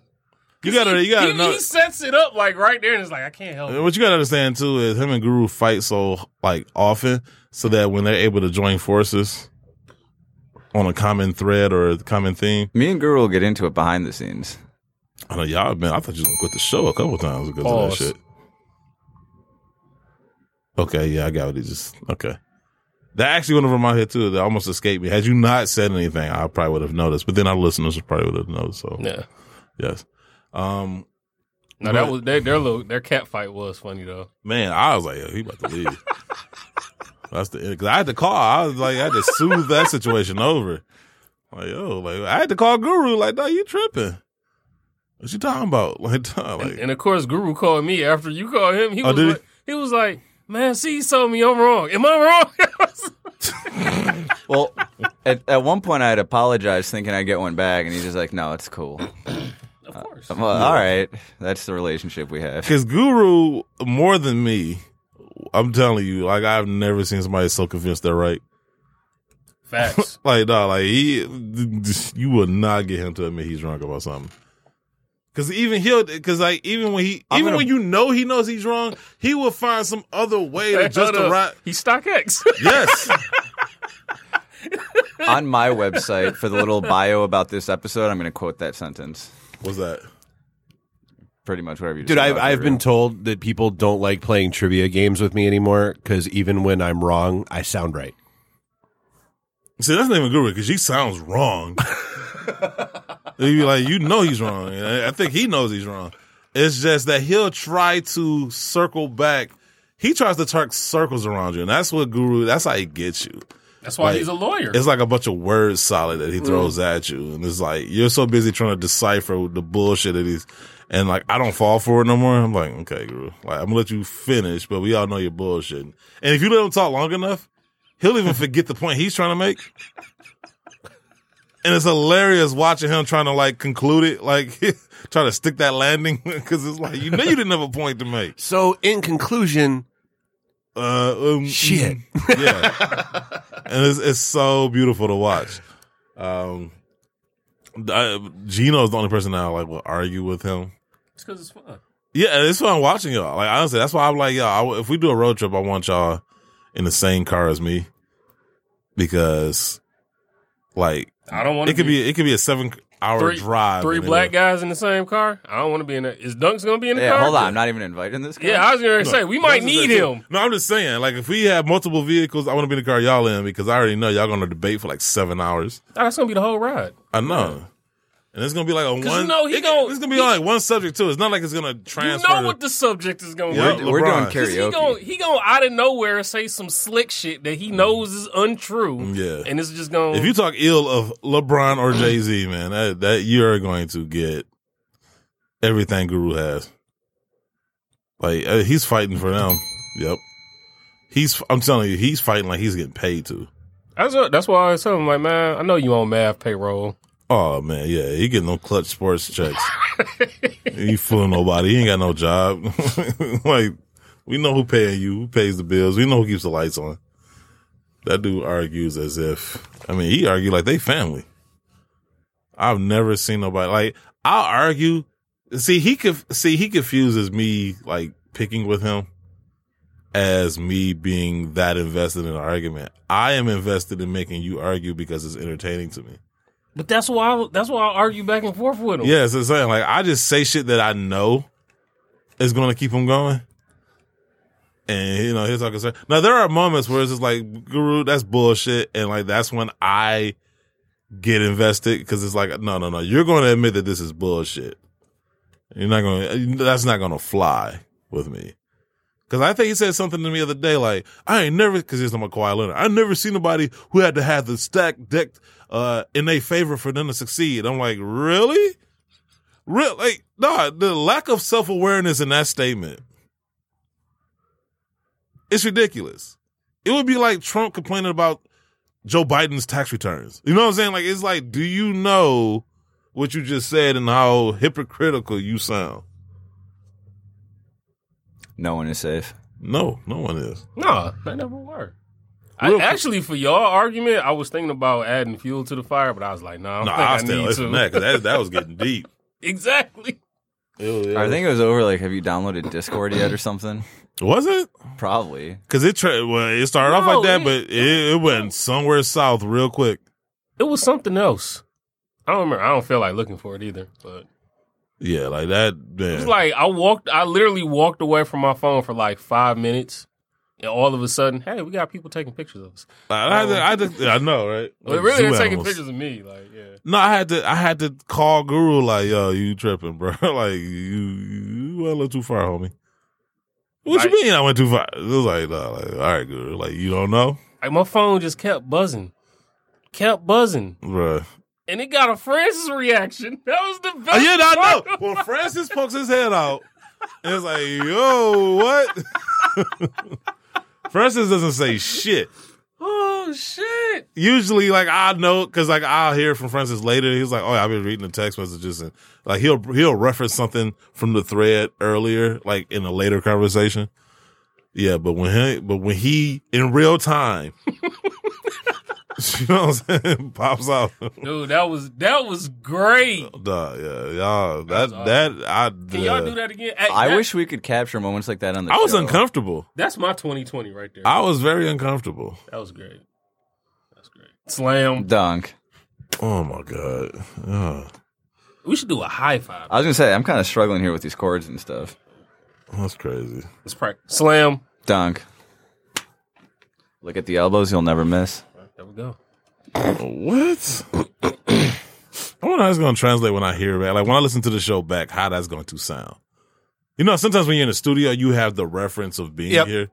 S3: you gotta, you gotta
S4: he,
S3: know.
S4: he sets it up like right there, and it's like I can't help. it.
S3: What you gotta understand too is him and Guru fight so like often, so that when they're able to join forces on a common thread or a common theme,
S6: Me and Guru will get into it behind the scenes.
S3: I know y'all been. I thought you was gonna quit the show a couple times because
S4: Pause.
S3: of that shit. Okay, yeah, I got what it just. Okay, that actually went over my head too. That almost escaped me. Had you not said anything, I probably would have noticed. But then our listeners probably would have noticed. So
S4: Yeah.
S3: yes, um,
S4: No, that was their their little their cat fight was funny though.
S3: man, I was like, Yo, he about to leave. <laughs> That's the because I had to call. I was like, I had to soothe that situation over. Like, yo, like I had to call Guru. Like, no, you tripping? What you talking about? <laughs> Like, dawg, like
S4: And of course, Guru called me after you called him. He
S3: Oh,
S4: was
S3: did he?
S4: like, he was like, man, see, he told me I'm wrong. Am I wrong? <laughs>
S6: Well, <laughs> at, at one point I had apologized thinking I'd get one back, and he's just like, no, it's cool.
S4: of course.
S6: I'm like, all right, that's the relationship we have.
S3: Because Guru, more than me, I'm telling you, like I've never seen somebody so convinced they're right. <laughs>
S4: Facts.
S3: Like, nah, like he, you will not get him to admit he's wrong about something. Because even he'll, because like even when he,
S6: I'm
S3: even
S6: gonna-
S3: when you know he knows he's wrong, he will find some other way to just
S4: Hold up.
S3: right.
S4: He's
S3: <laughs>
S4: stock X.
S3: Yes,
S6: on my website for the little bio about this episode, I'm going to quote that sentence.
S3: what's that?
S6: Pretty much whatever you just
S5: Dude,
S6: said
S5: I've,
S6: about
S5: I've
S6: Guru.
S5: been told that people don't like playing trivia games with me anymore because even when I'm wrong, I sound right.
S3: See, that's not even Guru because he sounds wrong. he be like, you know, he's wrong. And I I think he knows he's wrong. It's just that he'll try to circle back. He tries to talk circles around you, and that's what Guru. That's how he gets you.
S4: That's why
S3: Like,
S4: he's a lawyer.
S3: It's like a bunch of words solid that he throws at you, and it's like you're so busy trying to decipher the bullshit that he's. And like, I don't fall for it no more. I'm like, okay, Guru. Like, I'm gonna let you finish, but we all know you're bullshitting. And if you let him talk long enough, he'll even forget the point he's trying to make. And it's hilarious watching him trying to like conclude it, like <laughs> try to stick that landing <laughs> because it's like you know you didn't have a point to make.
S5: So, in conclusion,
S3: Uh, um,
S5: Shit.
S3: mm, Yeah. and it's, it's so beautiful to watch. Um, I, Gino's the only person that I like will argue with him.
S4: It's because it's fun.
S3: Yeah, and it's fun watching y'all. Like honestly, that's why I'm like, y'all. I w if we do a road trip, I want y'all in the same car as me because, like,
S4: I don't want
S3: it could be it could be a seven hour
S4: Three-
S3: drive.
S4: three
S3: and it'll-
S4: black guys in the same car. I don't want to be in there. Is Dunk's gonna be in the
S6: Yeah,
S4: car?
S6: hold on. I'm not even invited in this.
S4: Yeah, I was gonna say we might
S3: That's just
S4: need
S3: that too.
S4: him.
S3: No, I'm just saying, like, if we have multiple vehicles, I want to be in the car y'all in because I already know y'all going to debate for like seven hours.
S4: Oh, that's gonna be the whole ride.
S3: I know. And it's gonna be like a
S4: you
S3: one.
S4: know he
S3: it-
S4: gon-
S3: it's gonna be
S4: he-
S3: like one subject too. It's not like it's gonna
S4: You
S3: transfer.
S4: know
S3: to-
S4: what the subject is gonna
S3: Yeah,
S4: be.
S6: We're
S3: LeBron.
S6: doing
S4: 'Cause He
S6: karaoke.
S4: gonna he gonna out of nowhere say some slick shit that he knows is untrue.
S3: Yeah.
S4: and it's just gonna.
S3: if you talk ill of LeBron
S4: Mm.
S3: or Jay Z, man, that that you're going to get everything Guru has. Like uh, he's fighting for them. Yep. He's. I'm telling you, he's fighting like he's getting paid to.
S4: that's, what- that's why I was telling him like, man, I know you on math payroll.
S3: Oh man, yeah, he getting no clutch sports checks. he fooling nobody. He ain't got no job. <laughs> like we know who paying you, who pays the bills. We know who keeps the lights on. That dude argues as if I mean he argue like they family. I've never seen nobody like I'll argue. See he could see he confuses me like picking with him as me being that invested in an argument. I am invested in making you argue because it's entertaining to me.
S4: But that's why I, that's why I argue back and forth with him.
S3: Yeah, it's the same. Like I just say shit that I know is going to keep him going. And you know, he's talking. Concern. Now there are moments where it's just like, Guru, that's bullshit, and like that's when I get invested because it's like, no, no, no, you're going to admit that this is bullshit. You're not going. to That's not going to fly with me. Because I think he said something to me the other day, like, I ain't never, because he's talking about Kawhi Leonard, I never seen nobody who had to have the stack decked uh, in their favor for them to succeed. I'm like, really? Real, like, nah, the lack of self awareness in that statement. It's ridiculous. It would be like Trump complaining about Joe Biden's tax returns. You know what I'm saying? Like, it's like, do you know what you just said and how hypocritical you sound?
S6: No one is safe.
S3: No, no one is.
S4: No, they never were. I, actually, for y'all argument, I was thinking about adding fuel to the fire, but I was like, nah,
S3: No,
S4: I don't think
S3: I still
S4: I need to.
S3: listen that because that, that was getting deep.
S4: <laughs> Exactly.
S6: I think it was over. Like, have you downloaded Discord yet or something?
S3: Was it?
S6: Probably.
S3: Because it tra- well, it started off
S4: No,
S3: like that,
S4: it-
S3: but it, it went somewhere south real quick.
S4: It was something else. I don't remember. I don't feel like looking for it either. But
S3: Yeah, like that.
S4: It's
S3: Man.
S4: like I walked. I literally walked away from my phone for like five minutes, and all of a sudden, hey, we got people taking pictures of us.
S3: I, had to, I, had to- I know, right?
S4: But
S3: Like
S4: really, they're
S3: zoo
S4: taking
S3: animals.
S4: pictures of me. Like, yeah,
S3: No, I had to. I had to call Guru like, yo, you tripping, bro? <laughs> like you, you went a little too far, homie. What
S4: Like-
S3: you mean? I went too far? It was like, nah, like, all right, Guru. Like you don't know,
S4: like my phone just kept buzzing, kept buzzing,
S3: bro.
S4: and it got a Francis reaction. <laughs> That was the
S3: Oh,
S4: best.
S3: yeah, no, I
S4: part.
S3: know. When Francis pokes his head out, it's like, yo, what? <laughs> Francis doesn't say shit.
S4: Oh shit!
S3: Usually, like I know, because like I'll hear from Francis later. He's like, "Oh, yeah, I've been reading the text messages," and like he'll he'll reference something from the thread earlier, like in a later conversation. Yeah, but when he but when he in real time, <laughs> you know what I'm saying, <laughs> pops out.
S4: Dude, that was that was great.
S3: Duh, yeah, y'all. That
S4: That's awesome.
S3: that I.
S4: Can
S3: yeah.
S4: y'all do that again? Hey,
S6: I
S4: that-
S6: wish we could capture moments like that on the.
S3: I was
S6: show.
S3: uncomfortable.
S4: that's my 2020 right there.
S3: I was very uncomfortable.
S4: that was great. That's great. Slam.
S6: Dunk.
S3: Oh my god. Oh,
S4: We should do a high five.
S6: I was gonna say I'm kind of struggling here with these chords and stuff.
S3: that's crazy.
S4: Let's practice. Slam.
S6: Dunk. Look at the elbows; you'll never miss.
S4: There we go.
S3: What? I wonder how it's going to translate when I hear it back. Like when I listen to the show back, how that's going to sound. You know, sometimes when you're in the studio, you have the reference of being
S5: Yep.
S3: here,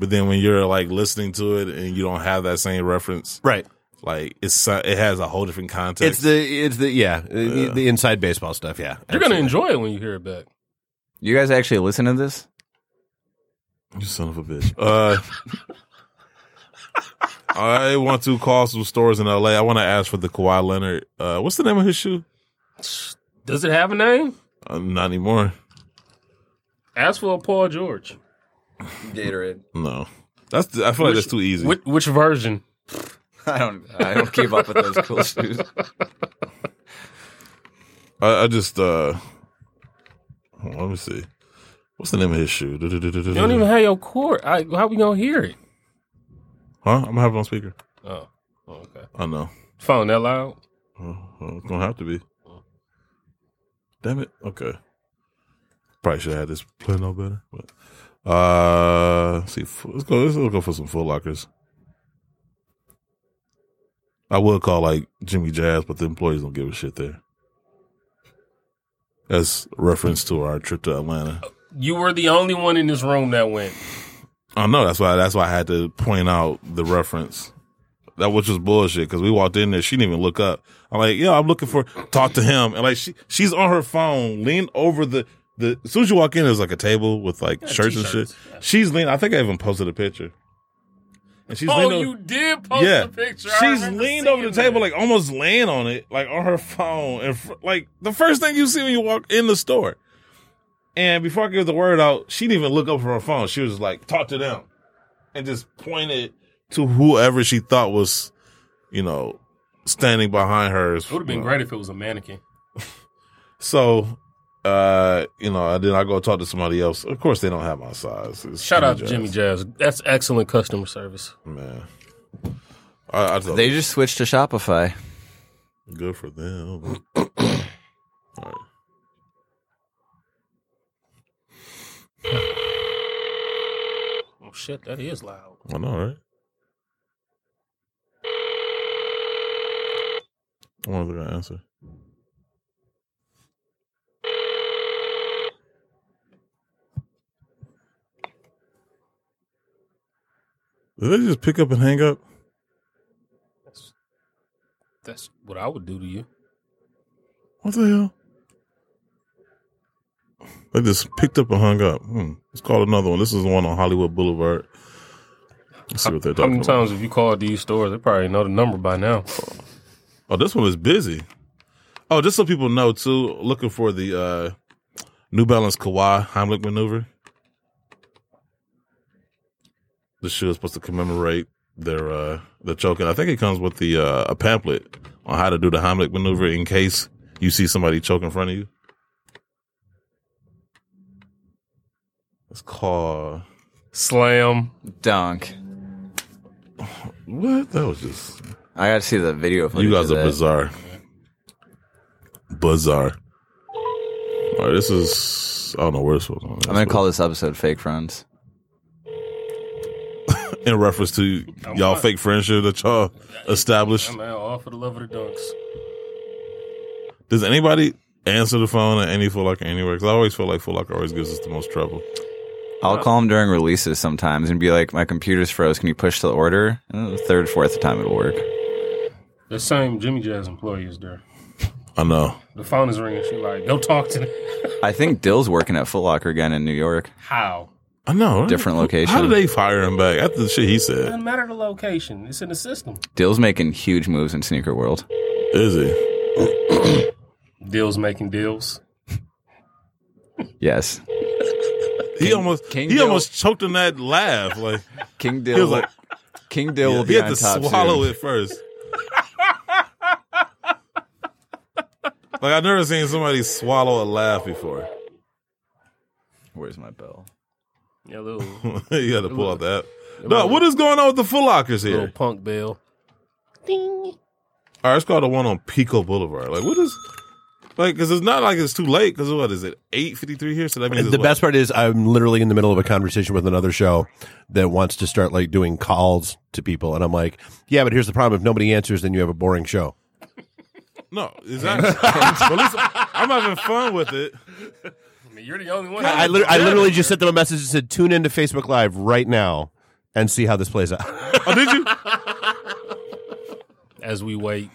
S3: but then when you're like listening to it and you don't have that same reference,
S5: Right.
S3: like it's it has a whole different context.
S5: It's the it's the yeah, The, the inside baseball stuff. Yeah,
S4: You're gonna enjoy it when you hear it back.
S6: You guys actually listen to this?
S3: You son of a bitch. Uh, <laughs> I want to call some stores in LA. I want to ask for the Kawhi Leonard. Uh, what's the name of his shoe?
S4: Does it have a name?
S3: Uh, not anymore.
S4: Ask for a Paul George.
S6: Gatorade.
S3: No, that's. I feel like that's too easy.
S4: Which, which version?
S6: <laughs> I don't. I don't keep up with those cool shoes.
S3: I, I just. uh hold on, Let me see. What's the name of his shoe? Du-du-du-du-du-du.
S4: You don't even have your court. I, how we gonna hear it?
S3: Huh? I'm gonna have it on speaker.
S4: Oh, oh, okay.
S3: I know.
S4: Phone that loud?
S3: Well, it's gonna have to be. Damn it. Okay. Probably should have had this planned out better. But uh, let's see, f- let's go. Let's, let's go for some Foot Lockers. I would call like Jimmy Jazz, but the employees don't give a shit there. That's reference to our trip to Atlanta.
S4: You were the only one in this room that went.
S3: I know that's why. That's why I had to point out the reference. That which was bullshit because we walked in there. She didn't even look up. I'm like, yo, I'm looking for talk to him, and like she she's on her phone, leaned over the the. As soon as you walk in, there's like a table with like shirts and
S4: t-shirts,
S3: shit. She's leaning. I think I even posted a picture. And she's
S4: oh,
S3: leaning.
S4: you
S3: over,
S4: did post
S3: yeah,
S4: the picture. I
S3: she's
S4: remember
S3: leaned over the
S4: seeing
S3: table,
S4: that.
S3: like almost laying on it, like on her phone, and fr- like the first thing you see when you walk in the store. And before I give the word out, she didn't even look up from her phone. She was just like, "Talk to them," and just pointed to whoever she thought was, you know, standing behind her.
S4: It would have been great if it was a mannequin.
S3: So Uh, you know, and then I go talk to somebody else. Of course, they don't have my size. It's
S4: Shout out to
S3: Jazz.
S4: Jimmy Jazz. That's excellent customer service.
S3: Man, I, I thought
S6: They just switched to Shopify.
S3: good for them. All right.
S4: Oh shit, that is loud.
S3: I know, right? I wonder if they're gonna answer. Did they just pick up and hang up?
S4: That's what I would do to you.
S3: What the hell? They just picked up and hung up. Hmm. Let's call another one. This is the one on Hollywood Boulevard. Let's see what they're
S4: How
S3: talking
S4: many
S3: about.
S4: times have you called these stores? They probably know the number by now.
S3: Oh, this one is busy. Oh, just so people know too, looking for the uh New Balance Kawhi Heimlich maneuver. The shoe is supposed to commemorate their uh their choke, and I think it comes with the uh a pamphlet on how to do the Heimlich maneuver in case you see somebody choke in front of you. It's called
S4: Slam.
S6: Dunk.
S3: what? That was just
S6: I got to see the video.
S3: You
S6: footage
S3: guys
S6: of
S3: are
S6: that.
S3: bizarre. Bizarre. All right, this is. I don't know where this was.
S6: I'm gonna call this episode "Fake Friends."
S3: in reference to y'all
S4: fine.
S3: fake friendship that y'all established.
S4: I'm out all for the love of the dunks.
S3: Does anybody answer the phone at any Foot Locker anywhere? Because I always feel like Foot Locker always gives us the most trouble.
S6: I'll call them during releases sometimes and be like, "My computer's froze. Can you push the order?" And the third, fourth time it'll work.
S4: The same Jimmy Jazz employee is there.
S3: I know.
S4: The phone is ringing. She like, go talk to them.
S6: I think Dill's working at Foot Locker again in New York.
S4: How?
S3: I know. right?
S6: Different location.
S3: How did they fire him back after the shit he said?
S4: Doesn't matter the location. It's in the system.
S6: Dill's making huge moves in sneaker world.
S3: Is he?
S4: Deals making deals.
S6: Yes,
S3: He almost
S6: King
S3: he
S6: Bill-
S3: almost choked on that laugh. Like <laughs>
S6: King
S3: he
S6: Dill.
S3: was like,
S6: <laughs> King Dill will
S3: he
S6: be
S3: had
S6: on
S3: to
S6: top
S3: swallow
S6: soon.
S3: it first. <laughs> like I've never seen somebody swallow a laugh before. <laughs>
S6: Where's my bell?
S3: <laughs>
S4: Yeah, little
S3: you had to pull out that. No, what is going on with the Foot Lockers here?
S4: little punk bill.
S3: All right, it's called the one on Pico Boulevard. Like, what is like? Because it's not like it's too late. Because what is it? Eight fifty three here. So that means
S7: the
S3: it's what?
S7: best part is I'm literally in the middle of a conversation with another show that wants to start like doing calls to people, and I'm like, yeah, but here's the problem: if nobody answers, then you have a boring show.
S3: No, exactly. <laughs> But at least I'm having fun with it.
S4: I mean, you're the only one.
S7: I, lit- I literally just sent them a message that said, "Tune into Facebook Live right now and see how this plays out."
S3: Oh, did you?
S4: as we wait.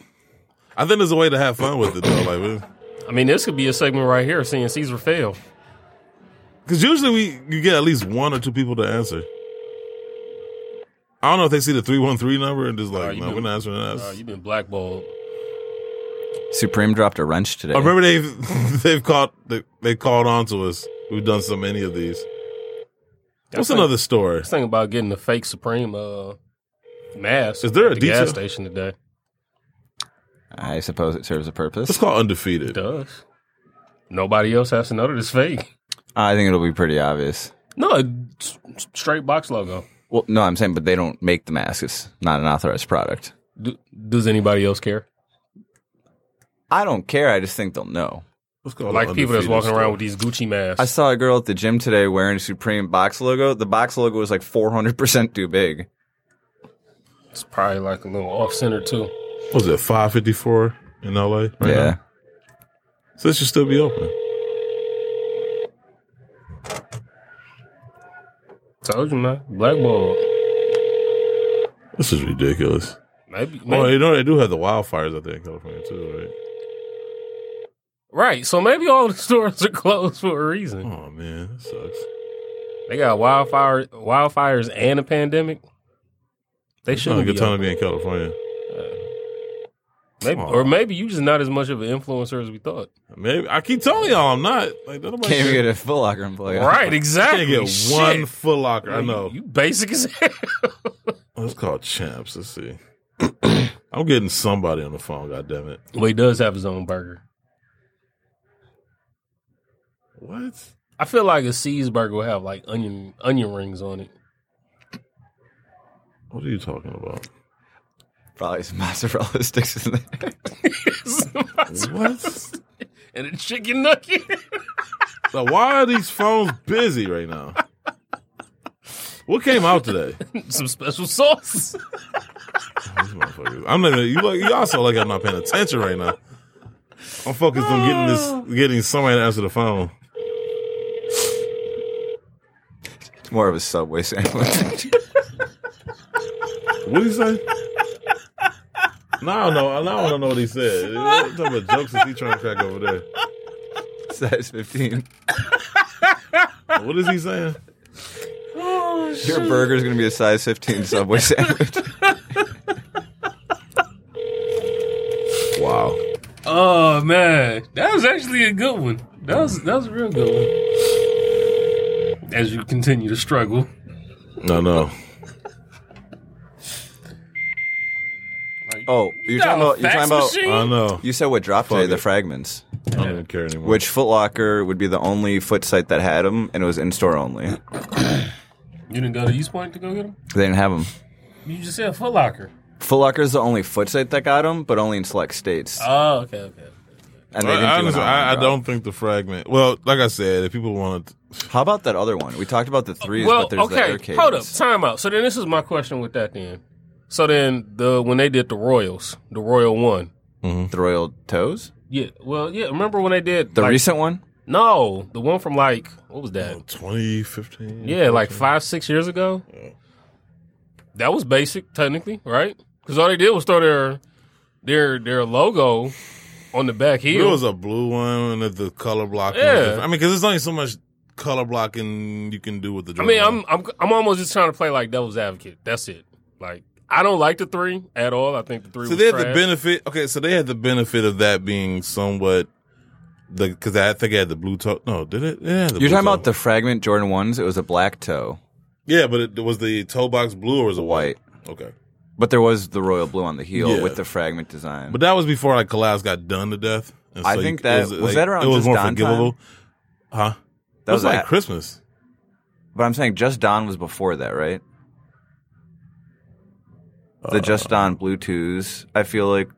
S3: I think there's a way to have fun with it though. Like,
S4: I mean, this could be a segment right here, seeing Caesar fail.
S3: because usually we you get at least one or two people to answer. I don't know if they see the three one three number and just like,
S4: you
S3: no,
S4: do.
S3: we're not answering that.
S4: Uh, you've been blackballed.
S6: Supreme dropped a wrench today.
S3: I remember they've they've caught they, <laughs> they called on to us. We've done so many of these. What's
S4: think-
S3: another story?
S4: Just thinking about getting the fake Supreme uh, mask.
S3: Is there
S4: at
S3: a
S4: the gas
S3: detail?
S4: station today?
S6: I suppose it serves a
S3: It's
S6: purpose.
S3: called undefeated.
S4: does. Nobody else has to know that it's fake.
S6: I think it'll be pretty obvious.
S4: No, it's s- straight box logo.
S6: Well, no, I'm saying, but they don't make the mask. It's not an authorized product.
S4: Do, does anybody else care?
S6: I don't care. I just think they'll know.
S3: What's called
S4: like people that's
S3: undefeated
S4: walking
S3: story?
S4: around with these Gucci masks.
S6: I saw a girl at the gym today wearing a Supreme box logo. The box logo was like 400% too big.
S4: it's probably like a little off center too.
S3: What was it 554 in LA? Right
S6: yeah.
S3: now? So this should still be open.
S4: Told you, man. Blackball.
S3: This is ridiculous.
S4: Maybe. maybe.
S3: Oh, you know they do have the wildfires out there in California too, right?
S4: Right. So maybe all the <laughs> stores are closed for a reason.
S3: Oh man, that sucks.
S4: They got wildfire, wildfires and a pandemic. They
S3: It's not a
S4: shouldn't
S3: good
S4: be
S3: time
S4: up.
S3: to be in California.
S4: Maybe, or maybe you just not as much of an influencer as we thought.
S3: <laughs> Maybe I keep telling y'all I'm not. Like don't nobody
S6: Can't even
S3: care.
S6: get a Foot Locker employee.
S4: Right, exactly.
S3: Can't get
S4: Shit.
S3: one Foot Locker. I
S4: You-
S3: know.
S4: You, basic as
S3: <laughs>
S4: hell.
S3: Oh, it's called Champs. Let's see. <clears throat> I'm getting somebody on the phone. God damn it!
S4: well, he does have his own burger.
S3: What?
S4: I feel like a cheeseburger will have like onion onion rings on it. <laughs>
S3: What are you talking about?
S6: <laughs> Probably some mozzarella sticks in there.
S3: What? <laughs>
S4: and a chicken nugget. <laughs>
S3: so why are these phones busy right now? What came out today?
S4: Some special sauce.
S3: These motherfuckers. I'm not. even- You look. Y'all so like I'm not paying attention right now. I'm focused on getting this, getting somebody to answer the phone.
S6: It's more of a Subway sandwich. <laughs>
S3: What did he say? No, I don't know. Now I don't know what he said. What type of jokes is he trying to crack over there?
S6: Size 15.
S3: What is he saying? Oh,
S4: <laughs>
S6: Your burger's going to be a size 15 Subway sandwich.
S3: Wow.
S4: Oh man, that was actually a good one. That was that was a real good one. As you continue to struggle,
S3: No, no.
S6: Oh, you're talking about. You're
S4: Fax
S6: talking about
S4: machine?
S3: I know.
S6: you said what dropped
S3: Fuck
S6: today,
S3: it.
S6: the fragments.
S3: I don't even care anymore.
S6: Which Foot Locker would be the only foot site that had them, and it was in store only. They
S4: you didn't go to East Point to go get them.
S6: didn't have them.
S4: You just said Foot Locker.
S6: Foot Locker is the only foot site that got them, but only in select states.
S4: Oh, okay, okay.
S6: and
S3: Uh, I,
S6: they didn't do an
S3: honestly,
S6: online
S3: I, I
S6: drop.
S3: don't think the fragment. Well, like I said, if people want,
S6: How about that other one? We talked about the threes,
S4: Well,
S6: but there's the
S4: okay,
S6: air cadence.
S4: hold up, time out. So then this is my question with that then. So then the when they did the Royals, the Royal one.
S6: The Royal Toes?
S4: Yeah, well, yeah. Remember when they did
S6: The
S4: like-
S6: recent one?
S4: No, the one from like what was that?
S3: 2015.
S4: Yeah, like five, six years ago. That was basic, technically, right? Because all they did was throw their their their logo on the back
S3: It
S4: heel.
S3: was a blue one with the color blocking.
S4: Yeah.
S3: I mean, because there's only so much color blocking you can do with the.
S4: I mean, I'm I'm I'm almost just trying to play like devil's advocate. That's it. Like I don't like the three at all. I think the three.
S3: So
S4: was
S3: they had the
S4: trash.
S3: benefit. Okay, so they had the benefit of that being somewhat. The because I think it had the blue toe. No, did it? Yeah,
S6: You're talking about the fragment Jordan ones. It was a black toe,
S3: Yeah, but it was the toe box blue or was it white?
S6: white,
S3: Okay,
S6: but there was the royal blue on the heel
S3: Yeah.
S6: with the fragment design.
S3: but that was before like collabs got done to death. And
S6: I
S3: you-
S6: think that- was that around
S3: It was
S6: just
S3: more
S6: Don
S3: forgivable, huh? That was like
S6: at-
S3: Christmas.
S6: But I'm saying Just Don was before that, right? The
S3: Uh.
S6: Just Don Bluetooths, I feel like,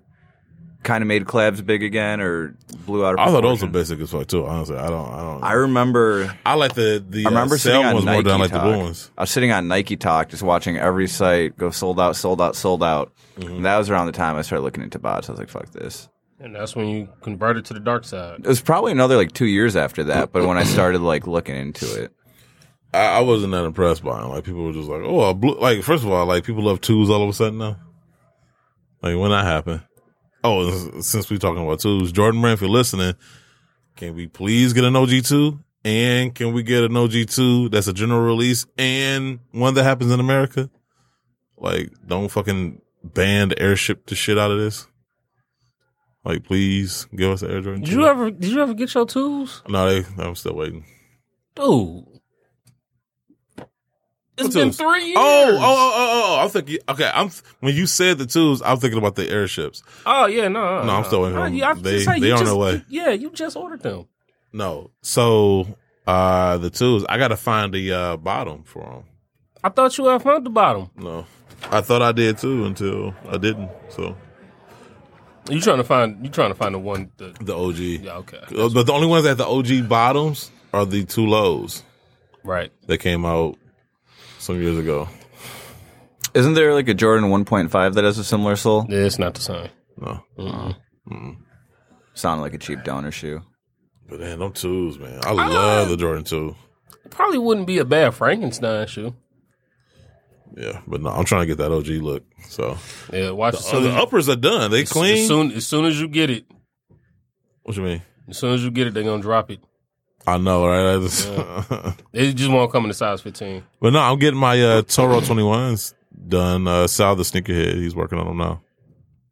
S6: kind of made collabs big again or blew out. Of
S3: I thought those were
S6: proportion.
S3: basic as fuck too. Honestly, I don't. I don't.
S6: I
S3: I,
S6: remember
S3: like the the
S6: I remember
S3: uh,
S6: sitting
S3: cell
S6: on
S3: ones more
S6: Nike
S3: than I like the
S6: Talk.
S3: blue ones.
S6: I was sitting on Nike Talk, just watching every site go sold out, sold out, sold out.
S3: Mm-hmm.
S6: And that was around the time I started looking into bots. I was like, "Fuck this."
S4: and that's when you converted to the dark side.
S6: It was probably another like two years after that, but when I started like looking into it,
S3: I, I wasn't that impressed by them. Like people were just like, oh, a blue. Like first of all, like people love twos all of a sudden now. Like when that happened. Oh, and s- since we talking about twos, Jordan Brand, if you're listening, can we please get an OG two? And can we get an OG two that's a general release and one that happens in America? Like, don't fucking ban the airship the shit out of this. Like, please give us an Air Jordan.
S4: Did
S3: 2.
S4: you ever did you ever get your tools,
S3: No, they, I'm still waiting.
S4: dude? It's
S3: What
S4: been
S3: tools?
S4: three years.
S3: Oh, oh, oh, oh, oh! I'm thinking. Okay, I'm when you said the twos, I'm thinking about the airships.
S4: Oh yeah, no,
S3: No, I'm still waiting on
S4: yeah, I-
S3: them. They-
S4: it's like
S3: they
S4: you
S3: on their
S4: just-
S3: way.
S4: Yeah, you just ordered them.
S3: No, so uh the twos, I gotta find the uh bottom for
S4: I thought you had found the bottom.
S3: them. No, I thought I did too until I didn't. So
S4: You trying to find? You trying to find the one? The,
S3: the OG,
S4: yeah, okay,
S3: Uh, but the only ones that the OG bottoms are the two lows
S4: right.
S3: that came out some years ago.
S6: isn't there like a Jordan 1.5 that has a similar sole?
S4: Yeah, it's not the same.
S3: No,
S6: Sounded like a cheap donor shoe.
S3: but then them twos, man, I love the Jordan two.
S4: It probably wouldn't be a bad Frankenstein shoe.
S3: Yeah, but no, I'm trying to get that OG look. So,
S4: Yeah, watch it.
S3: so the uppers are done. They
S4: As
S3: clean.
S4: soon as soon as you get it,
S3: what you mean?
S4: as soon as you get it, they're gonna drop it.
S3: I know, right? <laughs> I just-
S4: They just won't come in the size fifteen.
S3: but no, I'm getting my uh, Toro 21s done. Uh, Sal, the sneakerhead, he's working on them now.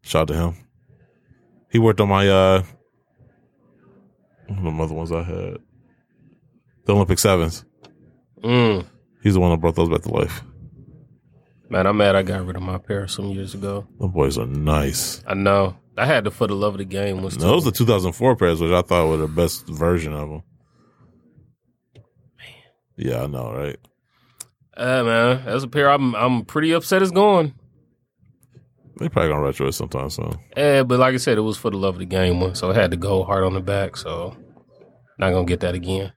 S3: Shout out to him. He worked on my uh, one of the other ones I had, the Olympic sevens.
S4: Mm.
S3: He's the one that brought those back to life.
S4: Man, I'm mad. I got rid of my pair some years ago.
S3: Them boys are nice.
S4: I know. I had to for the love of the game. Was
S3: Those are 2004 pairs, which I thought were the best version of them. Yeah, I know, right?
S4: Uh, man, that's a pair I'm I'm pretty upset it's gone.
S3: They probably gonna retro it sometime soon.
S4: Eh, but like I said, it was for the love of the game one, so I had to go hard on the back. So not gonna get that again.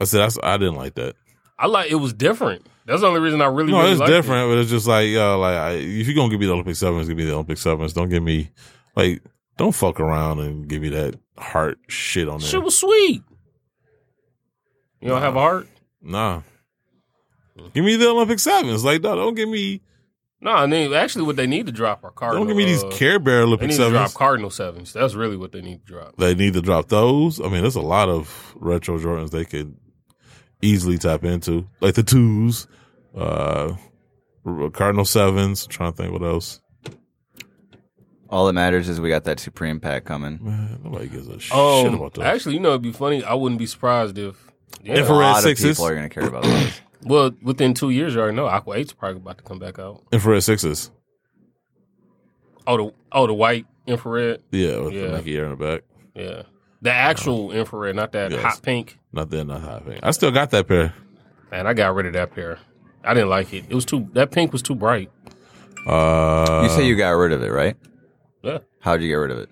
S3: I said that's, I didn't like that.
S4: I like it was different. That's the only reason I really
S3: No,
S4: really
S3: it's
S4: liked it.
S3: different, but it's just like yo, like I, if you're gonna give me the Olympic sevens, give me the Olympic sevens. Don't give me like don't fuck around and give me that heart shit on there.
S4: Shit was sweet. You don't have a heart?
S3: Nah. Give me the Olympic sevens. Like, no, don't give me
S4: No, I mean, actually, what they need to drop are cardinal.
S3: don't give me these
S4: uh,
S3: Care Bear
S4: They
S3: Olympic
S4: need to
S3: sevens.
S4: drop cardinal sevens. That's really what they need to drop.
S3: they need to drop those. I mean, there's a lot of retro Jordans they could easily tap into, like the twos, uh, Cardinal sevens. I'm trying to think what else.
S6: All that matters is we got that Supreme pack coming.
S3: Man, nobody gives a
S4: Um,
S3: shit about those.
S4: Actually, you know, it'd be funny. I wouldn't be surprised if. Yeah.
S3: Infrared
S6: a lot
S3: sixes.
S6: of people are going to care about those.
S4: well, within two years, you already know Aqua Eight's probably about to come back out.
S3: infrared sixes.
S4: Oh, the oh the white infrared.
S3: Yeah, with
S4: Yeah.
S3: the Nike Air in the back.
S4: Yeah, the actual infrared, not that
S3: Oh. Yes.
S4: hot pink.
S3: Not that, not high I still got that pair.
S4: Man, I got rid of that pair. I didn't like it. It was too that pink was too bright.
S3: Uh,
S6: you say you got rid of it, right?
S4: Yeah.
S6: How'd you get rid of it?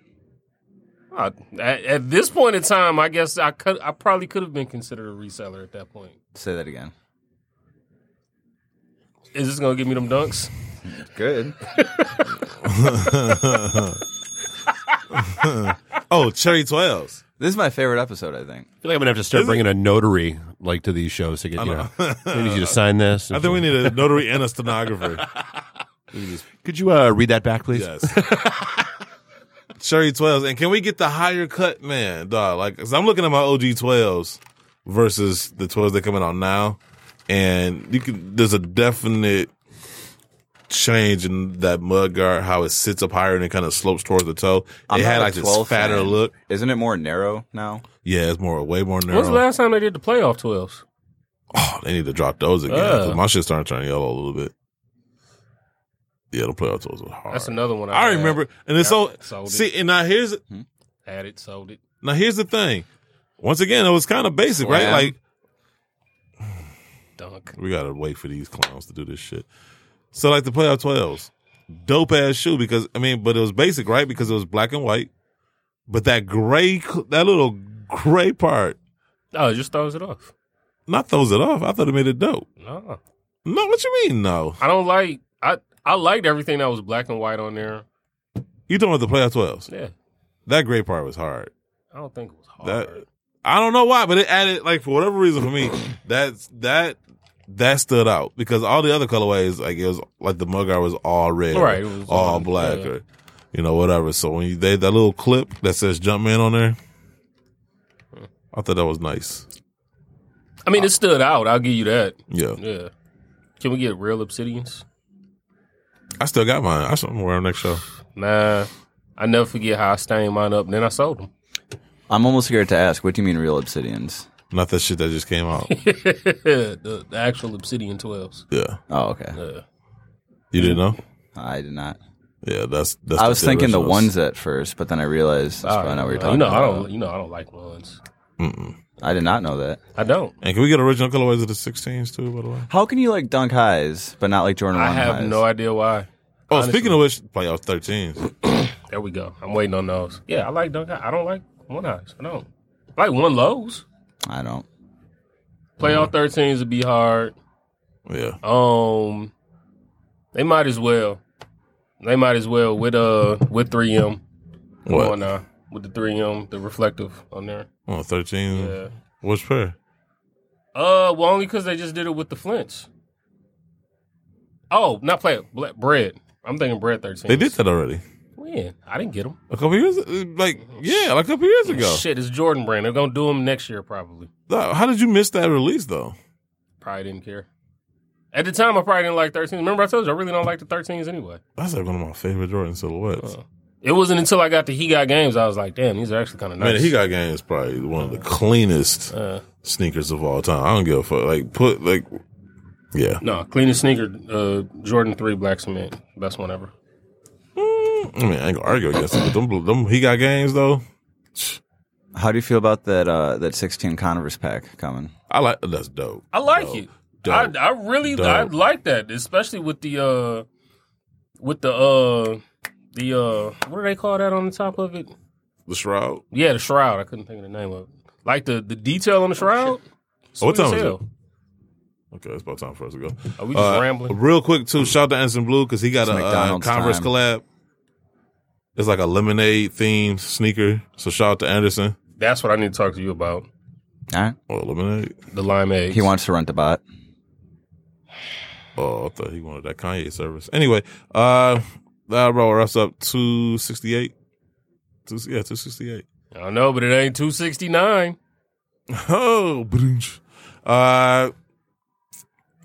S4: I, Uh, at, at this point in time, I guess I could I probably could have been considered a reseller at that point.
S6: Say that again.
S4: Is this gonna give me them dunks?
S6: Good.
S3: oh cherry twelves.
S6: This is my favorite episode, I think.
S5: I feel like I'm gonna have to start bringing a notary like to these shows to get you. Know, I need you to sign this.
S3: I think we need a notary and a stenographer.
S5: Could you uh, read that back, please?
S3: <laughs> Yes. Cherry 12s. And can we get the higher cut, man, dog? Like, cause I'm looking at my OG 12s versus the 12s that coming out now. And you can, there's a definite change in that mud guard, how it sits up higher and it kind of slopes towards the toe.
S6: I'm
S3: it
S6: not
S3: had
S6: a
S3: like this
S6: 12
S3: fatter
S6: fan.
S3: look.
S6: Isn't it more narrow now?
S3: Yeah, it's more, way more narrow.
S4: When's the last time they did the playoff twelves?
S3: Oh, they need to drop those again.
S4: Yeah.
S3: 'cause My shit's starting to turn yellow a little bit. Yeah, the playoff toes are hard.
S4: That's another one. I,
S3: I
S4: had.
S3: remember, and it's
S4: Yeah,
S3: so
S4: sold it.
S3: see. And now here's
S4: Had it, sold it.
S3: Now here's the thing. Once again, it was kind of basic, right?
S6: Slam.
S3: Like
S4: Dunk.
S3: we gotta wait for these clowns to do this shit. So like the playoff twelves, dope ass shoe because I mean, but it was basic, right? Because it was black and white. But that gray, cl- that little gray part,
S4: Oh, it just throws it off.
S3: not throws it off. I thought it made it dope.
S4: No,
S3: No, what you mean? No,
S4: I don't like. I I liked everything that was black and white on there.
S3: you talking about the playoff twelves?
S4: Yeah,
S3: That gray part was hard.
S4: I don't think it was hard.
S3: That I don't know why, but it added like for whatever reason for
S4: <clears throat>
S3: me that's that that stood out because all the other colorways like it was like the mugger was all red,
S4: Right,
S3: or
S4: it was
S3: all
S4: all-
S3: black,
S4: yeah.
S3: or you know whatever. So when you they, that little clip that says "Jumpman" on there, I thought that was nice.
S4: I mean, it stood out. I'll give you that.
S3: Yeah,
S4: Yeah. Can we get real obsidians?
S3: I still got mine. I should wear them next show.
S4: Nah, I never forget how I stained mine up. And then I sold them. <laughs>
S6: I'm almost scared to ask. What do you mean, real obsidians?
S3: Not that shit that just came
S4: <laughs>
S3: out.
S4: the, the actual obsidian twelves.
S3: yeah,
S6: Oh, okay.
S4: Yeah.
S3: you didn't know.
S6: I did not.
S3: Yeah, that's that's.
S6: I
S3: what
S6: was thinking the
S3: originals.
S6: ones at first, but then I realized that's probably not what you're talking
S4: Uh, you know,
S6: about.
S4: I don't. You know, I don't like ones.
S6: I did not know that.
S4: I don't.
S3: And can we get original colorways of the 16s too? By the way.
S6: How can you like dunk highs but not like Jordan
S4: I
S6: One
S4: have
S6: highs?
S4: no idea why.
S3: Oh, speaking of which, playoff 13s.
S4: There we go. I'm waiting on those. Yeah, I like dunk. High. I don't like one eyes. I don't. I like one lows.
S6: I don't.
S4: Playoff
S6: Mm-hmm.
S4: thirteens would be hard.
S3: Yeah.
S4: Um, they might as well. They might as well with uh with three M.
S3: What?
S4: on now with the three M, the reflective on there.
S3: Oh,
S6: Mm.
S3: 13.
S4: Yeah.
S3: Which pair?
S4: Uh, well, only because they just did it with the Flints. Oh, not play ble- bread. I'm thinking bread thirteen.
S3: They did that already.
S4: When I didn't get them.
S3: A couple years, uh, like yeah, like a couple years ago.
S4: Oh, Shit, it's Jordan brand. They're gonna do them next year probably.
S3: Nah, How did you miss that release though?
S4: Probably didn't care. At the time, I probably didn't like 13s. Remember, I told you I really don't like the 13s anyway.
S3: That's like one of my favorite Jordan silhouettes.
S4: It wasn't until I got to He Got Games I was like, damn, these are actually kind of nice.
S3: Man, he got game is probably one of the cleanest
S4: Uh.
S3: sneakers of all time. I don't give a fuck. Like put like, yeah,
S4: no cleanest sneaker, uh, Jordan Three Black Cement, best one ever.
S3: I mean I ain't gonna argue against it. But them, them he got games though.
S6: How do you feel about that uh, that 16 Converse pack coming?
S3: I like that's dope.
S4: I like
S3: Dope.
S4: it.
S3: Dope.
S4: I, I really
S3: Dope.
S4: I like that, especially with the uh with the uh the uh what do they call that on the top of it?
S3: the shroud.
S4: Yeah, the shroud. I couldn't think of the name of it. Like the the detail on the shroud.
S3: Oh, what
S4: Sweet as
S3: time is
S4: hell.
S3: Okay, it's about time for us to go.
S4: Are we just
S3: Uh,
S4: rambling?
S3: Real quick too, shout out to Ensign Blue because he got
S6: It's
S3: a uh,
S6: McDonald's
S3: Converse
S6: time.
S3: collab. It's like a lemonade themed sneaker. So shout out to Anderson.
S4: That's what I need to talk to you about.
S6: All right.
S3: Oh, lemonade.
S4: The lime eggs.
S6: He wants to rent a bot.
S3: Oh, I thought he wanted that Kanye service. Anyway, uh, that bro wraps up two sixty eight. Two, yeah, two sixty eight.
S4: I don't know, but it ain't two sixty nine.
S3: <laughs> Oh, ba-doonch. uh,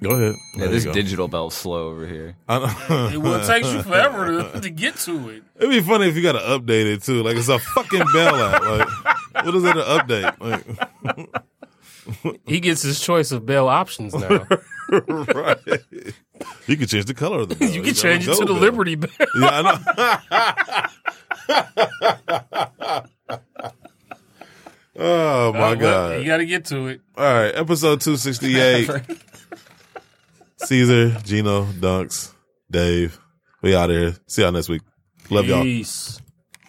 S3: go ahead.
S6: Yeah, this digital bell's slow over here.
S3: it
S4: It will take you forever to, to get to it.
S3: <laughs> It'd be funny if you got to update it too. Like it's a fucking bailout. Like what is it an update? Like
S4: He gets his choice of bail options now.
S3: <laughs> right. You could change the color of the. Bell.
S4: <laughs> <laughs> you can change it to the Liberty Bell.
S3: Yeah, I know. <laughs> oh
S4: <laughs>
S3: my
S4: You
S3: god!
S4: got to get to it.
S3: All right, episode two sixty
S4: <laughs>
S3: eight. Caesar, Gino, Dunks, Dave. We out of here. See y'all next week. Love y'all.
S4: Peace.